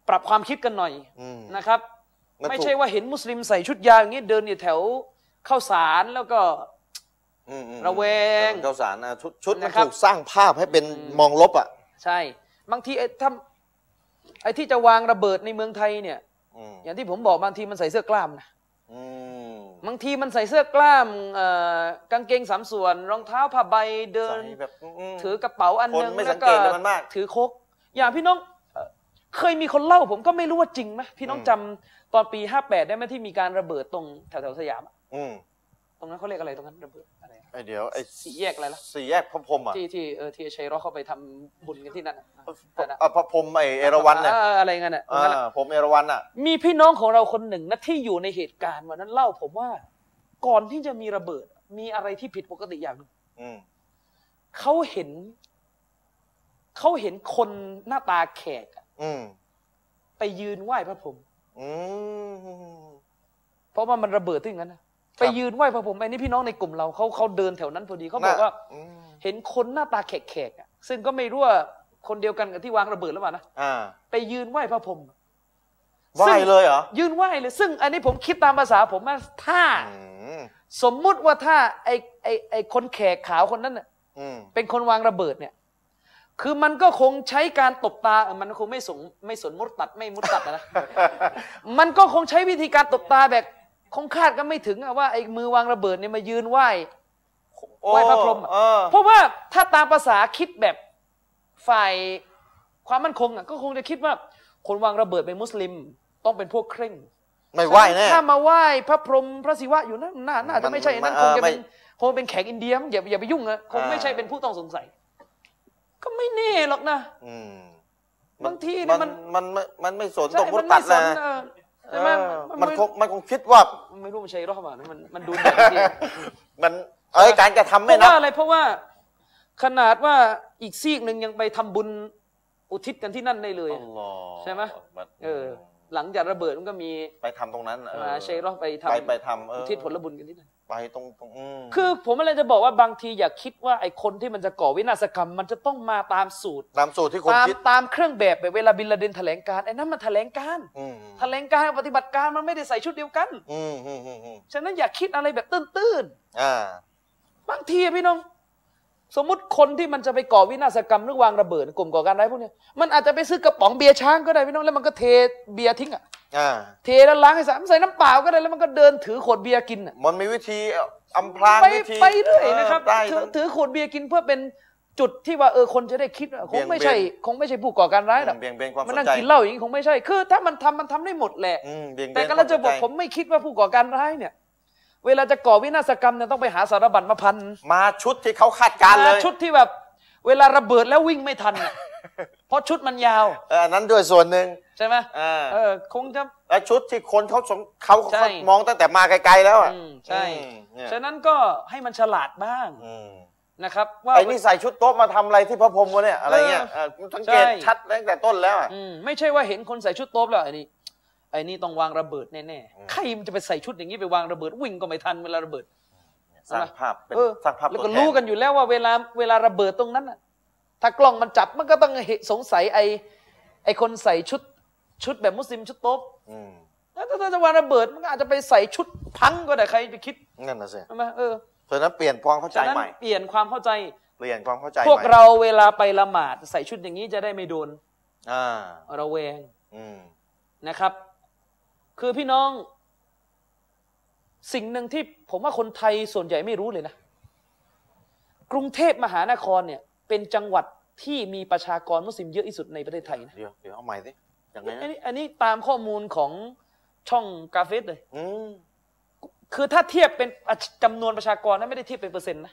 Speaker 2: ปรับความคิดกันหน่อย
Speaker 1: อืม
Speaker 2: นะครับ
Speaker 1: มันถูก
Speaker 2: ไม่ใช่ว่าเห็นมุสลิมใส่ชุดยาวอย่างเงี้ยเดินอยู่แถวเข้าวสารแล้วก็
Speaker 1: อืมอืม
Speaker 2: ระแวง
Speaker 1: แต่มันข้าวสารนะชุดชุดมัน
Speaker 2: นะครับ
Speaker 1: ถูกสร้างภาพให้เป็นมองลบอ่ะ
Speaker 2: ใช่ บางทีไอ้ถ้าไอ้ที่จะวางระเบิดในเมืองไทยเนี่ย
Speaker 1: อืม
Speaker 2: อย่างที่ผมบอกบางทีมันใส่เสื้อกล้ามนะ
Speaker 1: อืม
Speaker 2: บางทีมันใส่เสื้อกล้ามเอ่อกางเกงสามส่วน รองเท้าผ้าใบเดิน
Speaker 1: ใส่แบบอืม
Speaker 2: ถือกระเป๋าอันหนึง
Speaker 1: คนไม่
Speaker 2: แล้ว
Speaker 1: สัง
Speaker 2: ก็
Speaker 1: เกตเลยมันมาก
Speaker 2: ถือโคกอย่างพี่น้องเอ่อเคยมีคนเล่าผมก็ไม่รู้ว่าจริงไหมพี่น้อง
Speaker 1: อืม
Speaker 2: จำตอนปี 58 ได้ไหมที่มีการระเบิดตรงแถวๆสยามอะ
Speaker 1: อืม
Speaker 2: ตรงนั้นเขาเรียกอะไรตรงนั้นระเบิดอะไรอะ
Speaker 1: ไอ้เดี๋ยวไอ้
Speaker 2: สี่แยกอะไรล่ะ
Speaker 1: สี่แยกพระพรหมอ่ะ
Speaker 2: ที่ที่เออที่ชัยร้อเข้าไปทำบุญกันที่นั่นอะ
Speaker 1: เอ่อพระพรหมไอ้เอราวัณเนี่ย
Speaker 2: เอออะไรเงี้ยน่ะตรงนั้นอะ
Speaker 1: อ่าผมเอราวันอ่ะ
Speaker 2: มีพี่น้องของเราคนหนึ่งนะที่อยู่ในเหตุการณ์วันนั้นเล่าผมว่า ก่อนที่จะมีระเบิด มีอะไรที่ผิดปกติอย่างหนึ่ง
Speaker 1: อืม
Speaker 2: เขาเห็น เขาเห็นคนหน้าตาแขกอะ
Speaker 1: อืม
Speaker 2: ไปยืนไหว้พระพรหม
Speaker 1: อืม
Speaker 2: เพราะว่ามันระเบิดตึงนั้นนะไปยืนไหว้พระพรหมไอ้นี่พี่น้องในกลุ่มเราเขาเขาเดินแถวนั้นพอดีเขาบอกว่า
Speaker 1: น่ะม
Speaker 2: เห็นคนหน้าตาแขกๆอะซึ่งก็ไม่รู้ว่าคนเดียวกันกับที่วางระเบิดหรือเปล่านะ
Speaker 1: อ่า
Speaker 2: ไปยืนไหว้พระพรหม
Speaker 1: ไหว่ายเลยเหรอ
Speaker 2: ยืนไหว้เลย ซึ่งอันนี้ผมคิดตามภาษาผมว่าถ้า
Speaker 1: อืม
Speaker 2: สมมุติว่าถ้าไอไอไอคนแขกขาวคนนั้นน่ะ
Speaker 1: อืม
Speaker 2: เป็นคนวางระเบิดเนี่ย คือมันก็คงใช้การตบตาเออมันคงไม่สงไม่สนมุดตัดไม่มุดตัดนะ มันก็คงใช้วิธีการตบตาแบบคงคาดกันไม่ถึงอะว่าไอ้มือวางระเบิดเนี่ยมายืนไหว้
Speaker 1: โอ้
Speaker 2: ไหว้พระพรหมอะ
Speaker 1: เออ
Speaker 2: เพราะว่าถ้าตามภาษาคิดแบบฝ่ายความมั่นคงอะก็คงจะคิดว่า คนวางระเบิดเป็นมุสลิม ต้องเป็นพวกเคร่ง
Speaker 1: ไม่ไหว่ายแน่
Speaker 2: ถ้ามาไหว้พระพรหมพระศิวะอยู่นั่นน่าน่าจะไม่ใช่
Speaker 1: มัน
Speaker 2: นั่น
Speaker 1: มัน
Speaker 2: คงจะ
Speaker 1: เออไม่
Speaker 2: เป็นคงเป็นแขกอินเดียมั้งอย่าอย่าไปยุ่งนะคงไม่
Speaker 1: อ่า
Speaker 2: ใช่เป็นผู้ต้องสงสัย ก็ไม่แน่หรอกนะ
Speaker 1: อืม
Speaker 2: บางทีเนี่
Speaker 1: มั
Speaker 2: ย
Speaker 1: น
Speaker 2: มัน
Speaker 1: มันมันมันไม่สนต
Speaker 2: ใช่
Speaker 1: กมุ
Speaker 2: มั
Speaker 1: ด
Speaker 2: น
Speaker 1: ตั
Speaker 2: ไม่
Speaker 1: ด
Speaker 2: ส
Speaker 1: นะ
Speaker 2: นเออ
Speaker 1: เอ
Speaker 2: ใช่
Speaker 1: อ
Speaker 2: ไหม
Speaker 1: มันคงมันคงคิดว่า
Speaker 2: ไม่รู้มันใช่หรอเปล่านะมันมันดูหนักดี
Speaker 1: มันเอ้ยการกระทำ
Speaker 2: เพ
Speaker 1: ไม่
Speaker 2: ราะ
Speaker 1: นับ
Speaker 2: ว่าอะไรเพราะว่าขนาดว่าอีกซีกหนึ่งยังไปทำบุญอุทิศกันที่นั่นได้เลย
Speaker 1: อั
Speaker 2: อะ
Speaker 1: ลลอฮ์
Speaker 2: ใช่ไหม
Speaker 1: น
Speaker 2: เออ หลังจากระเบิดมันก็มี
Speaker 1: ไปทำตรงนั้นเออ
Speaker 2: มาเชยรอไปทำ
Speaker 1: ไปไปทำเออ
Speaker 2: อุ
Speaker 1: อ
Speaker 2: ทิศผลบุญกันที่นั่น
Speaker 1: ไปตรงตรงอืม
Speaker 2: คือผมอะไรจะบอกว่าบางทีอย่าคิดว่าไอ้คนที่มันจะก่อวินาศกรรม มันจะต้องมาตามสูตร
Speaker 1: ตามสูตรที่คน
Speaker 2: ตาม
Speaker 1: คิด
Speaker 2: ตามเครื่องแบบแบบเวลาบินลาเดนแถลงการไอ้นั่นมันแถลงการ
Speaker 1: อืม
Speaker 2: แถลงการกับปฏิบัติการมันไม่ได้ใส่ชุดเดียวกัน
Speaker 1: อืมอืมอืมอืม
Speaker 2: ฉะนั้นอย่าคิดอะไรแบบตื้น
Speaker 1: อ่า
Speaker 2: ๆบางทีอะพี่น้อง สมมติคนที่มันจะไปก่อวินาศกรรมหรือวางระเบิดกลุ่มก่อการร้ายพวกเนี้ยมันอาจจะไปซื้อกระป๋องเบียร์ช้างก็ได้พี่น้องแล้วมันก็เทเบียร์ทิ้งอะ
Speaker 1: อ่า
Speaker 2: เทแล้วล้างให้สะอาดใส่น้ำเปล่าก็ได้แล้วมันก็เดินถือขวดเบียร์กินอะ
Speaker 1: มันมีวิธีอำพราง
Speaker 2: ไป
Speaker 1: วิธี
Speaker 2: ไปเรื่อยนะครับ
Speaker 1: เออได้
Speaker 2: ถื
Speaker 1: ทั้
Speaker 2: อ
Speaker 1: ง
Speaker 2: ถือขวดเบียร์กินเพื่อเป็นจุดที่ว่าเออคนจะได้คิดว่าค
Speaker 1: เบี่
Speaker 2: ง
Speaker 1: ยง
Speaker 2: ไม่ใช่
Speaker 1: เบน
Speaker 2: คงไม่ใช่ผู้ก่อการร้ายหรอก
Speaker 1: เบี่ยงเบนความส
Speaker 2: มัน
Speaker 1: น
Speaker 2: นั่ง
Speaker 1: ใจ
Speaker 2: กินเหล้าอย่างนี้คงไม่ใช่คือ ถ้ามันทำมันทำได้หมดแหละ
Speaker 1: อืมเบี่ยงเบน
Speaker 2: แต่ก็เราจะบอก
Speaker 1: ควาสนใจ
Speaker 2: ผมไม่คิดว่าผู้ก่อการร้ายเนี่ย เวลาจะก่อวินาศกรรมเนี่ยต้องไปหาสารบัญมาพัน
Speaker 1: มาชุดที่เขาคาดการณ์เลย
Speaker 2: หชุดที่แบบ เวลาระเบิดแล้ววิ่งไม่ทั นน่ะ เพราะชุดมันยาว
Speaker 1: เอออันนั้นด้วยส่วนหนึ่ง
Speaker 2: ใช่ไหม
Speaker 1: อ่า
Speaker 2: เออคงจะ
Speaker 1: และชุดที่คนเขาสงเขา
Speaker 2: ใช่
Speaker 1: เขามองตั้งแต่มาไกลๆแล้วอ่ะ
Speaker 2: อืมใช่
Speaker 1: อืมเนี่ย
Speaker 2: ฉะนั้นก็ให้มันฉลาดบ้าง
Speaker 1: อืม
Speaker 2: นะครับ ว่า
Speaker 1: ไอ้นี่ใส่ชุดโต๊ะมาทำอะไรที่พระพรหมวะเนี่ยอะไรเงี้ยเออสังเกต
Speaker 2: ใช่
Speaker 1: ชัดตั้งแต่ต้นแล้วอ่ะ
Speaker 2: อืมไม่ใช่ว่าเห็นคนใส่ชุดโต๊บแล้วไอ้นี่ไอ้นี่ต้องวางระเบิดแน่ๆใครมันจะไปใส่ชุดอย่างนี้ไปวางระเบิดวิ่งก็ไม่ทันเวลาระเบิด
Speaker 1: สร้างภาพเป็น
Speaker 2: เออ
Speaker 1: สร้างภาพ
Speaker 2: แล้ว
Speaker 1: ตั
Speaker 2: ก็
Speaker 1: ทน
Speaker 2: รู้กันอยู่แล้วว่าเวลาเวลาระเบิดตรงนั้นน่ะ ถ้ากล้องมันจับมันก็ต้องเห็นสงสัยไอ้ไอ้คนใส่ชุดชุดแบบมุสลิมชุดโต๊บ
Speaker 1: อืม
Speaker 2: แล้วถ้าจะวางระเบิดมันก็อาจจะไปใส่ชุดพังก็ได้ใครไปคิด
Speaker 1: นั่นน่ะสิ
Speaker 2: ใช่ไหมเออ
Speaker 1: เพราะฉะนั้นเปลี่ยนความเข้าใจ
Speaker 2: ฉะนั้น
Speaker 1: ใหม่
Speaker 2: เปลี่ยนความเข้าใจ
Speaker 1: เปลี่ยนความเข้าใจ
Speaker 2: พวก
Speaker 1: ใหม่
Speaker 2: เราเวลาไปละหมาดใส่ชุดอย่างนี้จะได้ไม่โดน
Speaker 1: อ่า
Speaker 2: ระแวง
Speaker 1: อืม
Speaker 2: นะครับ คือพี่น้อง สิ่งหนึ่งที่ผมว่าคนไทยส่วนใหญ่ไม่รู้เลยนะ กรุงเทพมหานครเนี่ย เป็นจังหวัดที่มีประชากรมุสลิมเยอะที่สุดในประเทศไทยนะ
Speaker 1: เดี๋ยวเดี๋ยวเอาใหม่สิยังไง
Speaker 2: อัน
Speaker 1: นะ
Speaker 2: นี้อันนี้ตามข้อมูลของช่องกาเฟสเลย
Speaker 1: อืม
Speaker 2: คือถ้าเทียบเป็นจำนวนประชากรนะไม่ได้เทียบเป็นเปอร์เซ็นต์นะ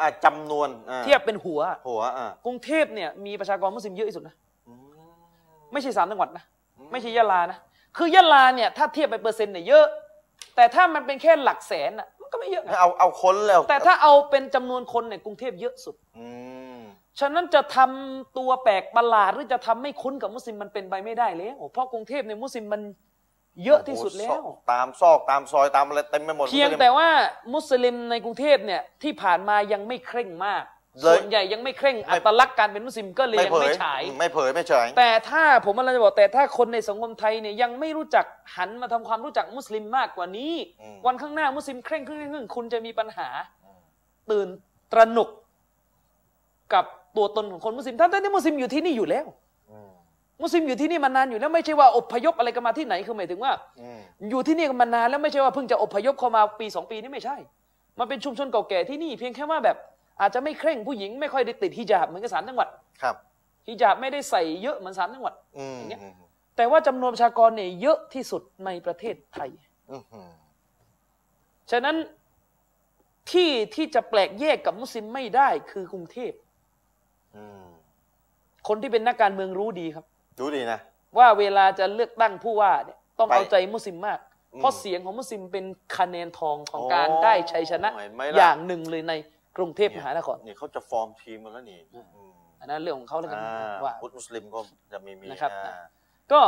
Speaker 1: อ่าจำนวนอ่า
Speaker 2: เทียบเป็นหัว
Speaker 1: หัวอ่าก
Speaker 2: รุงเทพเนี่ยมีประชากรมุสลิมเยอะที่สุดนะ
Speaker 1: อืม
Speaker 2: ไม่ใช่สามจังหวัดนะ ไม่ใช่ยะลานะ คือยะลาเนี่ยถ้าเทียบเป็นเปอร์เซ็นต์เนี่ยเยอะ แต่ถ้ามันเป็นแค่หลักแสนอ่ะมันก็ไม่เยอะนะ
Speaker 1: เอาเอาคนแล้ว
Speaker 2: แต่ถ้าเอาเป็นจำนวนคนเนี่ยกรุงเทพเยอะสุด
Speaker 1: อืม
Speaker 2: ฉะนั้นจะทำตัวแปลกประหลาดหรือจะทำไม่คุ้นกับมุสลิมมันเป็นไปไม่ได้แล้วเพราะกรุงเทพในยมุสลิมมันเยอะที่สุดแล้ว
Speaker 1: โอ้โหตามซอกตามซอยตามอะไรเต็มไปหมด
Speaker 2: เพียงแต่ว่ามุสลิมในกรุงเทพเนี่ยที่ผ่านมายังไม่เคร่งมาก
Speaker 1: เลย
Speaker 2: ส่วนใหญ่ยังไม่เคร่ง
Speaker 1: ไม่
Speaker 2: อัตลักษณ์การเป็นมุสลิมก็เลยยังไม่ฉาย
Speaker 1: ไม่เผยไม่เฉย
Speaker 2: แต่ถ้าผมกำลังจะบอกแต่ถ้าคนในสังคมไทยเนี่ยยังไม่รู้จักหันมาทำความรู้จักมุสลิมมากกว่านี้ วันข้างหน้ามุสลิมเคร่งเคร่งเคร่งเคร่งคุณจะมีปัญหา ตื่นตระหนกกับตัวตนของคนมุสลิมท่านท่านที่มุสลิมอยู่ที่นี่อยู่แล้ว
Speaker 1: อืม
Speaker 2: มุสลิมอยู่ที่นี่มานานอยู่แล้วไม่ใช่ว่าอพยพอะไรกันมาที่ไหนคือหมายถึงว่า
Speaker 1: อืม
Speaker 2: อยู่ที่นี่กันมานานแล้วไม่ใช่ว่าเพิ่งจะอพยพเข้ามาปีสองปีนี่ไม่ใช่ มันเป็นชุมชนเก่าแก่ที่นี่เพียงแค่ว่าแบบอาจจะไม่เคร่งผู้หญิงไม่ค่อยได้ติดฮิญาบเหมือนกับสามจังหวัด
Speaker 1: ครับ
Speaker 2: ฮิญาบไม่ได้ใส่เยอะเหมือนสามจังหวัด
Speaker 1: อืม
Speaker 2: อย่างเงี้ย
Speaker 1: อืม
Speaker 2: แต่ว่าจำนวนประชากรเนี่ยเยอะที่สุดในประเทศไทย
Speaker 1: อืมอืม
Speaker 2: ฉะนั้นที่ที่จะแปลกแยกกับมุสลิมไม่ได้คือกรุงเทพ
Speaker 1: อืม
Speaker 2: คนที่เป็นนักการเมืองรู้ดีครับ
Speaker 1: ดูดีนะ
Speaker 2: ว่าเวลาจะเลือกตั้งผู้ว่าเนี่ยต้อง
Speaker 1: ไป
Speaker 2: เอาใจมุสลิมมาก
Speaker 1: อืม
Speaker 2: เพราะเสียงของมุสลิมเป็นคะแนนทองของการได้ชัยชนะ
Speaker 1: โอ้เห็นไหมล่ะ
Speaker 2: อย่างหนึ่งเลยในกรุงเทพมหานคร
Speaker 1: นี่เขาจะฟอร์มทีมกันแล้วนี่
Speaker 2: อืม
Speaker 1: อืม
Speaker 2: อันนั้นเรื่องของเขาแล้วกัน
Speaker 1: อ่า
Speaker 2: ว่า
Speaker 1: พุทธมุสลิมก็จะมีมี
Speaker 2: นะครับ
Speaker 1: อ่า
Speaker 2: ก็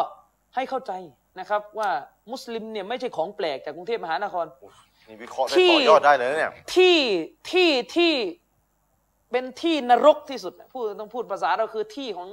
Speaker 2: ให้เข้าใจนะครับว่ามุสลิมเนี่ยไม่ใช่ของแปลกจากกรุงเทพมหานคร
Speaker 1: อุ๊ยนี่วิเคราะห์ได้
Speaker 2: ที่
Speaker 1: ต่อยอดได้เลยนะเนี่ย
Speaker 2: ที่ที่ที่เป็นที่นรกที่สุดนะพูดต้องพูดภาษาเราคือที่ของ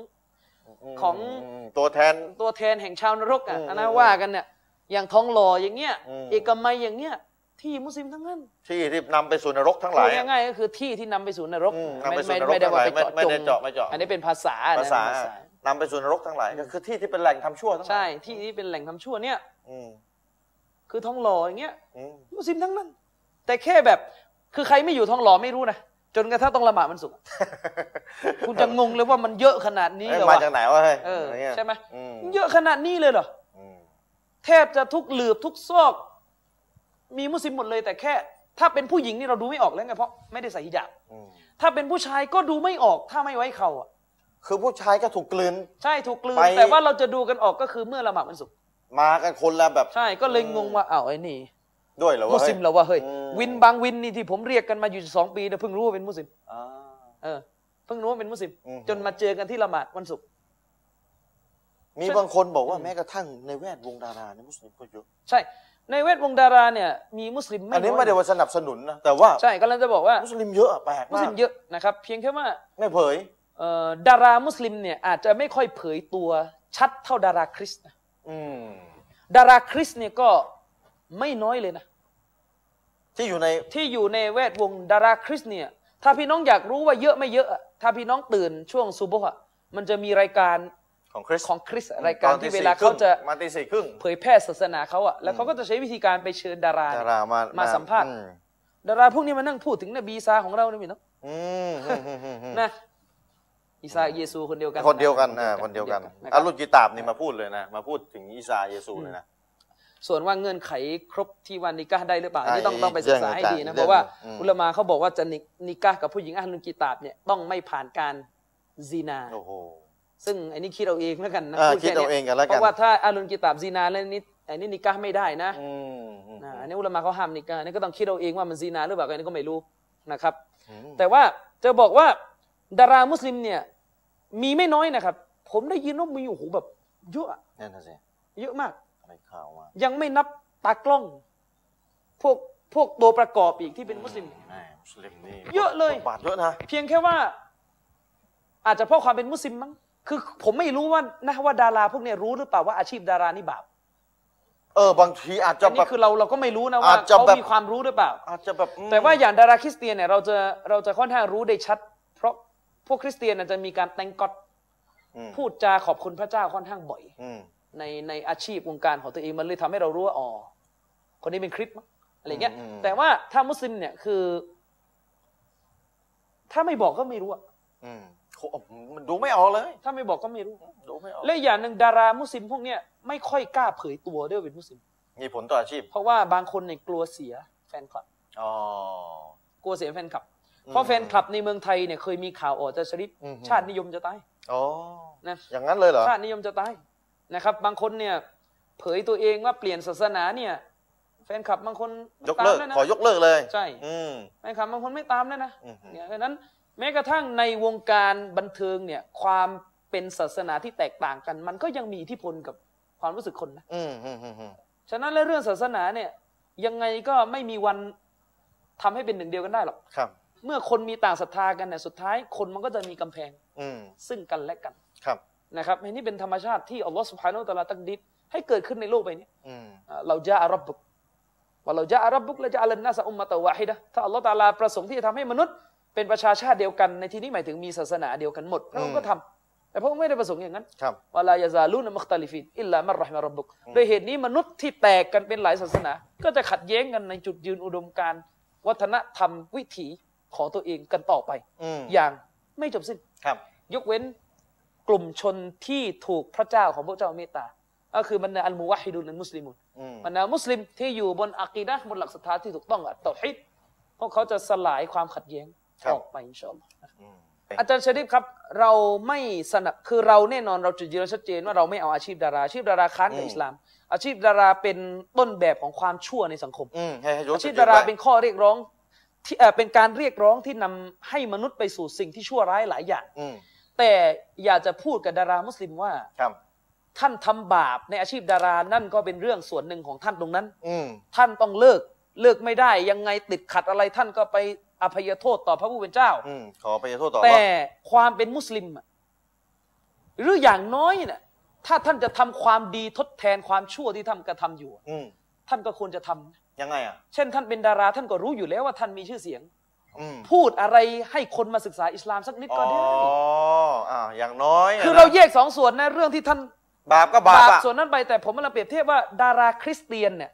Speaker 2: ของ
Speaker 1: มตัวแทน
Speaker 2: ตัวแทนแห่งชาวนรกอ่ะ
Speaker 1: อืม
Speaker 2: อันนั้
Speaker 1: อื
Speaker 2: น
Speaker 1: ม
Speaker 2: ว่ากันเนี่ยอย่างทองหล่ออย่างเงี้ย
Speaker 1: อืม
Speaker 2: เอกมัยอย่างเงี้ยที่มุสลิมทั้งนั้น
Speaker 1: ที่ที่นำไปสู่นรกทั้งห
Speaker 2: พู
Speaker 1: ลา
Speaker 2: ด
Speaker 1: ยอะ
Speaker 2: ง่ายๆก็คือที่ที่นำไปสู่นรก
Speaker 1: อืมนำไปสู่นรก
Speaker 2: ได้ว่าไป
Speaker 1: ทั้งหลายไม่ไม่
Speaker 2: เจาะจง
Speaker 1: ได้เจาะไม่เจาะ
Speaker 2: อันนี้เป็นภาษานะ
Speaker 1: ภาษา
Speaker 2: เป็น
Speaker 1: อะนำไปสู่นรกทั้งหลายก็คือที่ที่เป็นแหล่งทำชั่วทั้งหลาย
Speaker 2: ใช่ที่ที่เป็นแหล่งทำชั่วเนี่ย
Speaker 1: อืม
Speaker 2: คือทองหล่ออย่างเงี้ย
Speaker 1: อืม
Speaker 2: มุสลิมทั้งนั้น แต่แค่แบบคือใครไม่อยู่ทองหล่อไม่รู้นะจนกระทั่งต้องละหมาดมัน สุกร์ คุณจะงงเลยว่ามันเยอะขนาดนี้
Speaker 1: เอ้ย
Speaker 2: เล
Speaker 1: มาว
Speaker 2: ยะ
Speaker 1: จากไหนวะเฮ้ย
Speaker 2: เออ
Speaker 1: อะไรเงี้ย
Speaker 2: ใช่ไหม
Speaker 1: อืม
Speaker 2: เยอะขนาดนี้เลยเหรอ
Speaker 1: อืม
Speaker 2: แทบจะทุกหลืบทุกซอก มีมุสลิมหมดเลย แต่แค่ ถ้าเป็นผู้หญิงนี่เราดูไม่ออกแล้วไงเพราะไม่ได้ใส่ฮิญาบ
Speaker 1: อืม
Speaker 2: ถ้าเป็นผู้ชายก็ดูไม่ออกถ้าไม่ไว้เขาอ่ะ
Speaker 1: คือผู้ชายก็ถูกกลืน
Speaker 2: ใช่ถูกกลืน
Speaker 1: ไป
Speaker 2: แต่ว่าเราจะดูกันออกก็คือเมื่อละหมาดมันสุกร์
Speaker 1: มากันคนละแบบ
Speaker 2: ใช่ก็เลยงงว่าอ้าวไอ้นี่
Speaker 1: ด้วยเหรอวะ
Speaker 2: มุสลิม
Speaker 1: ฮ้ย
Speaker 2: เหราว่าเฮ้ย
Speaker 1: อืม
Speaker 2: วินบางวินนี่ที่ผมเรียกกันมาอยู่สองปีเนี่ยเพิ่งรู้ว่าเป็นมุสลิม
Speaker 1: อ่า
Speaker 2: เออเพิ่งรู้ว่าเป็นมุสลิม
Speaker 1: อืม
Speaker 2: จนมาเจอกันที่ละหมาดวันศุกร์
Speaker 1: มี
Speaker 2: ใช่
Speaker 1: บางคนบอกว่าแม้กระทั่งในแวดวงดาราเนี่ยมุสลิมก็เยอะ
Speaker 2: ใช่ ในเวทวงดาราเนี่ย มีมุสลิม
Speaker 1: อันนี้
Speaker 2: อย
Speaker 1: ไม่ได้ว่าสนับสนุนนะแต่ว่า
Speaker 2: ใช่กำลังจะบอกว่า
Speaker 1: มุสลิมเยอะอะแปลก
Speaker 2: มุ
Speaker 1: มาก
Speaker 2: สลิมเยอะนะครับ เพียงแค่ว่า
Speaker 1: ไม่เผย
Speaker 2: เอ่อดารามุสลิมเนี่ยอาจจะไม่ค่อยเผยตัวชัดเท่าดาราคริสต์นะ
Speaker 1: อืม
Speaker 2: ดาราคริสต์เนี่ยก็ไม่น้อยเลยนะ
Speaker 1: ที่อยู่ใน
Speaker 2: ที่อยู่ในเวทวงดาราคริสต์เนี่ย ถ้าพี่น้องอยากรู้ว่าเยอะไม่เยอะอะถ้าพี่น้องตื่นช่วงซูโบฮ์อะมันจะมีรายการ
Speaker 1: ของคริส
Speaker 2: ของคริสต์อะรายการที่เวลาเขาจะ
Speaker 1: มาตีสี่ครึ่ง
Speaker 2: เผยแพร่ศาสนาเขาอะแล้วเขาก็จะใช้วิธีการไปเชิญดารา
Speaker 1: ดารามา
Speaker 2: มาสัมภาษณ์
Speaker 1: อื
Speaker 2: ดาราพวกนี้มานั่งพูดถึงนบีอีซาของเราเนี่ยมีเนาะ
Speaker 1: อืมอืมอืมอืม
Speaker 2: นะอีซาเยซูคนเดียวกัน
Speaker 1: คนเดียวกันอ่าคนเดียวกัน
Speaker 2: นะค
Speaker 1: อา
Speaker 2: รับ
Speaker 1: รุจิตาบนี่มาพูดเลยนะ มาพูดถึงอีซาเยซูเลยนะ
Speaker 2: ส่วนว่าเงื่อนไขครบที่วันนิกาได้หรือเปล่าอันนี้
Speaker 1: อ่า
Speaker 2: ต้องต้องไป
Speaker 1: เรื่
Speaker 2: ศึ
Speaker 1: อก ง
Speaker 2: ษาให้ดีนะ
Speaker 1: เรื่อง
Speaker 2: เพราะว่า
Speaker 1: อืม
Speaker 2: อุลามาเขาบอกว่าจะนินิกากับผู้หญิงอัลลุนกีตาบเนี่ยต้องไม่ผ่านการซีนา
Speaker 1: โอ้โห
Speaker 2: ซึ่งอันนี้คิดเอาเองแล้วกันนะ
Speaker 1: อ่า
Speaker 2: พูแค่
Speaker 1: คิดเอาเองกันแล้วกัน
Speaker 2: เพราะว่าถ้าอัลลุนกีตาบซีนาแล้วนี่อันนี้นิกาไม่ได้นะ
Speaker 1: อืมอืม
Speaker 2: อ่าอันนี้อุลามะเขาห้ามนิกายอันนี่ก็ต้องคิดเอาเองว่ามันซีนาหรือเปล่าอันนี้ก็ไม่รู้นะครับ
Speaker 1: อืม
Speaker 2: แต่ว่าจะบอกว่าดารามุสลิมเนี่ยมีไม่น้อยนะครับ ผมได้ยินว่ามีอยู่โอ้โหแบบเยอะอะ
Speaker 1: นั่นน่ะสิ
Speaker 2: เยอะมาก
Speaker 1: อะไรข่าวมา
Speaker 2: ยังไม่นับตากล้อง พวกพวกตัวประกอบอีกที่เป็นมุสลิม
Speaker 1: แหมุสลิมนี่
Speaker 2: เยอะเลย
Speaker 1: บทบาทเยอะนะ
Speaker 2: เพียงแค่ว่า อาจจะเพราะความเป็นมุสลิมมั้งคือผมไม่รู้ว่านะว่าดาราพวกเนี้รู้หรือเปล่าว่าอาชีพดารานี่บาป
Speaker 1: เออบางทีอาจจะ
Speaker 2: อัน
Speaker 1: แบ
Speaker 2: นี้
Speaker 1: บ
Speaker 2: คือเราเราก็ไม่รู้นะว่า
Speaker 1: อาจจะ
Speaker 2: เขา
Speaker 1: แบบ
Speaker 2: มีความรู้หรือเปล่า
Speaker 1: อาจจะแบบอืม
Speaker 2: แต่ว่าอย่างดาราคริสเตียนเนี่ยเราจะเราจะค่อนข้างรู้ได้ชัด เพราะพวกคริสเตียนน่ะจะมีการแต่งกอด
Speaker 1: อืม
Speaker 2: พูดจาขอบคุณพระเจ้าค่อนข้างบ่อย
Speaker 1: อืม
Speaker 2: ในในอาชีพวงการของตัวเองมันเลยทำให้เรารู้ว่าอ๋อคนนี้เป็นคริสต์มั้งอะไรเงี้ย
Speaker 1: อืมอืม
Speaker 2: แต่ว่าถ้ามุสลิมเนี่ยคือ ถ้าไม่บอกก็ไม่รู้อะ
Speaker 1: อืมโอ้โหมันดูไม่ออกเลย
Speaker 2: ถ้าไม่บอกก็ไม่รู้
Speaker 1: ดูไม่ออก
Speaker 2: และอีกอย่างหนึ่งดารามุสลิมพวกเนี้ยไม่ค่อยกล้าเผยตัวด้วยว่าเป็นมุสลิม
Speaker 1: มีผลต่ออาชีพ
Speaker 2: เพราะว่าบางคนเนี่ยกลัวเสียแฟนคลับ
Speaker 1: อ๋อ
Speaker 2: กลัวเสียแฟนคลับ
Speaker 1: อืม
Speaker 2: เพราะแฟนคลับในเมืองไทยเนี่ยเคยมีข่าวออกจะชริป
Speaker 1: อืม
Speaker 2: ชาตินิยมจะตาย
Speaker 1: อ๋อ
Speaker 2: นะ
Speaker 1: อย่างนั้นเลยเหรอ
Speaker 2: ชาตินิยมจะตายนะครับ บางคนเนี่ยเผยตัวเองว่าเปลี่ยนศาสนาเนี่ย แฟนคลับบางคนไม่
Speaker 1: ยก
Speaker 2: ตาม
Speaker 1: เลิก
Speaker 2: แล้วนะ
Speaker 1: ขอยกเลิกเลย
Speaker 2: ใช่
Speaker 1: อืม
Speaker 2: แฟนคลับบางคนไม่ตามแล้วนะ
Speaker 1: อือหือ
Speaker 2: เนี่ยดังนั้นแม้กระทั่งในวงการบันเทิงเนี่ยความเป็นศาสนาที่แตกต่างกัน มันก็ยังมีอิทธิพลกับความรู้สึกคนนะ
Speaker 1: อืมอืมอืมอืม
Speaker 2: ฉะนั้นแล้วเรื่องศาสนาเนี่ยยังไงก็ไม่มีวันทำให้เป็นหนึ่งเดียวกันได้หรอก
Speaker 1: ครับ
Speaker 2: เมื่อคนมีต่างศรัทธากันเนี่ยสุดท้ายคนมันก็จะมีกำแพง
Speaker 1: อืม
Speaker 2: ซึ่งกันและกัน
Speaker 1: ครับ
Speaker 2: นะครับอันนี้เป็นธรรมชาติที่อัลลอฮ์สุบฮานาอัลตะอาลาตักดิดให้เกิดขึ้นในโลกใบนี้
Speaker 1: อืม
Speaker 2: อ่าเราจะอารับบุกว่าเราจะอารับบุกและจะอาลันนาสอุมมาตะวาฮิดะถ้าอัลลอฮ์ตะอาลาประสงค์ที่จะทำให้มนุษย์เป็นประชาชาติเดียวกันในที่นี้หมายถึงมีศาสนาเดียวกันหมดพระองค์ก็ทำแต่พระองค์ไม่ได้ประสงค์อย่างนั้น
Speaker 1: ครับ
Speaker 2: วะลายาซาลูนมัคตาลิฟินอิลลามัรเราะห์มะรับบุกด้วยเหตุนี้มนุษย์ที่แตกกันเป็นหลายศาสนา ก็จะขัดแย้งกันในจุดยืนอุดมการณ์วัฒนธรรมวิถีของตัวเองกันต่อไป
Speaker 1: อืม
Speaker 2: อย่างไม่จบสิ้น
Speaker 1: ครับ
Speaker 2: ยกเว้นกลุ่มชนที่ถูกพระเจ้าของพระเจ้าเมตตา ก็คือบรรดาอัลมุวาฮิดุนอัลมุสลิมุน
Speaker 1: อืม
Speaker 2: บรรดามุสลิมที่อยู่บนอักีดะห์บนหลักศรัทธาที่ถูกต้องอัตเตอฮิดพวกเขาจะสลายความขัดแย้ง
Speaker 1: ครับ
Speaker 2: ออกไปอินชาอัลลอฮ์
Speaker 1: อืม
Speaker 2: อาจารย์ชริฟครับ เราไม่สนับคือเราแน่นอนเราจุดยืนเราชัดเจนว่าเราไม่เอาอาชีพดาราอาชีพดาราค้านกับ
Speaker 1: อืม
Speaker 2: อิสลาม อาชีพดาราเป็นต้นแบบของความชั่วในสังคม
Speaker 1: อืมให้ให้ยก
Speaker 2: อาชีพ
Speaker 1: จุ
Speaker 2: ดารา
Speaker 1: ไ
Speaker 2: เป็นข้อเรียกร้องที่เอ่อเป็นการเรียกร้องที่นำให้มนุษย์ไปสู่สิ่งที่ชั่วร้ายหลายอย่าง
Speaker 1: อืม
Speaker 2: แต่อยากจะพูดกับดารามุสลิมว่า
Speaker 1: ครับ
Speaker 2: ท่านทำบาปในอาชีพดารานั่นก็เป็นเรื่องส่วนหนึ่งของท่านตรงนั้น
Speaker 1: อืม
Speaker 2: ท่านต้องเลิกเลิกไม่ได้ยังไงติดขัดอะไรท่านก็ไปอภัยโทษต่อพระผู้เป็นเจ้า
Speaker 1: อืมขอไปโทษต่อ
Speaker 2: แต่
Speaker 1: ว่า
Speaker 2: ความเป็นมุสลิมอะหรืออย่างน้อยน่ะถ้าท่านจะทำความดีทดแทนความชั่วที่ท่านกระทำอยู่อะ
Speaker 1: อืม
Speaker 2: ท่านก็ควรจะทำ
Speaker 1: ยังไงอ่ะ
Speaker 2: เช่น ท่านเป็นดารา ท่านก็รู้อยู่แล้วว่าท่านมีชื่อเสียง
Speaker 1: อืม
Speaker 2: พูดอะไรให้คนมาศึกษาอิสลามสักนิด
Speaker 1: อ๋
Speaker 2: ก็
Speaker 1: อ
Speaker 2: ได้
Speaker 1: อ่าอย่างน้อย
Speaker 2: คือะ เรา
Speaker 1: นะ
Speaker 2: แยกสองส่วนนะเรื่องที่ท่าน
Speaker 1: บาปก็บาป
Speaker 2: บาป
Speaker 1: อ่ะ
Speaker 2: ส่วนนั้นไปแต่ผมกำลังเปรียบเทียบว่าดาราคริสเตียนเนี่ย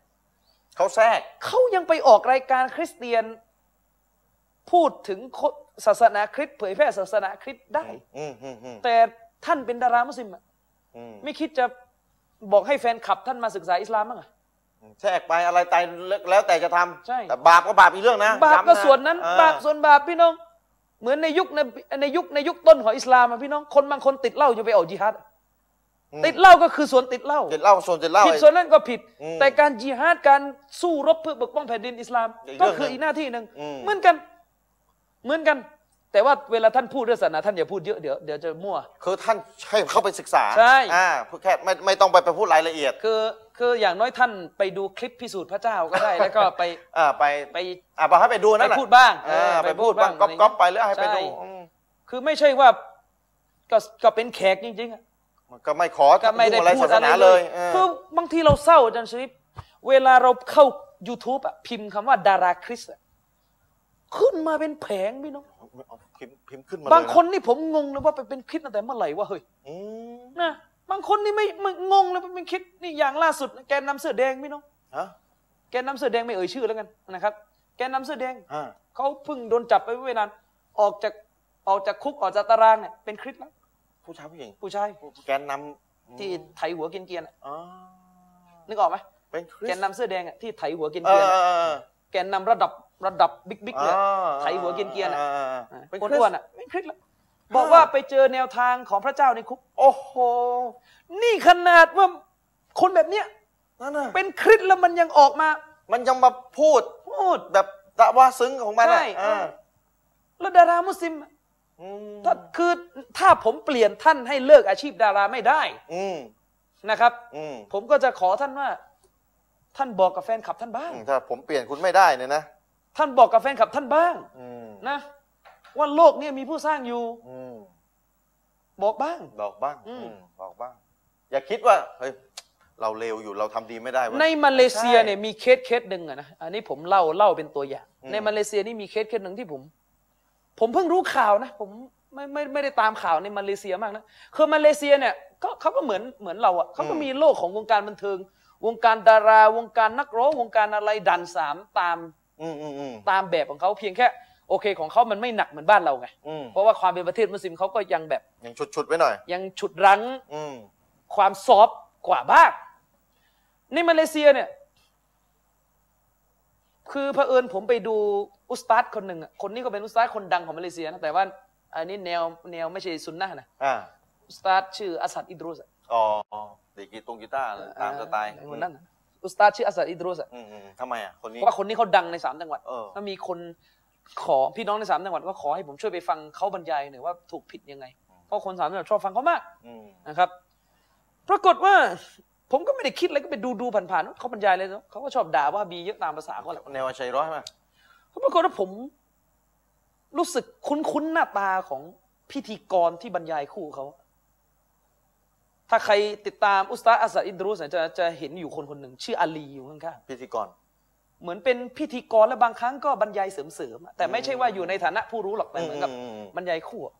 Speaker 1: เขาแทรก
Speaker 2: เขายังไปออกรายการคริสเตียน พูดถึงคนศาสนาคริสต์เผยแพร่ศาสนาคริสต์ได้
Speaker 1: อืมอืมอืม
Speaker 2: แต่ท่านเป็นดารามุสลิมอะ
Speaker 1: อืม
Speaker 2: ไม่คิดจะบอกให้แฟนคลับท่านมาศึกษาอิสลามบ้างอะ
Speaker 1: แทรกไปอะไรตายแล้วแต่จะทำ
Speaker 2: ใช่
Speaker 1: แต่บาปก็บาปอีกเรื่องนะ
Speaker 2: บาปก็
Speaker 1: ย้ำะ
Speaker 2: ส่วนนั้น
Speaker 1: เออบ
Speaker 2: าปส่วนบาปพี่น้อง เหมือนในยุคในในยุคในยุคต้นของอิสลามอะพี่น้องคนบางคนติดเหล้าจะไปออกจิฮัด
Speaker 1: อืม
Speaker 2: ติดเหล้าก็คือส่วนติดเหล้า
Speaker 1: ติดเหล้าส่วนติดเหล้า
Speaker 2: ผิด
Speaker 1: ไอ้
Speaker 2: ส่วนนั้นก็ผิด
Speaker 1: อืม
Speaker 2: แต่การจิฮัดการสู้รบเพื่อปกป้องแผ่นดินอิสลาม
Speaker 1: อีก
Speaker 2: ก็
Speaker 1: เรื่อง
Speaker 2: คือ
Speaker 1: หนึ่ง
Speaker 2: อีกหน้าที่หนึ่ง
Speaker 1: อืม
Speaker 2: เหมือนกัน เหมือนกัน แต่ว่าเวลาท่านพูดเรื่องศาสนาท่านอย่าพูดเยอะเดี๋ยวเดี๋ยวจะมั่ว
Speaker 1: คือท่านให้เข้าไปศึกษา
Speaker 2: ใช่
Speaker 1: อ่าแค่ไม่ไม่ต้องไปไปพูดรายละเอียด
Speaker 2: คือคืออย่างน้อยท่านไปดูคลิปพิสูจน์พระเจ้าก็ได้ แล้วก็ไป
Speaker 1: อ่าไป
Speaker 2: ไป
Speaker 1: อ่าบอกให้ไปดูนั่น
Speaker 2: ไป
Speaker 1: น่ะ
Speaker 2: พูดบ้าง
Speaker 1: เออ
Speaker 2: เออ
Speaker 1: ไปพูดบ้าง
Speaker 2: ไปพูด
Speaker 1: ก๊อง ป
Speaker 2: บ้า
Speaker 1: ก๊อปไปแล้วให้ไป
Speaker 2: ใช่
Speaker 1: ดูอืม
Speaker 2: คือไม่ใช่ว่าก็ก็เป็นแขกจริงๆอะ
Speaker 1: มันก็ไม่ขอ
Speaker 2: ก็ไม่ได้
Speaker 1: ยุ่งอะร
Speaker 2: พูด
Speaker 1: ศา
Speaker 2: อะ
Speaker 1: ส
Speaker 2: ไร
Speaker 1: นา
Speaker 2: เล
Speaker 1: เลย ยเออ
Speaker 2: คือบางทีเราเศร้าอาจารย์ชริปเวลาเราเข้า YouTube อะพิมพ์คำว่าดาราคริสอะขึ้นมาเป็นแผงพี่น้อง
Speaker 1: เอาพิมพ์พิมพ์ขึ้นมา
Speaker 2: บางคน
Speaker 1: เลยะ
Speaker 2: นี่ผมงงเลยว่าไปเป็นคริสตั้งแต่เมื่อไหร่วะเฮ้ย
Speaker 1: อืม
Speaker 2: นะ บางคนนี่ไม่ไม่งงเลยไปเป็นคริสนี่อย่างล่าสุด แกนนำเสื้อแดงพี่น้อง
Speaker 1: ฮะ
Speaker 2: แกนนำเสื้อแดงไม่เอ่ยชื่อแล้วกันนะครับ แกนนำเสื้อแดง
Speaker 1: อ่า
Speaker 2: เขาเพิ่งโดนจับไปไม่นาน ออกจากออกจากคุกออกจากตารางเนี่ยเป็นคริสแล้ว
Speaker 1: ผู้ชายผู้หญิง
Speaker 2: ผู้ชาย
Speaker 1: แกนนำ
Speaker 2: ที่ไถหัวกินเกรียนอะ
Speaker 1: อ๋อ
Speaker 2: นึกออกไหม
Speaker 1: เป็นคริส
Speaker 2: แกนนำเสื้อแดงอะที่ไถหัวกิน
Speaker 1: เอ
Speaker 2: เกรียน
Speaker 1: อ
Speaker 2: อะ
Speaker 1: เออ
Speaker 2: แกนนำระดับระดับบิ๊กบิ๊ก
Speaker 1: เอ
Speaker 2: เลย
Speaker 1: อ
Speaker 2: ไถหัวเกรียนๆน่ะ
Speaker 1: ออเออเป็คริ
Speaker 2: อ้วน
Speaker 1: ส
Speaker 2: อ้วนๆอ่ะไม่คลิกแล้วบอกว่าไปเจอแนวทางของพระเจ้าในคุก
Speaker 1: โอ้โห
Speaker 2: นี่ขนาดว่าคนแบบเนี้ย
Speaker 1: นั่นน่ะ
Speaker 2: เป็นคริสต์แล้วมันยังออกมา
Speaker 1: มันยังมาพูด
Speaker 2: พูด
Speaker 1: แบบตะว่าซึ้งของมันอ่ะ
Speaker 2: ใช่
Speaker 1: อ่า
Speaker 2: แล้วดารามุสลิมอ่ะ
Speaker 1: อืม
Speaker 2: ถ้าคือถ้าผมเปลี่ยนท่านให้เลิกอาชีพดาราไม่ได้
Speaker 1: อืม
Speaker 2: นะครับ
Speaker 1: อืม
Speaker 2: ผมก็จะขอท่านว่า ท่านบอกกับแฟนคลับท่านบ้าง
Speaker 1: ถ้าผมเปลี่ยนคุณไม่ได้เนี่ยนะ
Speaker 2: ท่านบอกกับแฟนคลับท่านบ้าง
Speaker 1: อืม
Speaker 2: นะว่าโลกเนี้มีผู้สร้างอยู่
Speaker 1: อืม
Speaker 2: บอกบ้าง
Speaker 1: บอกบ้าง
Speaker 2: อืม
Speaker 1: อืมบอกบ้าง อย่าคิดว่าเฮ้ยเราเลวอยู่เราทำดีไม่ได้เว้ย
Speaker 2: ในมาเลเซีย
Speaker 1: ใช่
Speaker 2: เนี่ยมีเคสเคสหนึ่งอะนะ อันนี้ผมเล่าเล่าเป็นตัวอย่าง
Speaker 1: อืม
Speaker 2: ในมาเลเซียนี่มีเคสเคสหนึ่งที่ผม ผมเพิ่งรู้ข่าวนะ ผมไม่ไม่ไม่ได้ตามข่าวในมาเลเซียมากนะ คือมาเลเซียเนี่ยก็เขาก็เหมือนเหมือนเราอะเขาก็มีโลกของวงการบันเทิง วงการดาราวงการนักร้องวงการอะไรดันสามตาม
Speaker 1: อืมอืมอืม
Speaker 2: ตามแบบของเขาเพียงแค่ โอเคของเขามันไม่หนักเหมือนบ้านเราไง
Speaker 1: อืม
Speaker 2: เพราะว่าความเป็นประเทศมุสลิมเขาก็ยังแบบ
Speaker 1: ยังชุดชุดๆไว้หน่อย
Speaker 2: ยังฉุดรั้ง
Speaker 1: อืม
Speaker 2: ความซอฟต์กว่าบ้างในมาเลเซียเนี่ย คือเผอิญผมไปดูอุสตาดคนหนึ่งอะคนนี้ก็เป็นอุสตาดคนดังของมาเลเซียนะแต่ว่าอันนี้แนวแนวไม่ใช่ซุนนะห์นะ
Speaker 1: อ่า
Speaker 2: อุสตาดชื่ออาสัดอิดรุสอะ
Speaker 1: อ๋อดีดกีตรงกีตาร์เลยตามสไตล์
Speaker 2: เออคนนั้นน่ะอุสตาดชื่ออาสัดอิดรุสอะ
Speaker 1: อืมอืมทำไมอ่ะ คน
Speaker 2: เพ
Speaker 1: นี้
Speaker 2: ราะว่าคนนี้เขาดังในสามจังหวัด
Speaker 1: เออ
Speaker 2: แล้วมีคนขอพี่น้องในสามจังหวัดก็ขอให้ผมช่วยไปฟังเขาบรรยายหน่อยว่าถูกผิดยังไงเพราะคนสามจังหวัดชอบฟังเขามาก
Speaker 1: อืม
Speaker 2: นะครับ ปรากฏว่า ผมก็ไม่ได้คิดอะไรก็ไปดูดูๆผ่านๆเขาบรรยายเลยเนอะเขาก็ชอบด่าว่าบีเยอะตามภาษาเขาแหละ
Speaker 1: แนวชัยร้อยไหม
Speaker 2: ปรากฏว่าผม รู้สึกคุ้นๆหน้าตาของพิธีกรที่บรรยายคู่เขา ถ้าใครติดตามอุสตาอัสดอิดรุสเนี่ยจะจะเห็นอยู่คนคนหนึ่ง ชื่ออาลีอยู่ข้าง
Speaker 1: พิธีกร
Speaker 2: ๆเหมือนเป็นพิธีกรและบางครั้งก็บรรยายเสริมๆอะแต่ไม่ใช่ว่าอยู่ในฐานะผู้รู้หรอกแต่เหมือนกับ
Speaker 1: อืมอืมอืม
Speaker 2: บรรยายคู่อะ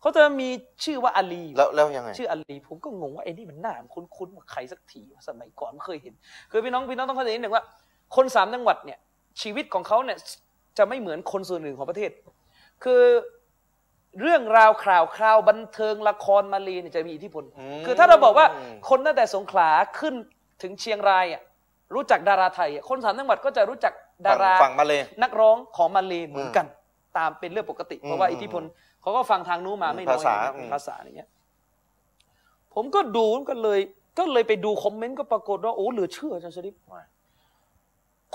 Speaker 2: เขาจะมีชื่อว่าอาลีอยู่
Speaker 1: แล้วแล้วยังไง
Speaker 2: ชื่ออัลลีผมก็งงว่าไอ้นี่มันหน้ามันคุ้นๆกับใครสักทีวะสมัยก่อนไม่เคยเห็น คือพี่น้องพี่น้องต้องเข้าใจนิดหนึ่งว่า คนสามจังหวัดเนี่ย ชีวิตของเขาเนี่ยจะไม่เหมือนคนส่วนอื่นของประเทศ คือเรื่องราวข่าวคราวบันเทิงละครมาลีเนี่ยจะมีอิทธิพล
Speaker 1: อืม
Speaker 2: คือถ้าเราบอกว่าคนตั้งแต่สงขลาขึ้นถึงเชียงรายอ่ะรู้จักดาราไทยอะคนสามจังหวัดก็จะรู้จักดารา
Speaker 1: ฝั่งฝั่งมาเลย
Speaker 2: นักร้องของมาเลเหมือนกัน ตามเป็นเรื่องปกติ เพราะว่า
Speaker 1: อืม
Speaker 2: อิทธิพล เขาก็ฟังทางนู้นมาไม่น้อย
Speaker 1: ภาษา
Speaker 2: นะ
Speaker 1: อืม
Speaker 2: ภาษาอย่างเงี้ยผมก็ดูก็เลย ก็เลยไปดูคอมเมนต์ก็ปรากฏว่าโอ้เหลือเชื่ออาจารย์ชริป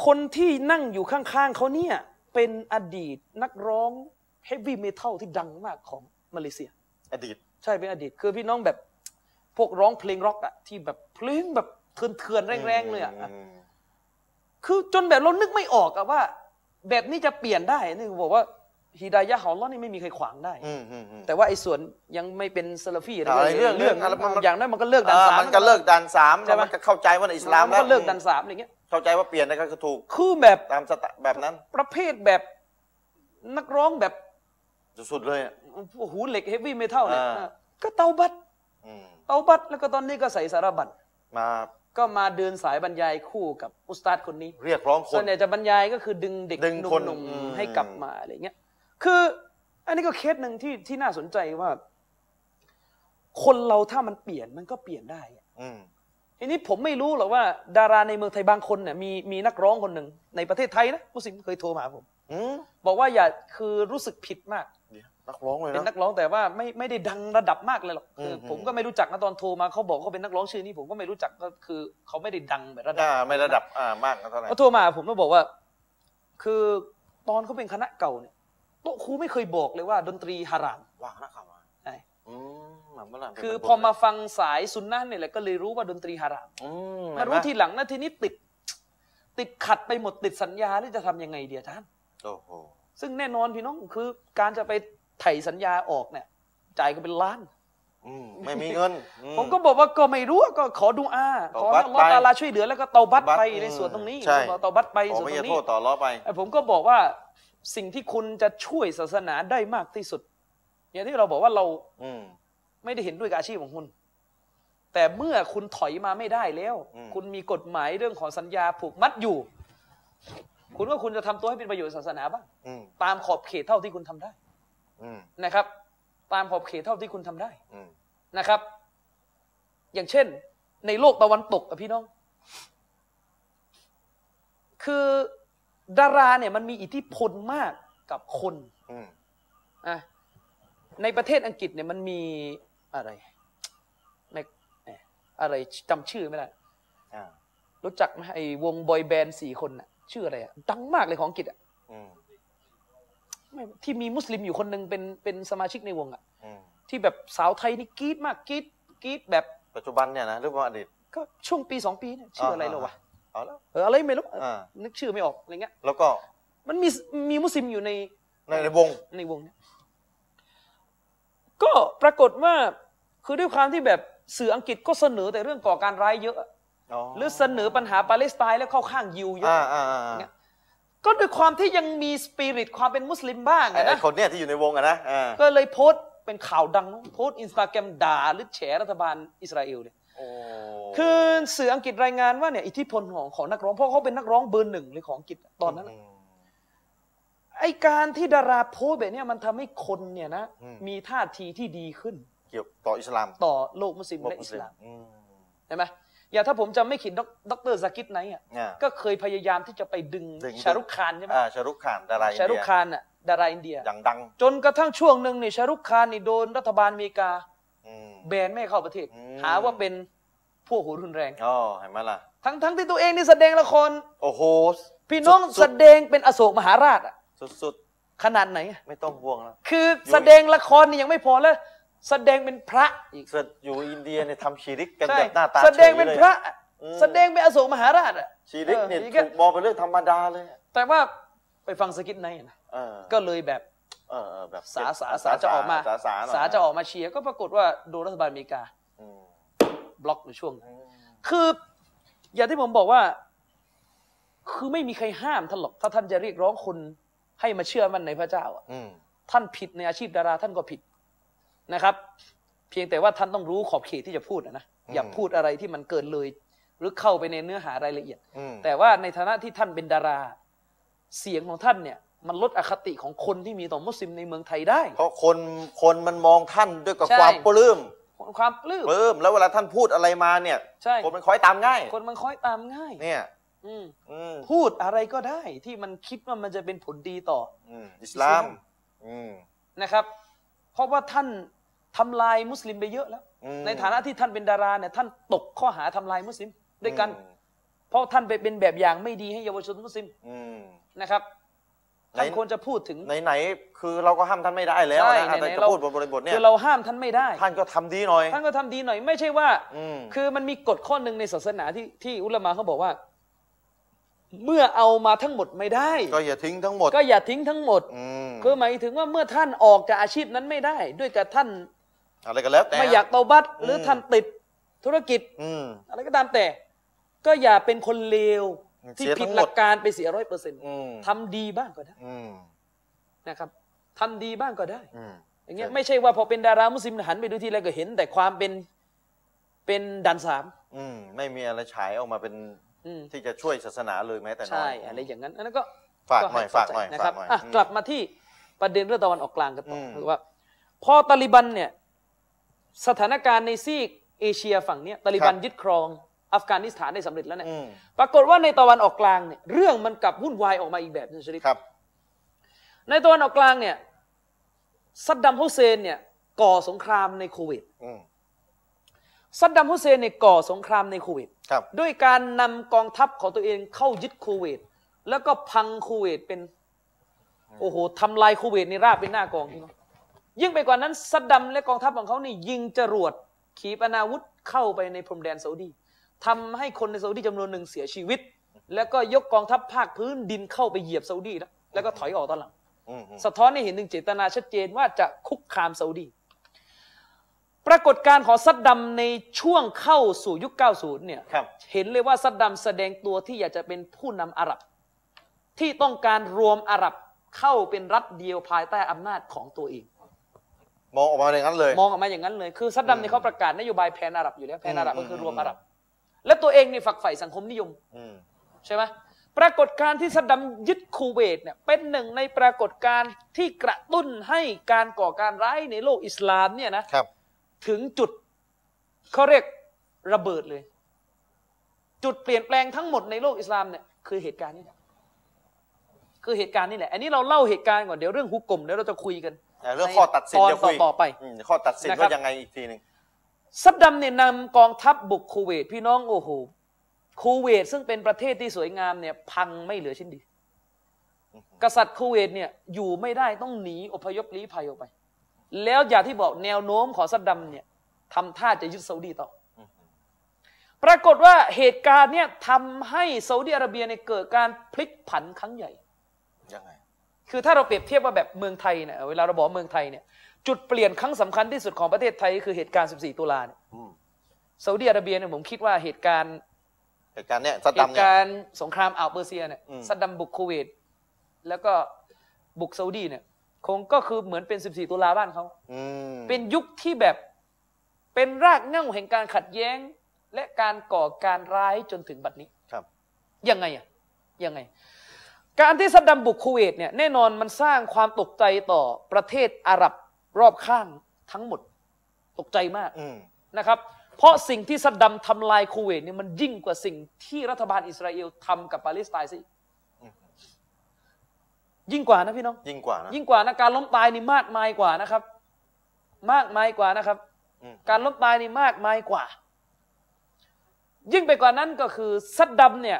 Speaker 2: คนที่นั่งอยู่ข้างๆเขาเนี่ย เป็นอดีตนักร้องเฮฟวี่เมทัลที่ดังมากของมาเลเซีย
Speaker 1: อดีต
Speaker 2: ใช่เป็นอดีตคือพี่น้องแบบพวกร้องเพลงร็อกอะที่แบบเพลงแบบเถื่อนๆแรงๆเลยอะ คือจนแบบเรานึกไม่ออกอะว่า แบบนี้จะเปลี่ยนได้นี่ผมบอกว่าฮิดายะห์ของอัลเราะห์นี่ไม่มีใครขวางได้
Speaker 1: อืมอืมอืม
Speaker 2: แต่ว่าไอ้ส่วนยังไม่เป็นซาลาฟี
Speaker 1: อะไรเรื่อง
Speaker 2: เรื่อง
Speaker 1: เรื่องอะไรมันมัน
Speaker 2: อย่างนั้นมันก็เลิกดัน
Speaker 1: อ่า
Speaker 2: สาม
Speaker 1: มันก็เลิกดันสามแล้วมันก็เข้าใจว่าในอิสลาม
Speaker 2: มัน
Speaker 1: แล้ว
Speaker 2: ก็เลิกดันสามอะไรเงี้ย
Speaker 1: เข้าใจว่าเปลี่ยนนะครับคือถูก
Speaker 2: คือแบบ
Speaker 1: ตามสไตล์แบบนั้น
Speaker 2: ประเภทแบบนักร้องแบบ
Speaker 1: สุดๆเลยอะ
Speaker 2: โอ้โหูเหล็กเฮฟวี่เมทัลเนี่ย
Speaker 1: อ่า
Speaker 2: อ่ะก็เตาบัต
Speaker 1: อืม
Speaker 2: เตาบัตแล้วก็ตอนนี้ก็ใส่สารบัตร
Speaker 1: มา
Speaker 2: ก็มาเดินสายบรรยายคู่กับอุสตาดคนนี้
Speaker 1: เรียกร้องค
Speaker 2: ส่วน นใหญ่จะบรรยายก็คือดึงเด็ก
Speaker 1: ดึง
Speaker 2: ห
Speaker 1: คน
Speaker 2: นุ่ม
Speaker 1: อืม
Speaker 2: ๆให้กลับมาอะไรเงี้ย คืออันนี้ก็เคสหนึ่งที่ที่น่าสนใจว่า คนเราถ้ามันเปลี่ยนมันก็เปลี่ยนได้อะ
Speaker 1: อืม
Speaker 2: ทีนี้ผมไม่รู้หรอกว่า ดาราในเมืองไทยบางคนเนี่ยมีมีนักร้องคนหนึ่งในประเทศไทยนะมุสลิมเคยโทรมาหาผม
Speaker 1: อืม
Speaker 2: บอกว่าอย่าคือรู้สึกผิดมาก
Speaker 1: เดี๋ยวนักร้องเลย
Speaker 2: เป็น
Speaker 1: นะ
Speaker 2: นักร้องแต่ว่าไม่ไม่ได้ดังระดับมากเลยหรอกคืออ
Speaker 1: ม
Speaker 2: ผมก็ไม่รู้จักนะตอนโทรมาเขาบอกเขาเป็นนักร้องชื่อนี้ผมก็ไม่รู้จักก็คือเขาไม่ได้ดังแบบระดับ
Speaker 1: อ่าไม่ระดับอ่ามากนะเท่าไหร่
Speaker 2: เขาโทรมาผมแล้วบอกว่า คือตอนเขาเป็นคณะเก่าเนี่ยโต๊ะครูไม่เคยบอกเลยว่าดนตรีฮาราม
Speaker 1: ว่างนะครับว่า
Speaker 2: ใช่
Speaker 1: อืมหมันเมื่อไหร่
Speaker 2: คือพอมาฟังสายซุนนะห์เนี่ยแหละก็เลยรู้ว่าดนตรีฮาราม
Speaker 1: อื
Speaker 2: มารู้ทีหลังนะทีนี้ติด ติดขัดไปหมดติดสัญญาที่จะทำยังไงเดียท่าน
Speaker 1: โอ้โห
Speaker 2: ซึ่งแน่นอนพี่น้องคือการจะไปไถ่สัญญาออกเนี่ย จ่ายก็เป็นล้าน
Speaker 1: อืมไม่มีเงินอื
Speaker 2: ผมก็บอกว่าก็ไม่รู้ก็ขอดูอาขอให้อัลลอฮ์ตะอาลาช่วยเหลือแล้วก็เตาบัต
Speaker 1: เตาบัต
Speaker 2: ไป
Speaker 1: อืม
Speaker 2: ในส่วนตรงนี้
Speaker 1: ใช่
Speaker 2: บอกเตาบัตไป
Speaker 1: ขอ
Speaker 2: ส่วน
Speaker 1: ไม่
Speaker 2: ตร
Speaker 1: จะ
Speaker 2: ง
Speaker 1: โท
Speaker 2: นี้
Speaker 1: ษต่อล้อไป
Speaker 2: ไอ้ผมก็บอกว่าสิ่งที่คุณจะช่วยศาสนาได้มากที่สุด อย่างที่เราบอกว่าเรา
Speaker 1: อืม
Speaker 2: ไม่ได้เห็นด้วยกับอาชีพของคุณ แต่เมื่อคุณถอยมาไม่ได้แล้ว
Speaker 1: อืม
Speaker 2: คุณมีกฎหมายเรื่องของสัญญาผูกมัดอยู่ คุณว่าคุณจะทำตัวให้เป็นประโยชน์ศาสนาบ้าง
Speaker 1: อืม
Speaker 2: ตามขอบเขตเท่าที่คุณทำได้
Speaker 1: อืม
Speaker 2: นะครับ ตามขอบเขตเท่าที่คุณทำได้
Speaker 1: อืม
Speaker 2: นะครับ อย่างเช่น ในโลกตะวันตกอะพี่น้อง คือดาราเนี่ยมันมีอิทธิพลมากกับคน
Speaker 1: อืม
Speaker 2: อ่ะในประเทศอังกฤษเนี่ยมันมีอะไรในเอ่ออะไรจำชื่อไม่ได้
Speaker 1: อ่า
Speaker 2: รู้จักไหมไอ้วงบอยแบนด์สี่คนน่ะชื่ออะไรอ่ะดังมากเลยของอังกฤษอ่ะ
Speaker 1: อืม
Speaker 2: ไม่ที่มีมุสลิมอยู่คนหนึ่งเป็นเป็นสมาชิกในวงอ่ะ
Speaker 1: อืม
Speaker 2: ที่แบบสาวไทยนี่กรี๊ดมากกรี๊ดกรี๊ดแบบ
Speaker 1: ปัจจุบันเนี่ยนะหรือว่าอดีต
Speaker 2: ก็ช่วงปีสองปีเนี่ยชื่ออะไรเหรอวะ
Speaker 1: เอาแล้ว
Speaker 2: เอออะไรไม่รู้
Speaker 1: อ่า
Speaker 2: นึกชื่อไม่ออกอะไรเงี้ย
Speaker 1: แล้วก็
Speaker 2: มันมีมีมุสลิมอยู่ใน
Speaker 1: ในในวง
Speaker 2: ในวงเนี่ยก็ปรากฏว่าคือด้วยความที่แบบสื่ออังกฤษก็เสนอแต่เรื่องก่อการร้ายเยอะ หรือเสนอปัญหาปาเลสไตน์แล้วเข้าข้างยิวเยอะ
Speaker 1: อ่าอ่าอ่า
Speaker 2: เนี่ย ก็ด้วยความที่ยังมีสปิริตความเป็นมุสลิมบ้าง
Speaker 1: ไอ้
Speaker 2: อะ
Speaker 1: ไอ้
Speaker 2: นะ
Speaker 1: คนเนี่ยที่อยู่ในวงอะนะอ่า
Speaker 2: ก็เลยโพสต์เป็นข่าวดัง โพสต์อินสตาแกรมด่าหรือแฉรัฐบาลอิสราเอลเนี่ย
Speaker 1: โอ้
Speaker 2: คือสื่ออังกฤษรายงานว่าเนี่ยอิทธิพลของของนักร้องเพราะเขาเป็นนักร้องเบอร์หนึ่งเลยของอังกฤษตอนนั้นอะ
Speaker 1: ม
Speaker 2: ไอการที่ดาราโพสต์แบบเนี้ยมันทำให้คนเนี่ยนะ
Speaker 1: อืม
Speaker 2: มีท่าทีที่ดีขึ้น
Speaker 1: เกี่ยวต่ออิสลาม
Speaker 2: ต่อโลกมุสลิม
Speaker 1: บอก
Speaker 2: และอิสลาม
Speaker 1: อืม
Speaker 2: ใช่ไหมอย่างถ้าผมจำไม่ผิดด็อกด็อกเตอร์ซากิดไนท์อ่ะ
Speaker 1: อ่า
Speaker 2: ก็เคยพยายามที่จะไปดึง
Speaker 1: ดึง
Speaker 2: ชารุคคานใช่ไหม
Speaker 1: อ่าชารุขขานดาราอิน
Speaker 2: ชารุ
Speaker 1: เดี
Speaker 2: ค
Speaker 1: ย
Speaker 2: คานอ่ะดาราอินเดีย
Speaker 1: อย่างดัง
Speaker 2: จนกระทั่งช่วงหนึ่งเนี่ยชารุคคานนี่โดนรัฐบาลอเมริกา
Speaker 1: อืม
Speaker 2: แบนไม่ให้เข้าประเทศ
Speaker 1: อืม
Speaker 2: หาว่าเป็นพวกหัวรุนแรง
Speaker 1: อ๋อเห็นไหมล่ะ
Speaker 2: ทั้งทั้งที่ตัวเองนี่แสดงละคร
Speaker 1: โอ้โห
Speaker 2: พี่น้อง
Speaker 1: สุดๆ
Speaker 2: แสดงเป็นอโศกมหาราชอะ
Speaker 1: สุด
Speaker 2: ขนาดไหนอะ
Speaker 1: ๆ ไม่ต้องห่วงนะ
Speaker 2: คือแสดงละครนี่ยังไม่พอแล้ว แสดงเป็นพระอีก
Speaker 1: เสดอยู่อินเดียเนี่ยทำชีริกกัน
Speaker 2: ใช่
Speaker 1: แบบหน้าตา
Speaker 2: แสดงเป็น
Speaker 1: ฉยลย
Speaker 2: พระ
Speaker 1: อืม
Speaker 2: แสดงเป็นอโศกมหาราชอะ
Speaker 1: ชีริกเนี่ย
Speaker 2: ออา
Speaker 1: ถู
Speaker 2: งงี้
Speaker 1: กมองเป็นเรื่องธรรมดาเลยอะ
Speaker 2: แต่ว่าไปฟังสกิทไนท์นะ
Speaker 1: เออ
Speaker 2: ก็เลยแบบ
Speaker 1: เออเออแบบ
Speaker 2: สาสาสาจะออกมา
Speaker 1: สาสาหน่อย
Speaker 2: สาจะออกมาเชียร์ก็ปรากฏว่าโดนรัฐบาลอเมริกา
Speaker 1: อืม
Speaker 2: บล็อกในช่วงนั้นคือ อย่างที่ผมบอกว่า คือไม่มีใครห้ามท่านหรอก ถ้าท่านจะเรียกร้องคนให้มาเชื่อมั่นในพระเจ้าอะ
Speaker 1: อืม
Speaker 2: ท่านผิดในอาชีพดาราท่านก็ผิดนะครับ เพียงแต่ว่าท่านต้องรู้ขอบเขตที่จะพูดนะนะอย่าพูดอะไรที่มันเกินเลย หรือเข้าไปในเนื้อหารายละเอียด
Speaker 1: อืม
Speaker 2: แต่ว่าในฐานะที่ท่านเป็นดารา เสียงของท่านเนี่ย มันลดอคติของคนที่มีต่อมุสลิมในเมืองไทยได้
Speaker 1: เพราะคนคนมันมองท่านด้วยกับ
Speaker 2: ใช่
Speaker 1: ความปลื้ม
Speaker 2: ความปลื้ม
Speaker 1: ปลื้มแล้วเวลาท่านพูดอะไรมาเนี่ย
Speaker 2: ใช่
Speaker 1: คนมันคอยตามง่าย
Speaker 2: คนมันคอยตามง่าย
Speaker 1: เนี่ย
Speaker 2: อืม
Speaker 1: อืม
Speaker 2: พูดอะไรก็ได้ที่มันคิดว่ามันจะเป็นผลดีต่อ
Speaker 1: อืมอิสลาม อืม
Speaker 2: นะครับ เพราะว่าท่านทำลายมุสลิมไปเยอะแล้ว
Speaker 1: อืม
Speaker 2: ในฐานะที่ท่านเป็นดาราเนี่ยท่านตกข้อหาทำลายมุสลิมด้วยกัน
Speaker 1: อืม
Speaker 2: เพราะท่านไปเป็นแบบอย่างไม่ดีให้เยาวชนมุสลิม
Speaker 1: อืม
Speaker 2: นะครับท่าน
Speaker 1: ใน
Speaker 2: ควรจะพูดถึง
Speaker 1: ไหนๆคือเราก็ห้ามท่านไม่ได้แล้ว
Speaker 2: ใช่
Speaker 1: นะแต่
Speaker 2: ไหนๆ
Speaker 1: จะ
Speaker 2: เรา
Speaker 1: พูดบนบริบทเนี่ย
Speaker 2: คือเราห้ามท่านไม่ได้
Speaker 1: ท่านก็ทำดีหน่อย
Speaker 2: ท่านก็ทำดีหน่อยไม่ใช่ว่า
Speaker 1: อืม
Speaker 2: คือมันมีกฎข้อหนึ่งในศาสนาที่ที่อุลามะเขาบอกว่า เมื่อเอามาทั้งหมดไม่ได้
Speaker 1: ก็อย่าทิ้งทั้งหมด
Speaker 2: ก็อย่าทิ้งทั้งหมด
Speaker 1: อืม
Speaker 2: คือหมายถึงว่าเมื่อท่านออกจากอาชีพนั้นไม่ได้ ด้วยกับท่าน
Speaker 1: อะไรก็แล้วแต่
Speaker 2: ไม่อยากเตาบัตรหรืออ
Speaker 1: ม
Speaker 2: ท่านติดธุรกิจ
Speaker 1: อืม
Speaker 2: อะไรก็ตามแต่ ก็อย่าเป็นคนเลวที่
Speaker 1: เสียทั้
Speaker 2: ผิด
Speaker 1: งหมด
Speaker 2: หลักการไปเสียร้อยเปอร์เซ็นต์
Speaker 1: อืม
Speaker 2: ทำดีบ้างก็ได้
Speaker 1: อืม
Speaker 2: นะครับทำดีบ้างก็ได้
Speaker 1: อืม
Speaker 2: อย่างเงี้ย
Speaker 1: ใช่
Speaker 2: ไม่ใช่ว่าพอเป็นดารามุสลิมหันไปดูทีไรก็เห็น แต่ความเป็นเป็นดันสาม
Speaker 1: อืมไม่มีอะไรฉายออกมาเป็น
Speaker 2: อืม
Speaker 1: ที่จะช่วยศาสนาเลยแม้แต่น้อย
Speaker 2: ใช่ อะไรอย่างนั้นอันนั้นก็
Speaker 1: ฝากหน่อย
Speaker 2: เข้
Speaker 1: ฝาก
Speaker 2: ใจ
Speaker 1: หน่อย
Speaker 2: นะ
Speaker 1: ฝาก
Speaker 2: ครับ
Speaker 1: หน่อย
Speaker 2: อ่ะ
Speaker 1: อืม
Speaker 2: กลับมาที่ประเด็นเรื่องตะวันออกกลางกันต่ออ
Speaker 1: ม
Speaker 2: คือว่า พอตาลิบันเนี่ยสถานการณ์ในซีกเอเชียฝั่งเนี้ยตาลิบันยึดครองอัฟกานิสถานได้สำเร็จแล้วเนี่ย
Speaker 1: อืม
Speaker 2: ปรากฏว่าในตะวันออกกลางเนี่ยเรื่องมันกลับวุ่นวายออกมาอีกแบบหนึงชริฟ
Speaker 1: ครับ
Speaker 2: ในตะวันออกกลางเนี่ยซัดดัมฮุเซนเนี่ยก่อสงครามในคูเวต
Speaker 1: อืม
Speaker 2: ซัดดัมฮุเซนเนี่ยก่อสงครามในคูเวต
Speaker 1: ครับ
Speaker 2: ด้วยการนำกองทัพของตัวเองเข้ายึดคูเวตแล้วก็พังคูเวตเป็นโอ้โหทำลายคูเวตในราบเป็นหน้ากองพี่น้องยิ่งไปกว่านั้นซัดดัมและกองทัพของเขานี่ยิงจรวดขีปนาวุธเข้าไปในพรมแดนซาอุดีทำให้คนในซาอุดีจำนวนหนึ่งเสียชีวิต แล้วก็ยกกองทัพภาคพื้นดินเข้าไปเหยียบซาอุดีแล้วแล้วก็ถอยออกตอนหลัง
Speaker 1: อืมอืม
Speaker 2: สะท้อนให้เห็นถึงเจตนาชัดเจนว่าจะคุกคามซาอุดี ปรากฏการณ์ของซัดดัมในช่วงเข้าสู่ยุค 90 เนี่ย
Speaker 1: ครับ
Speaker 2: เห็นเลยว่าซัดดัมแสดงตัวที่อยากจะเป็นผู้นำอาหรับ ที่ต้องการรวมอาหรับเข้าเป็นรัฐเดียวภายใต้อำนาจของตัวเอง
Speaker 1: มองออกมาอย่างนั้นเลย
Speaker 2: มองออกมาอย่างนั้นเลย คือซัดดัมเนี่ยเขาประกาศนโยบายแพนอาหรับอยู่แล้ว แพนอาหรับ
Speaker 1: อืม
Speaker 2: ก็คือรวม
Speaker 1: อืม
Speaker 2: อาหรับ และตัวเองเนี่ยฝักใฝ่สังคมนิยม
Speaker 1: อืม
Speaker 2: ใช่ไหมปรากฏการณ์ที่ซัดดัมยึดคูเวตเนี่ยเป็นหนึ่งในปรากฏการณ์ที่กระตุ้นให้การก่อการร้ายในโลกอิสลามเนี่ยนะครับ ถึงจุดเขาเรียกระเบิดเลย จุดเปลี่ยนแปลงทั้งหมดในโลกอิสลามเนี่ยคือเหตุการณ์นี่แหละคือเหตุการณ์นี่แหละ อันนี้เราเล่าเหตุการณ์ก่อนเดี๋ยวเรื่องฮุกกลมเดี๋ยวเราจะคุยกัน
Speaker 1: แต่เรื่องข้อตัดสิน
Speaker 2: ตอน
Speaker 1: เดี๋ยวคุย
Speaker 2: ต่อไป
Speaker 1: มข้อตัดสิน
Speaker 2: นะครับ
Speaker 1: ว่ายังไงอีกทีหนึ่ง
Speaker 2: ซัดดัมเนี่ยนำกองทัพบุกคูเวตพี่น้องโอ้โหคูเวตซึ่งเป็นประเทศที่สวยงามเนี่ยพังไม่เหลือชิ้นดี กษัตริย์คูเวตเนี่ยอยู่ไม่ได้ต้องหนีอพยพลี้ภัยออกไป แล้วอย่างที่บอกแนวโน้มของซัดดัมเนี่ยทำท่าจะยึดซาอุดีต่ออปรากฏว่าเหตุการณ์เนี่ยทำให้ซาอุดีอาระเบียเนี่ยเกิดการพลิกผันครั้งใหญ่
Speaker 1: ยังไง
Speaker 2: คือถ้าเราเปรียบเทียบว่าแบบเมืองไทยเนี่ยเวลาเราบอกเมืองไทยเนี่ยจุดเปลี่ยนครั้งสำคัญที่สุดของประเทศไทยก็คือเหตุการณ์ 14 ตุลาเนี่ย
Speaker 1: อืม
Speaker 2: ซาอุดีอาระเบียเนี่ยผมคิดว่าเหตุการณ์
Speaker 1: เหตุการณ์เนี้ยซัด
Speaker 2: เห
Speaker 1: ดัม
Speaker 2: ตุ
Speaker 1: เนี่ย
Speaker 2: การณ์สงครามอ่าวเปอร์เซียเนี่ย
Speaker 1: อืม
Speaker 2: ซัดดัมบุกคูเวตแล้วก็บุกซาอุดีเนี่ยคงก็คือเหมือนเป็น 14 ตุลาบ้านเขา
Speaker 1: อืม
Speaker 2: เป็นยุคที่แบบเป็นรากเหง้าแห่งการขัดแย้ง และการก่อการร้ายจนถึงบัดนี้
Speaker 1: ครับ
Speaker 2: ยังไงอะยังไง การที่ซัดดัมบุกคูเวตเนี่ยแน่นอนมันสร้างความตกใจต่อประเทศอาหรับรอบข้างทั้งหมด ตกใจมาก
Speaker 1: อืม
Speaker 2: นะครับ เพราะสิ่งที่ซัดดัมทำลายคูเวตเนี่ยมันยิ่งกว่าสิ่งที่รัฐบาลอิสราเอลทำกับปาเลสไตน์สิยิ่งกว่านะพี่น้อง
Speaker 1: ยิ่งกว่านะ
Speaker 2: ยิ่งกว่านะการล้มตายนี่มากมายกว่านะครับ มากมายกว่านะครับ
Speaker 1: อืม
Speaker 2: การล้มตายนี่มากมายกว่า ยิ่งไปกว่านั้นก็คือซัดดัมเนี่ย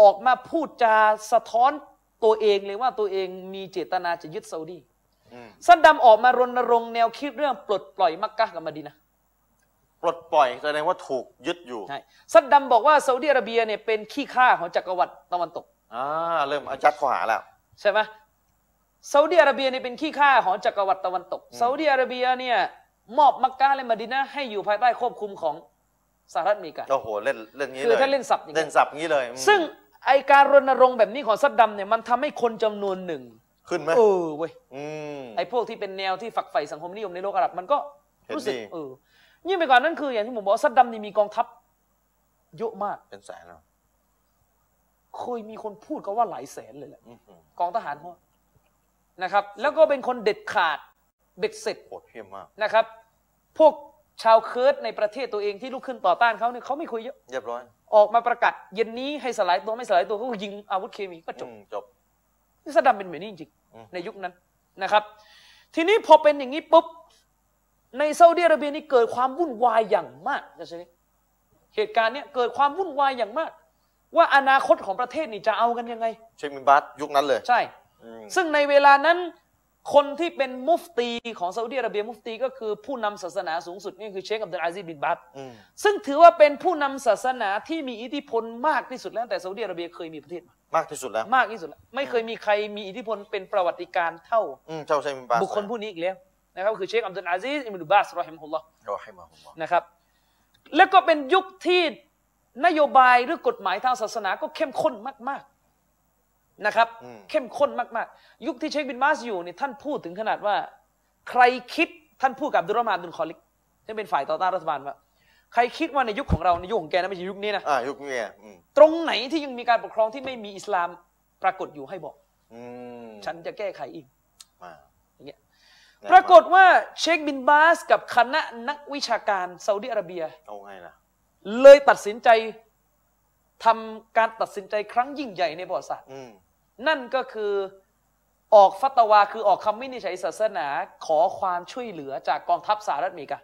Speaker 2: ออกมาพูดจาสะท้อนตัวเองเลยว่าตัวเองมีเจตนาจะยึดซาอุดี
Speaker 1: อืม
Speaker 2: ซัดดัมออกมารณรงค์แนวคิดเรื่องปลดปล่อยมักกะกับมะดีนะ
Speaker 1: ปลดปล่อยแสดงว่าถูกยึดอยู่
Speaker 2: ใช่ซัดดัมบอกว่าซาอุดีอาระเบียเนี่ยเป็นขี้ข้าของจักรวรรดิตะวันตก
Speaker 1: อ่าเริ่มอาจัดข้อหาแล้ว
Speaker 2: ใช่ไหมซาอุดีอาระเบียเนี่ยเป็นขี้ข้าของจักรวรรดิตะวันตกซาอุดีอาระเบียเนี่ยมอบมักกะและมะดินะห์ให้อยู่ภายใต้ควบคุมของสหรัฐอเมริกา
Speaker 1: โอ้โหเล่นเล่นงี้เลย
Speaker 2: คือถ้าเล่นสับอย่างเงี้ย
Speaker 1: เล่นสับงี้เลยอืม
Speaker 2: ซึ่งไอการรณรงค์แบบนี้ของซัดดัมเนี่ยมันทำให้คนจำนวนหนึ่ง
Speaker 1: ขึ้นไหม
Speaker 2: เออเว้ย
Speaker 1: อืม
Speaker 2: ไอพวกที่เป็นแนวที่ฝักใฝ่สังคมนิยมในโลกอาหรับมันก็รู้สึก
Speaker 1: เห็นดี
Speaker 2: เออยิ่งไปกว่านั้นคืออย่างที่ผมบอกซัดดัมนี่มีกองทัพเยอะมาก
Speaker 1: เป็นแสนแล้ว
Speaker 2: เคยมีคนพูดก็ว่าหลายแสนเลยแหละ
Speaker 1: อื้อหือก
Speaker 2: องทหารเขานะครับ แล้วก็เป็นคนเด็ดขาดเบ็ดเสร็จ
Speaker 1: โหดเพี้ยมมาก
Speaker 2: นะครับ พวกชาวเคิร์ดในประเทศตัวเองที่ลุกขึ้นต่อต้านเขาเนี่ยเขาไม่คุยเยอะ
Speaker 1: เรียบร้อย
Speaker 2: ออกมาประกาศเย็นนี้ให้สลายตัวไม่สลายตัวเขาก็ยิงอาวุธเคมีก็จบ
Speaker 1: อืมจบ
Speaker 2: นี่ซัดดัมเป็นแบบนี้จริง
Speaker 1: อืม
Speaker 2: ๆในยุคนั้นนะครับ ทีนี้พอเป็นอย่างนี้ปุ๊บ ในซาอุดิอาระเบียนี่เกิดความวุ่นวายอย่างมากนะชริเหตุการณ์เนี้ยเกิดความวุ่นวายอย่างมาก ว่าอนาคตของประเทศนี่จะเอากันยังไง
Speaker 1: เชคบินบัสยุคนั้นเลย
Speaker 2: ใช่
Speaker 1: อืม
Speaker 2: ซึ่งในเวลานั้นคนที่เป็นมุฟตีของซาอุดิอาระเบียมุฟตีก็คือผู้นำศาสนาสูงสุดนี่คือเชคอับดุลอาซิซบินบัต
Speaker 1: อืม
Speaker 2: ซึ่งถือว่าเป็นผู้นำศาสนาที่มีอิทธิพลมากที่สุดแล้วตั้งแต่ซาอุดิอาระเบียเคยมีประเทศมาม
Speaker 1: ากที่สุดแล้ว
Speaker 2: มากที่สุดแล้วไม่เคยมีใครมีอิทธิพลเป็นประวัติการณ์เท่า
Speaker 1: อืมเจ้าเชคบินบัส
Speaker 2: บุคคลผู้นี้อีกแล้วนะครับคือเชคอับดุลอาซิซอิบนุบาสรอฮิมฮุลลอฮ์
Speaker 1: เราให้มาผม
Speaker 2: นะครับ แล้วก็เป็นยุคที่นโยบายหรือกฎหมายทางศาสนาก็เข้มข้นมาก ๆนะครับ เข้มข้นมาก ๆ ยุคที่เชคบินบาสอยู่เนี่ยท่านพูดถึงขนาดว่า ใครคิดท่านพูดกับอับดุลรอฮ์มานอับดุลคอลิกที่งเป็นฝ่ายต่อต้านรัฐบาลว่าใครคิดว่าในยุคของเราในยุคของแกนะไม่ใช่ยุคนี้นะ
Speaker 1: อ่ายุคนี้อืม
Speaker 2: ตรงไหนที่ยังมีการปกครองที่ไม่มีอิสลามปรากฏอยู่ให้บอก
Speaker 1: อืม
Speaker 2: ฉันจะแก้ไขเอีก
Speaker 1: มา
Speaker 2: อย่างเงี้ย ปรากฏว่าเชคบินบาสกับคณะนักวิชาการซาอุดิอาระเบีย
Speaker 1: เอาไงล่ะ
Speaker 2: เลยตัดสินใจทำการตัดสินใจครั้งยิ่งใหญ่ในประวัติศาสตร์
Speaker 1: อืม
Speaker 2: นั่นก็คือออกฟัตวาคือออกคำวินิจฉัยศาสนาขอความช่วยเหลือจากกองทัพสหรัฐอเมริกา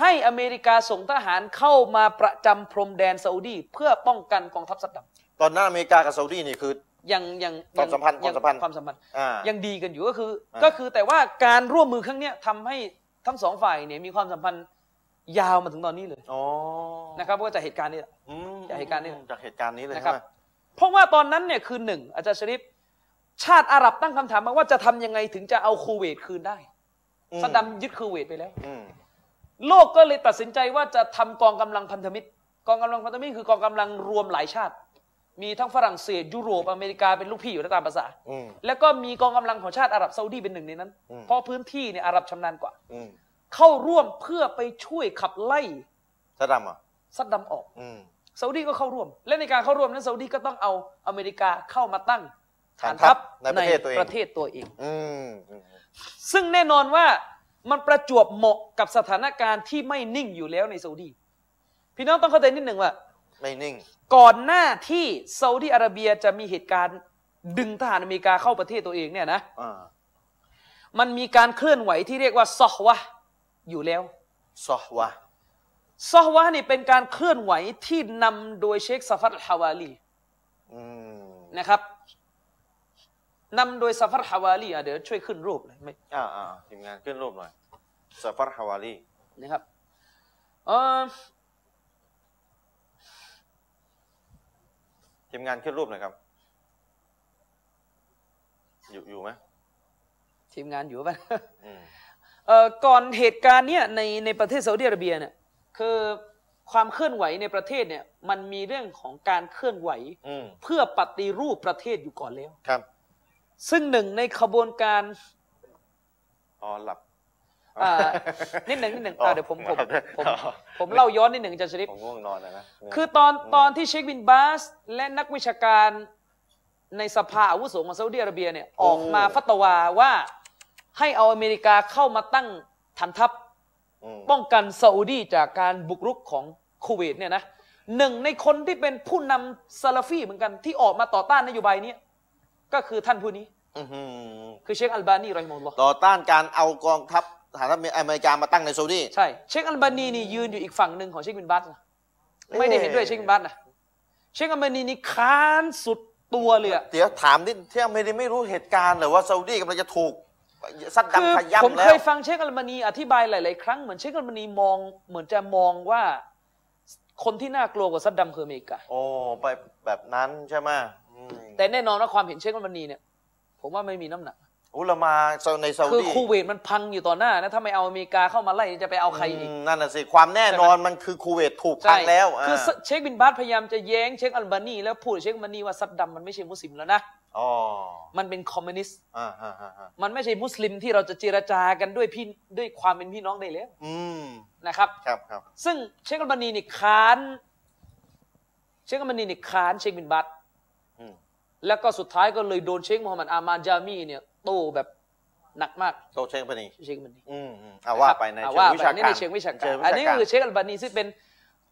Speaker 2: ให้อเมริกาส่งทหารเข้ามาประจำพรมแดนซาอุดีเพื่อป้องกันกองทัพสัดดำ
Speaker 1: ตอนหน้าอเมริกากับซาอุดีนี่คือ
Speaker 2: ยังยัง
Speaker 1: ความสัมพันธ์
Speaker 2: ยัง
Speaker 1: ความสัมพันธ์
Speaker 2: ความสัมพันธ์
Speaker 1: อ่า
Speaker 2: ยังดีกันอยู่ก็คือ
Speaker 1: อ่า
Speaker 2: ก็คือแต่ว่าการร่วมมือครั้งเนี้ยทำให้ทั้งสองฝ่ายเนี่ยมีความสัมพันธ์ยาวมาถึงตอนนี้เลย
Speaker 1: อ๋อ
Speaker 2: นะครับเพราะว่าจากเหตุการณ์นี้แหละ
Speaker 1: อืม
Speaker 2: จากเหตุการณ์นี้
Speaker 1: จากเหตุการณ์นี้เลย
Speaker 2: นะค
Speaker 1: ใช่
Speaker 2: รับ
Speaker 1: ไหม
Speaker 2: เพราะว่าตอนนั้นเนี่ยคือหนึ่งอาจารย์ชริฟชาติอาหรับตั้งคำถามมาว่าจะทำยังไงถึงจะเอาคูเวตคืนได้
Speaker 1: อื
Speaker 2: ซัดดัมยึดคูเวตไปแล้ว
Speaker 1: อืม
Speaker 2: โลกก็เลยตัดสินใจว่าจะทำกองกำลังพันธมิตร กองกำลังพันธมิตรคือกองกำลังรวมหลายชาติ มีทั้งฝรั่งเศสยุโรปอเมริกาเป็นลูกพี่อยู่แล้วตามภาษา
Speaker 1: อืม
Speaker 2: แล้วก็มีกองกำลังของชาติอาหรับซาอุดีเป็นหนึ่งในนั้น
Speaker 1: อืม
Speaker 2: เพราะพื้นที่เนี่ยอาหรับชำนาญกว่า
Speaker 1: อืม
Speaker 2: เข้าร่วมเพื่อไปช่วยขับไล่
Speaker 1: ซัดดัมอ่ะ
Speaker 2: ซัดดัมออก
Speaker 1: อืม
Speaker 2: ซาอุดีก็เข้าร่วม และในการเข้าร่วมนั้นซาอุดีก็ต้องเอาอเมริกาเข้ามาตั้ง
Speaker 1: ฐานทัพในประเทศตัวเอง
Speaker 2: ประเทศตัวเอง
Speaker 1: อืมอืม
Speaker 2: ซึ่งแน่นอนว่ามันประจวบเหมาะกับสถานการณ์ที่ไม่นิ่งอยู่แล้วในซาอุดีพี่น้องต้องเข้าใจนิดหนึ่งว่า
Speaker 1: ไม่นิ่ง
Speaker 2: ก่อนหน้าที่ซาอุดีอาระเบียจะมีเหตุการณ์ดึงทหารอเมริกาเข้าประเทศตัวเองเนี่ยนะ
Speaker 1: อ่า
Speaker 2: มันมีการเคลื่อนไหวที่เรียกว่าซอฮวะห์อยู่แล้ว
Speaker 1: ซอฮวะ
Speaker 2: ซอฮวะห์นี่เป็นการเคลื่อนไหวที่นำโดยเชคซาฟัดฮาวาลี
Speaker 1: อืม
Speaker 2: นะครับนำโดยซาฟัดฮาวาลีอ่ะเดี๋ยวช่วยขึ้นรูปหน่อยไหม
Speaker 1: อ่าอ่าทีมงานขึ้นรูปหน่อยซาฟัรฮาวารี
Speaker 2: นะครับเออ
Speaker 1: ทีมงานขึ้นรูปหน่อยครับ อยู่อยู่ไหม
Speaker 2: ทีมงานอยู่ป่ะ
Speaker 1: อืม
Speaker 2: เอ่อก่อนเหตุการณ์เนี่ยในในประเทศซาอุดิอาระเบียเนี่ยคือความเคลื่อนไหวในประเทศเนี่ยมันมีเรื่องของการเคลื่อนไหว
Speaker 1: อืม
Speaker 2: เพื่อปฏิรูปประเทศอยู่ก่อนแล้ว
Speaker 1: ครับ
Speaker 2: ซึ่งหนึ่งในขบวนการ
Speaker 1: อ๋อหลับ
Speaker 2: อ่ านิดหนึ่งนิดหนึ่ง
Speaker 1: อ๋อ
Speaker 2: อ่าเดี๋ยวผมผม
Speaker 1: ครับ
Speaker 2: ผม
Speaker 1: อ๋อ
Speaker 2: ผมเล่าย้อนนิดหนึ่งอาจารย์ชริฟ
Speaker 1: ผมง่วงนอนนะนะ
Speaker 2: คือตอนตอนที่เชคบินบาส และนักวิชาการในสภาอาวุโสของซาอุดิอาระเบียเนี่ยออกมาฟัตวาว่าให้เอาอเมริกาเข้ามาตั้งฐานทัพ
Speaker 1: ม
Speaker 2: ป้องกันซาอุดีจากการบุกรุกของคูเวตเนี่ยนะหนึ่งในคนที่เป็นผู้นำซาลาฟีเหมือนกันที่ออกมาต่อต้านนโยบายเนี้ยก็คือท่านผู้นี้
Speaker 1: อื้อหือ
Speaker 2: คือเชคอัลบานีรอยมอลลอฮ์
Speaker 1: ต่อต้านการเอากองทัพสหรัฐอเมริกามาตั้งในซาอุดี
Speaker 2: ใช่เชคอัลบานีนี่ยืนอยู่อีกฝั่งหนึ่งของเชคบินบัสนะ ไม่ได้เห็นด้วยเชคบินบัตนะเชคอัลมานีนี่ค้านสุดตัวเลยอะ
Speaker 1: เดี๋ยวถามนิดที่อเมริกาไม่รู้เหตุการณ์เหรือว่าซาอุดีกำลังจะถูกซัดดัม
Speaker 2: คือ
Speaker 1: ขย้ำแล้ว
Speaker 2: ผมเคยฟังเชคอัลมานีอธิบายหลาย ๆ ครั้งเหมือนเชคอัลมานีมองเหมือนจะมองว่าคนที่น่ากลัวกว่าซัดดัมคืออเมริกา
Speaker 1: โอ้ไปแบบนั้นใช่ไหมอืม
Speaker 2: แต่แน่นอนว่าความเห็นเชคอัลมานีเนี่ย ผมว่าไม่มีน้ำหนัก
Speaker 1: อุลามาในซาอุ
Speaker 2: คือ
Speaker 1: ดี
Speaker 2: คูเวตมันพังอยู่ต่อหน้านะถ้าไม่เอาอเมริกาเข้ามาไล่จะไปเอาใครอีก
Speaker 1: อืมนั่นน่ะสิ ความแน่นอนมันคือคูเวตถูกพังแล้วอ่า
Speaker 2: คือเชคบินบาสพยายามจะแย้งเชคอัลบานีแล้วพูดเชคอัลบานีว่าซัดดัมมันไม่ใช่มุสลิมแล้วนะ
Speaker 1: อ๋อ
Speaker 2: มันเป็นคอมมิวนิสต์
Speaker 1: อ่าฮะฮะฮะ
Speaker 2: มันไม่ใช่มุสลิมที่เราจะเจรจากันด้วยพี่ด้วยความเป็นพี่น้องได้แล้ว
Speaker 1: อืม
Speaker 2: นะครับ
Speaker 1: ครับครับ
Speaker 2: ซึ่งเชคอัลบานีนี่ค้านเชคอัลบานีนี่ค้านเชคบินบัต
Speaker 1: อืม
Speaker 2: แล้วก็สุดท้ายก็เลยโดนเชคมูฮัมหมัดอามานจามีเนี่ยโต้แบบหนักมาก
Speaker 1: โตเชงปนี
Speaker 2: เชคอัลบานี
Speaker 1: อืมอืมอ่าว่าไปใน
Speaker 2: อ่ะ
Speaker 1: เชิงวิชากา
Speaker 2: ไป
Speaker 1: ร
Speaker 2: ในเชิงวิชา
Speaker 1: เชิ
Speaker 2: การ
Speaker 1: งวิช
Speaker 2: อันนี้คือเชคอัลบานีซึ่งเป็น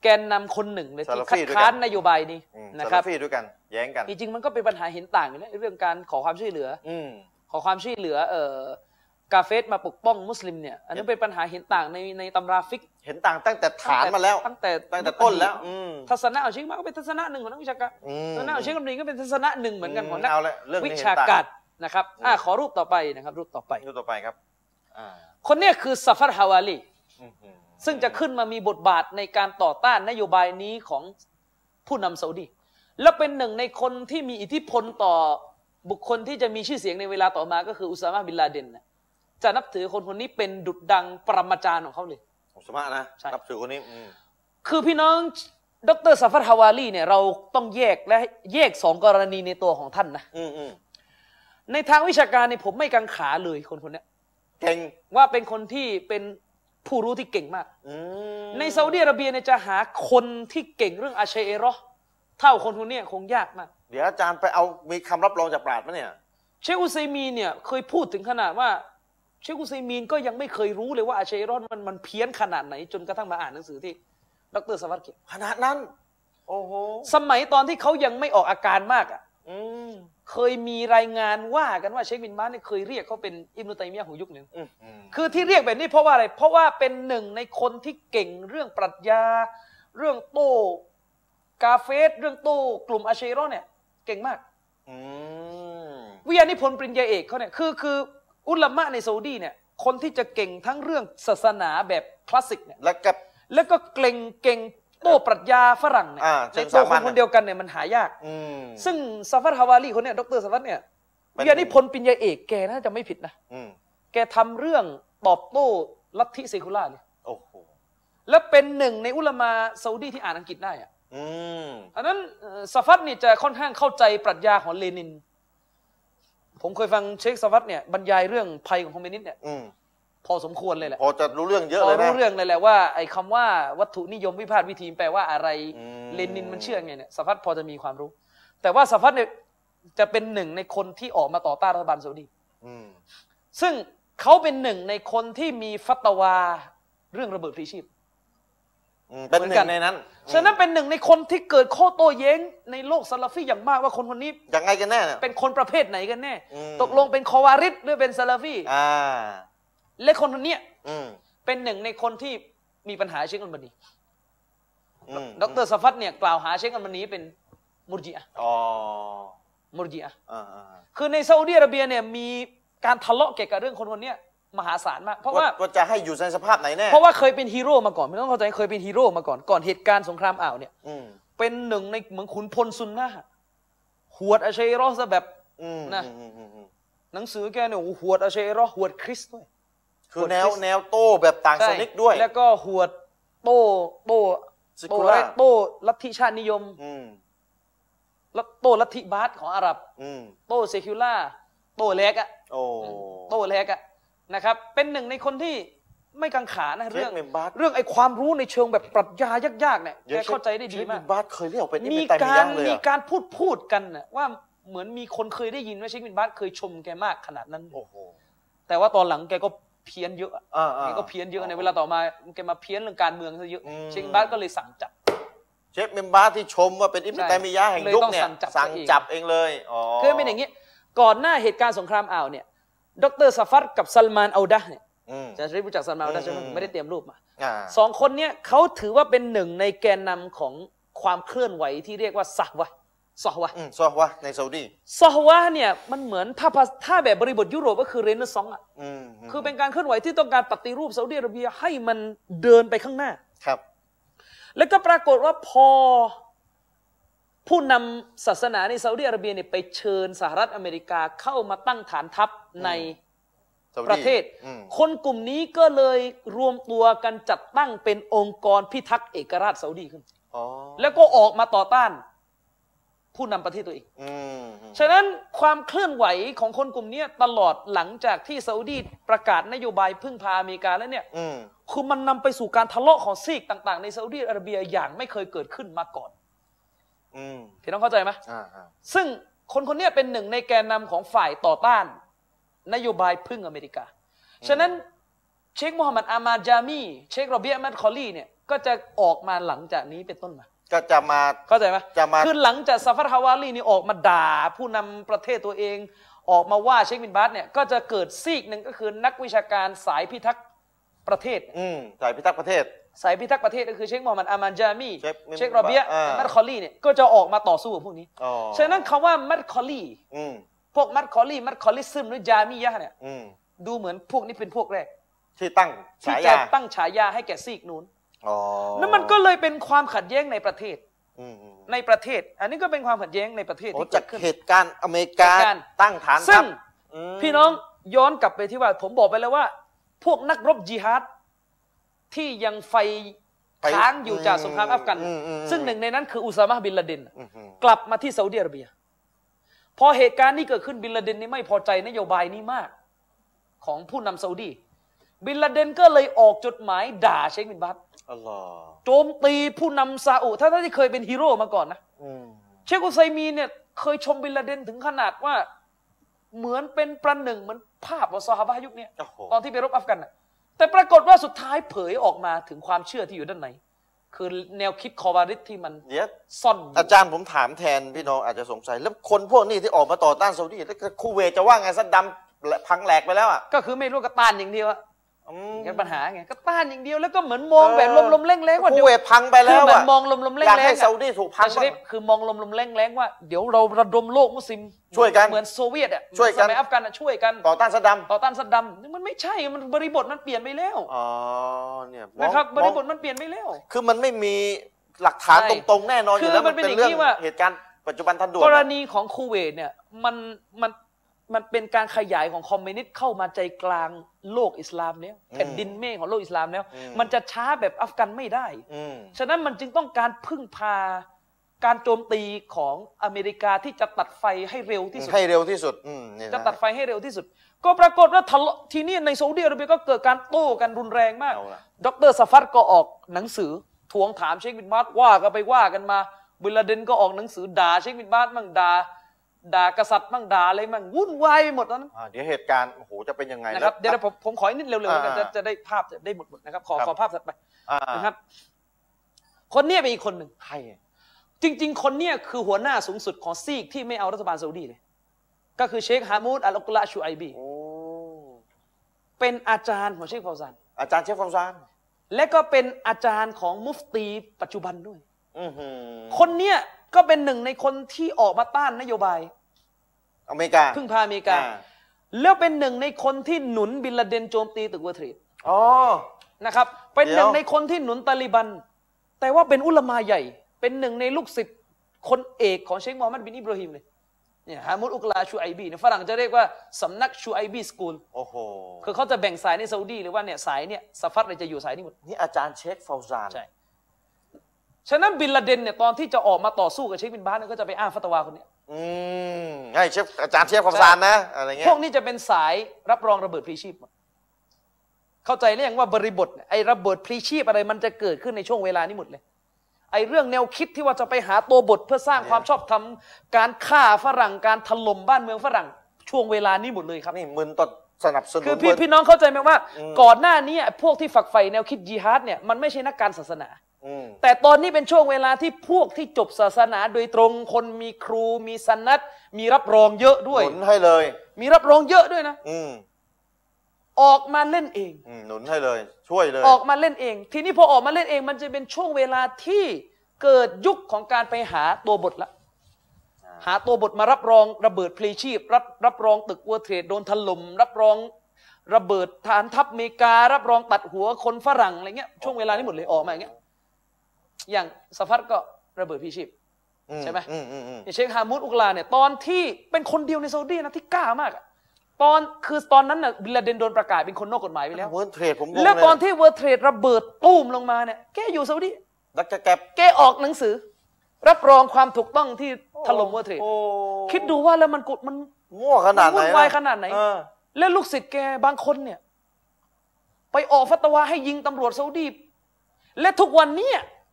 Speaker 2: แกนนำคนหนึ่งเลยที่
Speaker 1: ซาลาฟี่ด้วยกัน
Speaker 2: คัดค้านนโยบายนี้
Speaker 1: อืม
Speaker 2: นะ
Speaker 1: ซา
Speaker 2: ครั
Speaker 1: ลา
Speaker 2: บ
Speaker 1: ฟีด้วยกัน แย้งกัน
Speaker 2: จริงๆมันก็เป็นปัญหาเห็นต่างอยู่นะเรื่องการขอความช่วยเหลือ
Speaker 1: อืม
Speaker 2: ขอความช่วยเหลือเอ่อกาเฟสมาปกป้องมุสลิมเนี่ยอันนั้นเป็นปัญหาเห็นต่างในในตำราฟิก
Speaker 1: เห็นต่างตั้งแต่ฐานมาแล้ว
Speaker 2: ตั้งแต่
Speaker 1: ตั้งแต่ต้นแล้ว อืม
Speaker 2: ทัศนะของเชคมาก็เป็นทัศนะหนึ่งของนักวิชาการ
Speaker 1: อืม
Speaker 2: ทัศนะของเชคกำนิงก็เป็นทัศนะหนึ่งเหมือนกันของนัก
Speaker 1: เอาละเรื่อง
Speaker 2: วิ
Speaker 1: นี้เห็
Speaker 2: ชาน
Speaker 1: ต่าง
Speaker 2: การนะครับอ่ะขอรูปต่อไปนะครับ รูปต่อไป
Speaker 1: ดูต่อไปครับอ่า
Speaker 2: คนเนี้คือซาฟาร์ฮาวาลี
Speaker 1: อื้อหือ
Speaker 2: ซึ่งจะขึ้นมามีบทบาทในการต่อต้านนโยบายนี้ของผู้นำซาอุดี และเป็นหนึ่งในคนที่มีอิทธิพลต่อบุคคลที่จะมีชื่อเสียงในเวลาต่อมาก็คืออุซามาบินลาเดนนะจะนับถือคนคนนี้เป็นดุดดังปรมาจารย์ของเขาเลย
Speaker 1: ผมสมะนะ
Speaker 2: ใช่
Speaker 1: นับถือคนนี้อืม
Speaker 2: คือพี่น้องดรซาฟัดฮาวาลีเนี่ยเราต้องแยกและแยกสองกรณีในตัวของท่านนะ
Speaker 1: อืมอืม
Speaker 2: ในทางวิชาการเนี่ยผมไม่กังขาเลยคนคนเนี้ย
Speaker 1: เก่ง
Speaker 2: ว่าเป็นคนที่เป็นผู้รู้ที่เก่งมาก
Speaker 1: อืม
Speaker 2: ในซาอุดีอาระเบียเนี่ยจะหาคนที่เก่งเรื่องอาชัยเอรอห์เท่าคนคนเนี้ยคงยากมาก
Speaker 1: เดี๋ยวอาจารย์ไปเอามีคำรับรองจากปราดมะเนี่ย
Speaker 2: เชคอุซัยมีนเนี่ยเคยพูดถึงขนาดว่า เชคอุซัยมีนก็ยังไม่เคยรู้เลยว่าอาชัยเอรอห์มันมันเพี้ยนขนาดไหน จนกระทั่งมาอ่านหนังสือที่ดรสวัสดิ์เขียน
Speaker 1: ขนาดนั้น โอ้โห
Speaker 2: สมัยตอนที่เขายังไม่ออกอาการมากอ่ะ
Speaker 1: อืม
Speaker 2: เคยมีรายงานว่ากันว่าเชคบินบาสเนี่ยเคยเรียกเขาเป็นอิมนุตัยมียะห์ของยุคหนึ่ง
Speaker 1: อืมอืม
Speaker 2: คือที่เรียกแบบนี้เพราะว่าอะไร เพราะว่าเป็นหนึ่งในคนที่เก่งเรื่องปรัชญา เรื่องโต้กาเฟส เรื่องโต้กลุ่มอาเชโรเนี่ย เก่งมาก
Speaker 1: อืม
Speaker 2: วิทยานิพนธ์ปริญญาเอกเขาเนี่ยคือคืออุลามะในซาอุดีเนี่ย คนที่จะเก่งทั้งเรื่องศาสนาแบบคลาสสิกเนี่ย
Speaker 1: แล้วกับ
Speaker 2: แล้วก็เก่งเก่งโต้ปรัชญาฝรั่งเนี่ย
Speaker 1: อ่า
Speaker 2: ในตัวค
Speaker 1: สามัญ
Speaker 2: น
Speaker 1: นะ
Speaker 2: คนเดียวกันเนี่ยมันหายาก
Speaker 1: อืม
Speaker 2: ซึ่งซาฟัดฮาวาลีคนเนี่ยดรซาฟัดเนี่ย
Speaker 1: เป็น
Speaker 2: วิทยานิพนธ์ปริญญาเอกแกน่าจะไม่ผิดนะ
Speaker 1: อืม
Speaker 2: แกทำเรื่องตอบโต้ลัทธิเซคุล่าเนี่ย
Speaker 1: โอ้โห
Speaker 2: และเป็นหนึ่งในอุลามาซาอุดีที่อ่านอังกฤษได้อะ
Speaker 1: อืม
Speaker 2: อันนั้นเอ่อซาฟัดนี่จะค่อนข้างเข้าใจปรัชญาของเลนิน ผมเคยฟังเชคซาฟัดเนี่ยบรรยายเรื่องภัยของคอมมิวนิสต์เนี่ย
Speaker 1: อืม
Speaker 2: พอสมควรเลยแหละ
Speaker 1: พอจะรู้เรื่องเยอะ
Speaker 2: พอ
Speaker 1: เลยนะ
Speaker 2: รู้เรื่องเลยแหละว่าไอ้คำว่าวัตถุนิยมวิพากษ์วิธีแปลว่าอะไร
Speaker 1: อืม
Speaker 2: เลนินมันเชื่อไงเนี่ยซาฟัดพอจะมีความรู้ แต่ว่าซาฟัดเนี่ยจะเป็นหนึ่งในคนที่ออกมาต่อต้านรัฐบาลซาอุดี
Speaker 1: อืม
Speaker 2: ซึ่งเขาเป็นหนึ่งในคนที่มีฟัตวาเรื่องระเบิดพลีชีพ
Speaker 1: อืมเป็น
Speaker 2: เหมื
Speaker 1: ห
Speaker 2: อน
Speaker 1: นึ่
Speaker 2: กัน
Speaker 1: งในนั้น
Speaker 2: ฉะนั้นเป็นหนึ่งในคนที่เกิดข้อโต้แย้งในโลกซาลาฟีอย่างมากว่าคนคนนี้
Speaker 1: ยังไงกันแน่เนี่ย
Speaker 2: เป็นคนประเภทไหนกันแน่
Speaker 1: อืม
Speaker 2: ตกลงเป็นคอวาริดหรือเป็นซาลาฟี
Speaker 1: อ่า
Speaker 2: และคนคนเนี้ย
Speaker 1: อืม
Speaker 2: เป็นหนึ่งในคนที่มีปัญหาเชคอัลบานี
Speaker 1: อืม
Speaker 2: ดรสฟัตเนี่ยกล่าวหาเชคอัลบานีเป็นมุรจิอะห์
Speaker 1: อ๋อ
Speaker 2: มุรจิอะห์
Speaker 1: อ่าๆ
Speaker 2: คือในซาอุดิอาระเบียเนี่ยมีการทะเลาะเกี่ยวกับเรื่องคนคนเนี้ยมหาศาลมาก เพราะว่า
Speaker 1: ว่าจะให้อยู่ในสภาพไหนแน่
Speaker 2: เพราะว่าเคยเป็นฮีโร่มาก่อนไม่ต้องเข้าใจเคยเป็นฮีโร่มาก่อนก่อนเหตุการณ์สงครามอ่าวเนี่ย
Speaker 1: อืม
Speaker 2: เป็นหนึ่งในเหมือนขุนพลซุนนะห์หวดอาชัยรอซะแบบ
Speaker 1: อืม
Speaker 2: นะ
Speaker 1: อืมอืมอืม
Speaker 2: หนังสือแกเนี่ยโอ้โหหวดอาเชรอหวดคริสต์ด้วย
Speaker 1: คือแนว
Speaker 2: กดคลิก
Speaker 1: แนวโต้แบบต่างสนิกด้วย
Speaker 2: แล้วก็หวดโต้โต้
Speaker 1: ซิ
Speaker 2: โต้
Speaker 1: กู
Speaker 2: อะไร
Speaker 1: ล่า
Speaker 2: โต้ลัทธิชาตินิยม
Speaker 1: อืม
Speaker 2: แล้วโต้ลัทธิบาสของอาหรับ
Speaker 1: อืม
Speaker 2: โต้เซคิวล่าโต้แลกอะ
Speaker 1: โอ้
Speaker 2: โต้แลกอะนะครับ เป็นหนึ่งในคนที่ไม่กังขานะ
Speaker 1: เรื่
Speaker 2: เรื่
Speaker 1: อ
Speaker 2: อง
Speaker 1: งเมมบัส
Speaker 2: เรื่องไอ้ความรู้ในเชิงแบบปรัชญายากๆเนี่ยแกเข้าใจได้ดีมาก
Speaker 1: เมมบัสเคยเรียกว่าเป็น
Speaker 2: มี
Speaker 1: มีกา
Speaker 2: การ
Speaker 1: รเลย
Speaker 2: มี
Speaker 1: อะ
Speaker 2: การพูดพูดกันน่ะว่าเหมือนมีคนเคยได้ยินว่าเชคบินบาสเคยชมแกมากขนาดนั้น
Speaker 1: โอ้โห
Speaker 2: แต่ว่าตอนหลังแกก็เพี้ยนเยอะอะ
Speaker 1: อ่าๆ
Speaker 2: นี่ก็เพี้ยนเยอะในเวลาต่อมาแกมาเพี้ยนเรื่องการเมืองซะเยอะ
Speaker 1: อืม
Speaker 2: เชคบัสก็เลยสั่งจับ
Speaker 1: เชฟเมมบัสที่ชมว่าเป็นอิม
Speaker 2: ใช่
Speaker 1: ตัยมียะห์แห่ง
Speaker 2: เลย
Speaker 1: ยุค
Speaker 2: ต้อง
Speaker 1: เนี่ย
Speaker 2: สั่งจับ
Speaker 1: สั่ง
Speaker 2: ซะเอง
Speaker 1: จับเองเลยอ๋อ
Speaker 2: คือเป็นอย่างนี้ ก่อนหน้าเหตุการณ์สงครามอ่าวเนี่ย ดรซาฟัดกับซัลมานอัลดะห์เนี่ย
Speaker 1: อืม
Speaker 2: อาจะรีบรู้จักซัลมานอัลดะห์ใช่ไหม
Speaker 1: อืม
Speaker 2: ผมไม่ได้เตรียมรูปมา
Speaker 1: อ่า
Speaker 2: สองคนเนี่ยเขาถือว่าเป็นหนึ่งในแกนนำของความเคลื่อนไหวที่เรียกว่าซะฮวะซะฮวะ
Speaker 1: อืมซอฮวะในซาอุดี
Speaker 2: ซะฮวะเนี่ยมันเหมือนถ้าภาษถ้าแบบบริบทยุโรปก็คือเรเนซองส์อ่ะ
Speaker 1: อืม
Speaker 2: คือเป็นการเคลื่อนไหวที่ต้องการปฏิรูปซาอุดิอาระเบียให้มันเดินไปข้างหน้า
Speaker 1: ครับ
Speaker 2: แล้วก็ปรากฏว่าพอผู้นำศาสนาในซาอุดิอาระเบียเนี่ยไปเชิญสหรัฐอเมริกาเข้ามาตั้งฐานทัพใน
Speaker 1: ซาอุดี
Speaker 2: ประเทศ
Speaker 1: อืม
Speaker 2: คนกลุ่มนี้ก็เลยรวมตัวกันจัดตั้งเป็นองค์กรพิทักษ์เอกราชซาอุดีขึ้น
Speaker 1: อ๋อ
Speaker 2: แล้วก็ออกมาต่อต้าน ผู้นำประเทศตัวเอง
Speaker 1: อืมอืม
Speaker 2: ฉะนั้นความเคลื่อนไหวของคนกลุ่มเนี้ยตลอดหลังจากที่ซาอุดีประกาศนโยบายพึ่งพาอเมริกาแล้วเนี่ย
Speaker 1: อืม
Speaker 2: คือมันนำไปสู่การทะเลาะของซีกต่างๆ ในซาอุดีอาระเบียอย่างไม่เคยเกิดขึ้นมาก่อน
Speaker 1: อืม
Speaker 2: พี่น้องเข้าใจไหม
Speaker 1: อ่าอ่า
Speaker 2: ซึ่งคนคนเนี้ยเป็นหนึ่งในแกนนำของฝ่ายต่อต้าน นโยบายพึ่งอเมริกา ฉะนั้นเชคมูฮัมหมัดอามาจามี เชคโรเบียมัดคอลลีเนี่ย ก็จะออกมาหลังจากนี้เป็นต้นมา
Speaker 1: ก็จะมา
Speaker 2: เข้าใจไหม
Speaker 1: จะมา
Speaker 2: คือหลังจากซาฟัดฮาวาลีนี่ออกมาด่าผู้นำประเทศตัวเอง ออกมาว่าเชคบินบาสเนี่ยก็จะเกิดซีกหนึ่งก็คือนักวิชาการสายพิทักษ์ประเทศ
Speaker 1: อืมสายพิทักษ์ประเทศ
Speaker 2: สายพิทักษ์ประเทศก็คือเชคมูฮัมหมัดอามานจามี
Speaker 1: เชคบิน
Speaker 2: เชคโรเบีย
Speaker 1: อ่า
Speaker 2: อัลมัดคอลลี่เนี่ยก็จะออกมาต่อสู้กับพวกนี้
Speaker 1: อ๋อ
Speaker 2: ฉะนั้นคำว่ามัดคอลลี่
Speaker 1: อืม
Speaker 2: พวกมัดคอลลี่มัดคอลลิซึมหรือจามียะห์เนี่ย
Speaker 1: อืม
Speaker 2: ดูเหมือนพวกนี้เป็นพวกแรก
Speaker 1: ที่ตั้งฉา
Speaker 2: ที่
Speaker 1: ยา
Speaker 2: จะตั้งฉายาให้แก่ซีกนู้น
Speaker 1: อ๋อ
Speaker 2: แล้วมันก็เลยเป็นความขัดแย้งในประเทศ
Speaker 1: อืมอืม
Speaker 2: ในประเทศ อันนี้ก็เป็นความขัดแย้งในประเทศ
Speaker 1: โอ้
Speaker 2: ที่
Speaker 1: จาก
Speaker 2: เกิดขึ้น
Speaker 1: เหตุการณ์อเมริกา
Speaker 2: เหตุการณ์
Speaker 1: ตั้งฐาน
Speaker 2: ซึ่
Speaker 1: ทั
Speaker 2: ง
Speaker 1: พอืม
Speaker 2: พี่น้องย้อนกลับไปที่ว่า ผมบอกไปแล้วว่า พวกนักรบจิฮาดที่ยังไฟ
Speaker 1: ไป
Speaker 2: ค้างอยู่จากสงครามอัฟกัน
Speaker 1: มอืม
Speaker 2: ซึ่งหนึ่งในนั้นคืออุซามะบินลาเดน
Speaker 1: อืมอืม
Speaker 2: กลับมาที่ซาอุดิอาระเบีย พอเหตุการณ์นี้เกิดขึ้นบินลาเดนนี่ไม่พอใจนโยบายนี้มาก ของผู้นำซาอุดีบินลาเดนก็เลยออกจดหมายด่าเชคบินบัต
Speaker 1: อัลลอฮ์
Speaker 2: โจมตีผู้นำซาอุท่านที่เคยเป็นฮีโร่มาก่อนนะ
Speaker 1: อืม
Speaker 2: เชคอุไซมีนเนี่ยเคยชมบินลาเดนถึงขนาดว่า เหมือนเป็นประหนึ่งเหมือนภาพของซอฮาบะห์ยุคเนี้ย
Speaker 1: โอ้โห
Speaker 2: ตอนที่ไปรบอัฟกันน่ะแต่ปรากฏว่าสุดท้ายเผยออกมาถึงความเชื่อที่อยู่ด้านใน คือแนวคิดคอวาริสที่มัน
Speaker 1: เดี๋ยว
Speaker 2: ซ่อนอยู่
Speaker 1: อาจารย์ผมถามแทนพี่น้องอาจจะสงสัย แล้วคนพวกนี้ที่ออกมาต่อต้านซาอุดีแล้วก็คูเวตจะว่าไงซัดดำและพังแหลกไปแล้วอ่ะ
Speaker 2: ก็คือไม่รู้ก็ต้านอย่างเดียวอะ
Speaker 1: อืม
Speaker 2: งั้นปัญหาไงก็ต้านอย่างเดียวแล้วก็เหมือนมองแบบลมๆแรงๆว่า
Speaker 1: คู
Speaker 2: เดี๋ยว
Speaker 1: เวตพังไป
Speaker 2: คื
Speaker 1: แล้
Speaker 2: อ
Speaker 1: ว
Speaker 2: เหมือ
Speaker 1: อ่ะ
Speaker 2: นมองลมๆแร
Speaker 1: อยากให้
Speaker 2: งๆ
Speaker 1: ซา
Speaker 2: อะ
Speaker 1: อุดีถูกพั
Speaker 2: แต่
Speaker 1: ง
Speaker 2: ช
Speaker 1: บ้าง
Speaker 2: ริฟ
Speaker 1: อะ
Speaker 2: คือมองลมๆแรงๆว่าเดี๋ยวเราระดมโลกมุสลิม
Speaker 1: ช่วยกัน
Speaker 2: เหมือนโซเวียตอะ
Speaker 1: ช่วยกัน
Speaker 2: เหมือสมัยอัฟกันอะช่วยกัน
Speaker 1: ต่อต้านซัดด
Speaker 2: ต่อต้านซัดดัมมันไม่ใช่มันบริบทมันเปลี่ยนไปแล้ว
Speaker 1: ำอ๋อเนี่ยมอง
Speaker 2: นะครับบ
Speaker 1: มอง
Speaker 2: ริบทมันเปลี่ยนไปแล้ว
Speaker 1: คือมันไม่มีหลักฐาน
Speaker 2: ใช่
Speaker 1: ตรงๆ แน่นอนอ
Speaker 2: คื
Speaker 1: ยู่
Speaker 2: อ
Speaker 1: แล้ว
Speaker 2: มั
Speaker 1: มัน
Speaker 2: นเป็น
Speaker 1: เป็นเรื่อง
Speaker 2: อย่างที่ว่า
Speaker 1: เหตุการณ์ปัจจุบันทันด่วน
Speaker 2: ก
Speaker 1: อะ
Speaker 2: รณีของคูเวตเนี่ยมันมันมันเป็นการขยายของคอมมิวนิสต์เข้ามาใจกลางโลกอิสลามแล้วแผ่นดินเมฆของโลกอิสลามแล้ว มันจะช้าแบบอัฟกันไม่ได้
Speaker 1: อืม
Speaker 2: ฉะนั้นมันจึงต้องการพึ่งพาการโจมตีของอเมริกาที่จะตัดไฟให้เร็วที่สุด
Speaker 1: ให้เร็วที่สุดอืมเนี่ย
Speaker 2: จะ
Speaker 1: นะ
Speaker 2: ตัดไฟให้เร็วที่สุด ก็ปรากฏว่าทะเลาะทีนี่ในซาอุดิอาระเบียก็เกิดการโต้กันรุนแรงมาก
Speaker 1: เอาล่ะ
Speaker 2: ดรซาฟัดก็ออกหนังสือทวงถามเชคบินบาสว่ากันไปว่ากันมาบินลาเดนก็ออกหนังสือด่าเชคบินบาสมั่งด่าด่ากษัตริย์มั่งด่าอะไรมั่งวุ่นวายไปหมดตอนนั้น
Speaker 1: อ่าเดี๋ยวเหตุการณ์โอ้โหจะเป็นยังไง
Speaker 2: นะค
Speaker 1: แล้
Speaker 2: รั
Speaker 1: ว
Speaker 2: บเดี๋ยวผมผมขออีกนิดเร็วๆแล้วกันจะ
Speaker 1: อ่า
Speaker 2: จะได้ภาพจะได้หมดๆนะครับขอ
Speaker 1: ครับ
Speaker 2: ขอภาพถัดไป
Speaker 1: อ่า
Speaker 2: นะครับ คนเนี้เป็นอีกคนหนึ่ง
Speaker 1: ใครอ่ะ
Speaker 2: จริง ๆ คนเนี่ยคือหัวหน้าสูงสุดของซีกที่ไม่เอารัฐบาลซาอุดีเลย ก็คือเชคฮามูดอัลกุลาชูไอบี
Speaker 1: โอ้
Speaker 2: เป็นอาจารย์ของเชคฟาวซาน
Speaker 1: อาจารย์เชฟฟองซาน
Speaker 2: และก็เป็นอาจารย์ของมุฟตีปัจจุบันด้วย
Speaker 1: อื้อหือ
Speaker 2: คนเนี่ยก็เป็นหนึ่งในคนที่ออกมาต้านนโยบาย
Speaker 1: อเมริกา
Speaker 2: พึ่งพาอเมริกา
Speaker 1: อ่
Speaker 2: แล้วเป็นหนึ่งในคนที่หนุนบินลาเดนโจมตีตึกเวอร์เทรด
Speaker 1: อ๋อ
Speaker 2: นะครับ เป็นหนึ่ง
Speaker 1: เดี๋ยว
Speaker 2: ในคนที่หนุนตาลิบัน แต่ว่าเป็นอุลามาใหญ่ เป็นหนึ่งในลูกศิษย์คนเอกของเชคมูฮัมหมัดบินอิบราฮิมเลยเนี่ยฮามุดอุกลาชูไอบีเนี่ยฝรั่งจะเรียกว่าสำนักชูไอบีสกูล
Speaker 1: โอ้โห
Speaker 2: คือเขาจะแบ่งสายในซาอุดีเลยว่าเนี่ยสายเนี่ยซาฟัดเลยจะอยู่สายนี้หมด
Speaker 1: นี่อาจารย์เชคฟาวซาน
Speaker 2: ใช่ ฉะนั้นบินลาเดนเนี่ยตอนที่จะออกมาต่อสู้กับเชคบินบาสเนี่ยก็จะไปอ้างฟัตวาคนเนี้ย
Speaker 1: อืมให้เชฟอาจารย์เชฟฟาวซานนะ อะไรเงี้ย
Speaker 2: พวกนี้จะเป็นสายรับรองระเบิดพลีชีพหมดเข้าใจหรือยังว่าบริบทเนี่ยไอ้ระเบิดพลีชีพอะไรมันจะเกิดขึ้นในช่วงเวลานี้หมดเลย ไอ้เรื่องแนวคิดที่ว่าจะไปหาตัวบทเพื่อสร้างความชอบธรรมการฆ่าฝรั่งการถล่มบ้านเมืองฝรั่งช่วงเวลานี้หมดเลยครับ
Speaker 1: นี่มึนต่อสนับสนุน
Speaker 2: คือพี่
Speaker 1: มึน
Speaker 2: พี่น้องเข้าใจไหมว่า
Speaker 1: อืม
Speaker 2: ก่อนหน้านี้พวกที่ฝักใฝ่แนวคิดยิฮาดเนี่ยมันไม่ใช่นักการศาสนา
Speaker 1: อืม
Speaker 2: แต่ตอนนี้เป็นช่วงเวลาที่พวกที่จบศาสนาโดยตรงคนมีครูมีสนัตมีรับรองเยอะ
Speaker 1: ห
Speaker 2: ด้วย
Speaker 1: นุนให้เลย
Speaker 2: มีรับรองเยอะด้วยนะ
Speaker 1: อืม
Speaker 2: ออกมาเล่นเอง
Speaker 1: อืมหนุนให้เลย ช่วยเลย
Speaker 2: ออกมาเล่นเอง ทีนี้พอออกมาเล่นเอง มันจะเป็นช่วงเวลาที่เกิดยุคของการไปหาตัวบทละ หาตัวบทมารับรองระเบิดพลีชีพ รับรับรองตึกวัวเทรดโดนถล่มรับรองระเบิดฐานทัพอเมริกา รับรองตัดหัวคนฝรั่งอะไรเงี้ยช่วงเวลานี้หมดเลยออกมาอย่างเงี้ยอย่างสฟัดก็ระเบิดพลีชีพ
Speaker 1: อื
Speaker 2: ใช่ไหม
Speaker 1: อืมอืมอืม
Speaker 2: อย่างเชคฮามูดอุกลาเนี่ยตอนที่เป็นคนเดียวในซาอุดีนะที่กล้ามากอะตอนคือตอนนั้นน่ะบินลาเดนโดนประกาศเป็นคนนอกกฎหมายไปแล้ว
Speaker 1: เวิร์นเทรดผมงง
Speaker 2: แล้ว
Speaker 1: เลย
Speaker 2: ตอนที่เวอร์เทรดระเบิดตูมลงมาเนี่ยแกอยู่ซาอุดี
Speaker 1: ดักจะแกบ
Speaker 2: แกออกหนังสือ รับรองความถูกต้องที่ถล่มเวอร์เทรด
Speaker 1: โอ้
Speaker 2: คิดดูว่าแล้วมันกดมัน
Speaker 1: มั่วขนาดไหน
Speaker 2: มันวุ่นวายขนาดไหน
Speaker 1: เออ
Speaker 2: และลูกศิษย์แกบางคนเนี่ย ไปออกฟัตวาให้ยิงตำรวจซาอุดีและทุกวันเนี้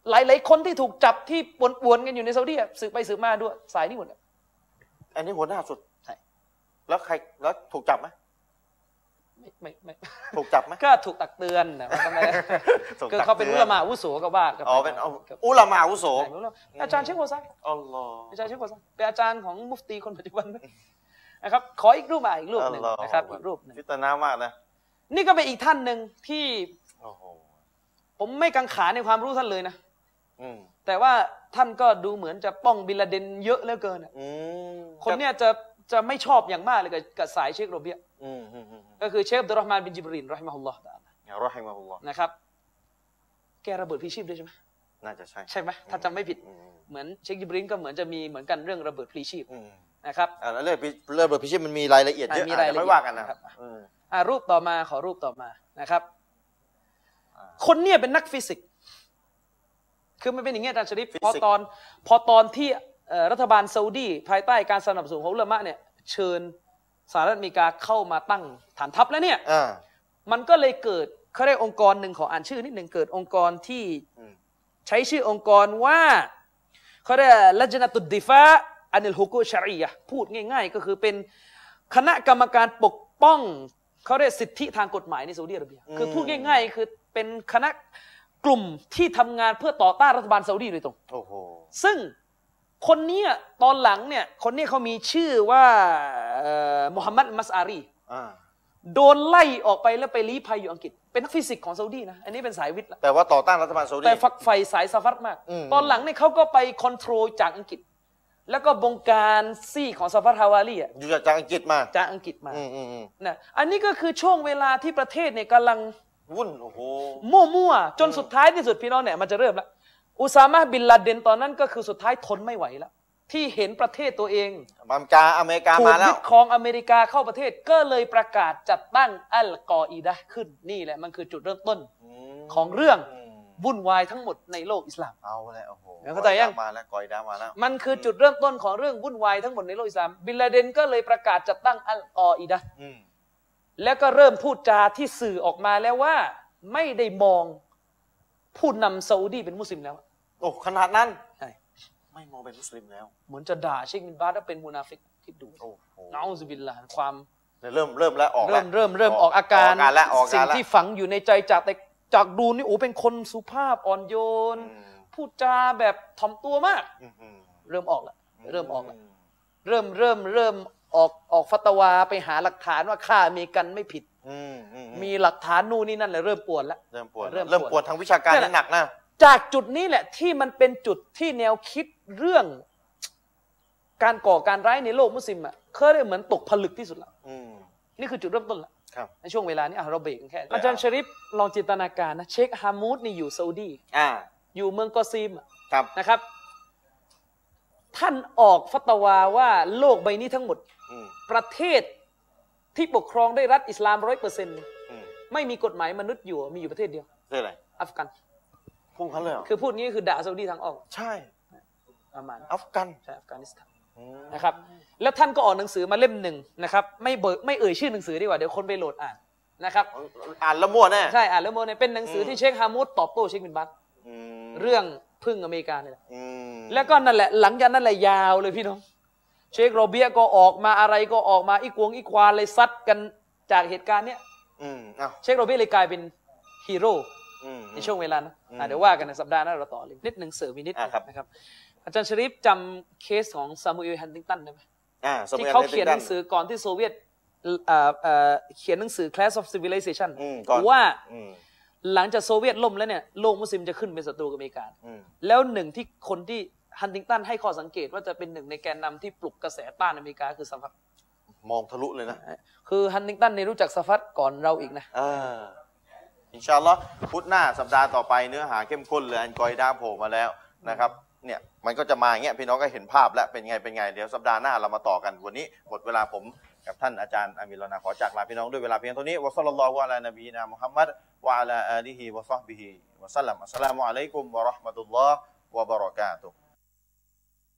Speaker 2: หลาย ๆ คนที่ถูกจับที่ป่วนๆกันอยู่ในซาอุดีอะสืบไปสืบมาด้วยสายนี่หมดอะ
Speaker 1: อันนี้หัวหน้าสุด
Speaker 2: ใช่
Speaker 1: แล้วใครแล้วถูกจับไหม
Speaker 2: ไม่ไม่ไม่
Speaker 1: ถูกจับไหม
Speaker 2: ก็ถูกตักเตือนนะว่า ทำไม
Speaker 1: ถูก
Speaker 2: คือ
Speaker 1: จับ
Speaker 2: เขาเป็นอุลามาอาวุโสก็ว่ากันไป
Speaker 1: อ๋อเป็นเอา
Speaker 2: ครับ
Speaker 1: อุลามาอาวุโส
Speaker 2: อาจารย์เชคโกซัก
Speaker 1: อัลลอฮ์
Speaker 2: อาจารย์เชคโกซักเป็นอาจารย์ของมุฟตีคนปัจจุบันด้วย นะครับ ขออีกรูปมาอีกรูปหนึ่ง
Speaker 1: อัลลอฮ์
Speaker 2: นะครับ
Speaker 1: อัลลอฮ์
Speaker 2: อีกรูปหนึ่ง
Speaker 1: พิจารณามากนะ
Speaker 2: นี่ก็เป็นอีกท่านหนึ่งที่
Speaker 1: โอ้โห
Speaker 2: ผมไม่กังขาในความรู้ท่านเลยนะ
Speaker 1: อืม
Speaker 2: แต่ว่าท่านก็ดูเหมือนจะป้องบินลาเดนเยอะเหลือเกินอะ
Speaker 1: อืม
Speaker 2: คนเนี้ยจะจะไม่ชอบอย่างมากเลยกับกับสายเชคโรเบีย
Speaker 1: อืมอืมอืม
Speaker 2: ก็คือเชคอับดุลรอฮ์มานบินจิบรินรอฮิมะฮุลลอฮ์ตะอาลา
Speaker 1: อย่ารอให้มาอัลลอฮ์
Speaker 2: นะครับ แกระเบิดพลีชีพด้วยใช่ไหม
Speaker 1: น่าจะใช่
Speaker 2: ใช่ไหมถ้าจำไม่ผิด
Speaker 1: อืม
Speaker 2: เหมือนเชคจิบรินก็เหมือนจะมีเหมือนกันเรื่องระเบิดพลีชีพ
Speaker 1: อืม
Speaker 2: นะครับ
Speaker 1: อ่าแล้วเรื่องพิเรื่องเบอร์พิชิตมันมีรายละเอียดเยอะ
Speaker 2: อ่ะมี
Speaker 1: อ่ะ
Speaker 2: ราย
Speaker 1: เดี๋ย
Speaker 2: ละ
Speaker 1: วค่อย
Speaker 2: เอียด
Speaker 1: ว่ากันนะครับ อืม
Speaker 2: อ่ารูปต่อมาขอรูปต่อมานะครับ
Speaker 1: อ่า
Speaker 2: คนเนี่ยเป็นนักฟิสิกส์คือมันเป็นอย่างเงี้ยอาจารย์ชริป
Speaker 1: ฟิสิกส์
Speaker 2: พอตอนพอตอนที่เอ่อรัฐบาลซาอุดีภายใต้การสนับสนุนของอุลามะเนี่ยเชิญสหรัฐอเมริกาเข้ามาตั้งฐานทัพแล้วเนี่ย
Speaker 1: อ่า
Speaker 2: มันก็เลยเกิดเขาเรียกองค์กรหนึ่งของอ่านชื่อนิดหนึ่งเกิดองค์กรที่
Speaker 1: อืม
Speaker 2: ใช้ชื่อองค์กรว่าเขาเรียกลัจนตุดดิฟะอันิลฮุกุชรียะห์พูดง่าย ๆ ก็คือเป็นคณะกรรมการปกป้องเขาเรียกสิทธิทางกฎหมายในซาอุดีอาระเบีย คือพูดง่าย ๆ คือเป็นคณะกลุ่มที่ทำงานเพื่อต่อต้านรัฐบาลซาอุดีโดยตรง
Speaker 1: โอ้โห
Speaker 2: ซึ่งคนเนี้ยตอนหลังเนี่ยคนเนี้ยเขามีชื่อว่าเอ่อมูฮัมหมัดมัสอารี
Speaker 1: อ่า
Speaker 2: โดนไล่ออกไปแล้วไปลี้ภัยอยู่อังกฤษ เป็นนักฟิสิกส์ของซาอุดีนะ อันนี้เป็นสายวิทย์ละ
Speaker 1: แต่ว่าต่อต้านรัฐบาลซาอุดี
Speaker 2: แต่ฝักใฝ่สายซาฟัดมาก
Speaker 1: อืม
Speaker 2: ตอนหลังเนี่ยเขาก็ไปคอนโทรลจากอังกฤษ แล้วก็บงการซี่ของซาฟัดฮาวาลีอะ
Speaker 1: อยู่จากอังกฤษมา
Speaker 2: จากอังกฤษมา
Speaker 1: อืมอืมอืม
Speaker 2: นะอันนี้ก็คือช่วงเวลาที่ประเทศเนี่ยกำลัง
Speaker 1: วุ่นโอ้โห
Speaker 2: มั่วๆ จนสุดท้ายที่สุดพี่น้องเนี่ยมันจะเริ่มละอุซามะบินลาเดนตอนนั้นก็คือสุดท้ายทนไม่ไหวแล้วที่เห็นประเทศตัวเอง
Speaker 1: อเมริกาอเมริกา
Speaker 2: ถูก
Speaker 1: มาแล้
Speaker 2: ยึ
Speaker 1: ว
Speaker 2: ดครองอเมริกาเข้าประเทศก็เลยประกาศจัดตั้งอัลกออีดะห์ขึ้นนี่แหละมันคือจุดเริ่มต้น ของเรื่อง วุ่นวายทั้งหมดในโลกอิสลาม
Speaker 1: เอาแล้วโอ้โห
Speaker 2: เดี๋ยวเข้าใจยัง
Speaker 1: มาแล้วกอยดามาแล้ว
Speaker 2: มันคือจุดเริ่มต้นของเรื่องวุ่นวายทั้งหมดในโลกอิสลาม บินลาเดนก็เลยประกาศจัดตั้งอัลกออิดะห์
Speaker 1: อืม
Speaker 2: แล้วก็เริ่มพูดจาที่สื่อออกมาแล้วว่าไม่ได้มองผู้นำซาอุดีเป็นมุสลิมแล้ว
Speaker 1: โอ้ขนาดนั้น
Speaker 2: ใช่
Speaker 1: ไม่มองเป็นมุสลิมแล้ว
Speaker 2: เหมือนจะด่าเชคบินบาสว่าเป็นมุนาฟิกคิดดู
Speaker 1: โอ้โห
Speaker 2: เอาซบิลลาห์ความ
Speaker 1: เริ่มเริ่มแล้วออกแล้
Speaker 2: เริ่
Speaker 1: ว
Speaker 2: มเริ่มเริ่มออกอาการ
Speaker 1: อาการแล้วออกอา
Speaker 2: สิ่
Speaker 1: กาง รแล้ว
Speaker 2: ที่ฝังอยู่ในใจจากแต่จากดูนี่โอ้เป็นคนสุภาพอ่อนโยน
Speaker 1: อืม
Speaker 2: พูดจาแบบถ่อมตัวมาก
Speaker 1: อืมอืม
Speaker 2: เริ่มออกแล้วเริ่มออกแล้ว เริ่มเริ่มเริ่มออกออกฟัตวาไปหาหลักฐานว่าฆ่าอเมริกันไม่ผิด
Speaker 1: อืมอืม
Speaker 2: มีหลักฐานนู่นนี่นั่นเลยเริ่มปวดแล้ว
Speaker 1: เริ่มปวด
Speaker 2: เริ่มปวด
Speaker 1: เริ่มปวดทางวิชาการ
Speaker 2: นั่นแห
Speaker 1: นี่
Speaker 2: ละ
Speaker 1: หนักนะ
Speaker 2: จากจุดนี้แหละที่มันเป็นจุดที่แนวคิดเรื่อง การก่อการร้ายในโลกมุสลิมอ่ะเคยได้เหมือนตกผลึกที่สุดแล้ว
Speaker 1: อืม
Speaker 2: นี่คือจุดเริ่มต้นละ
Speaker 1: ครับ
Speaker 2: ในช่วงเวลานี้อ่ะเราเบรกกันแค่นี้
Speaker 1: ได้ครับ
Speaker 2: อาจารย์ชริปลองจินตนาการนะเชคฮามูดนี่อยู่ซาอุดี
Speaker 1: อ่า
Speaker 2: อยู่เมืองกอซีมอะ
Speaker 1: ครับ
Speaker 2: นะครับ ท่านออกฟัตวาว่าโลกใบนี้ทั้งหมด
Speaker 1: อืม
Speaker 2: ประเทศที่ปกครองด้วยรัฐอิสลามร้อยเปอร์เซ็นต์
Speaker 1: อืม
Speaker 2: ไม่มีกฎหมายมนุษย์อยู่มีอยู่ประเทศเดียว
Speaker 1: เรื่องอะไร
Speaker 2: อัฟกัน
Speaker 1: พวกเขาเลยเหรอ
Speaker 2: คือพูดงี้คือด่าซาอุดีทางออก
Speaker 1: ใช่
Speaker 2: ประมาณนั้น
Speaker 1: อัฟกัน
Speaker 2: ใช่อัฟกานิสถาน
Speaker 1: อืม
Speaker 2: นะครับ แล้วท่านก็ออกหนังสือมาเล่มหนึ่งนะครับ ไม่เบิกไม่เอ่ยชื่อหนังสือดีกว่าเดี๋ยวคนไปโหลดอ่านนะครับ
Speaker 1: อ่านและมั่วแน่
Speaker 2: ใช่อ่านแล้วโมเนี่ยเป็นหนังสือที่เชคฮามูดตอบโต้เชคบินบัต
Speaker 1: อืม
Speaker 2: เรื่องพึ่งอเมริกาเนี่ยแหละ
Speaker 1: อืม
Speaker 2: แล้วก็นั่นแหละหลังจากนั้นแหละยาวเลยพี่น้องเชคโรเบียก็ออกมาอะไรก็ออกมาอีกวงอีกวานเลยซัดกันจากเหตุการณ์เนี้ย
Speaker 1: อืมเอ้า
Speaker 2: เชคโรเบียเลยกลายเป็นฮีโร่
Speaker 1: อืม
Speaker 2: ในช่วงเวลานะ
Speaker 1: อืม
Speaker 2: อ่ะเดี๋ยวว่ากันในสัปดาห์หน้าเราต่อเลยนิดหนึ่งเสริมอีกนิดหนึ่ง
Speaker 1: อ่ะครับ
Speaker 2: นะครับ อาจารย์ชริฟจำเคสของซามูเอลฮันติงตันได้ไหม
Speaker 1: อ่าสมั
Speaker 2: ที่
Speaker 1: ย
Speaker 2: เขาเขียน
Speaker 1: ใ
Speaker 2: หนังสือก่อนที่โซเวียตเอ่อเอ่อเขียนหนังสือ Class of Civilization
Speaker 1: อืมก่อน
Speaker 2: ว่า
Speaker 1: อืม
Speaker 2: หลังจากโซเวียตล่มแล้วเนี่ยโลกมุสลิมจะขึ้นเป็นศัตรูกับอเมริกา
Speaker 1: อืม
Speaker 2: แล้วหนึ่งที่คนที่ฮันติงตันให้ข้อสังเกตว่าจะเป็นหนึ่งในแกนนำที่ปลุกกระแสต้านอเมริกาคือซาฟัด
Speaker 1: มองทะลุเลยนะ
Speaker 2: คือฮันติงตันเนี่ยรู้จักซาฟัดก่อนเราอีกนะ
Speaker 1: เอออินชาอัลลอฮ์พุธหน้าสัปดาห์ต่อไปเนื้อหาเข้มข้นเลยอันกอยด้าโผล่มาแล้วนะครับ เนี่ยมันก็จะมาอย่างเงี้ยพี่น้องก็เห็นภาพแล้วเป็นไงเป็นไงเดี๋ยวสัปดาห์หน้าเรามาต่อกันวันนี้หมดเวลาผมกับท่านอาจารย์อามิรนาขอจากลาพี่น้องด้วยเวลาเพียงเท่านี้วะซัลลัลลอฮุอะลานบีนามุฮัมมัดวะอะลาอาลีฮิวะซอฮบิฮิวะสัลลัมอัสสลามุอะลัยกุมวะเราะห์มะตุลลอฮ์วะบะเราะกาตุฮ์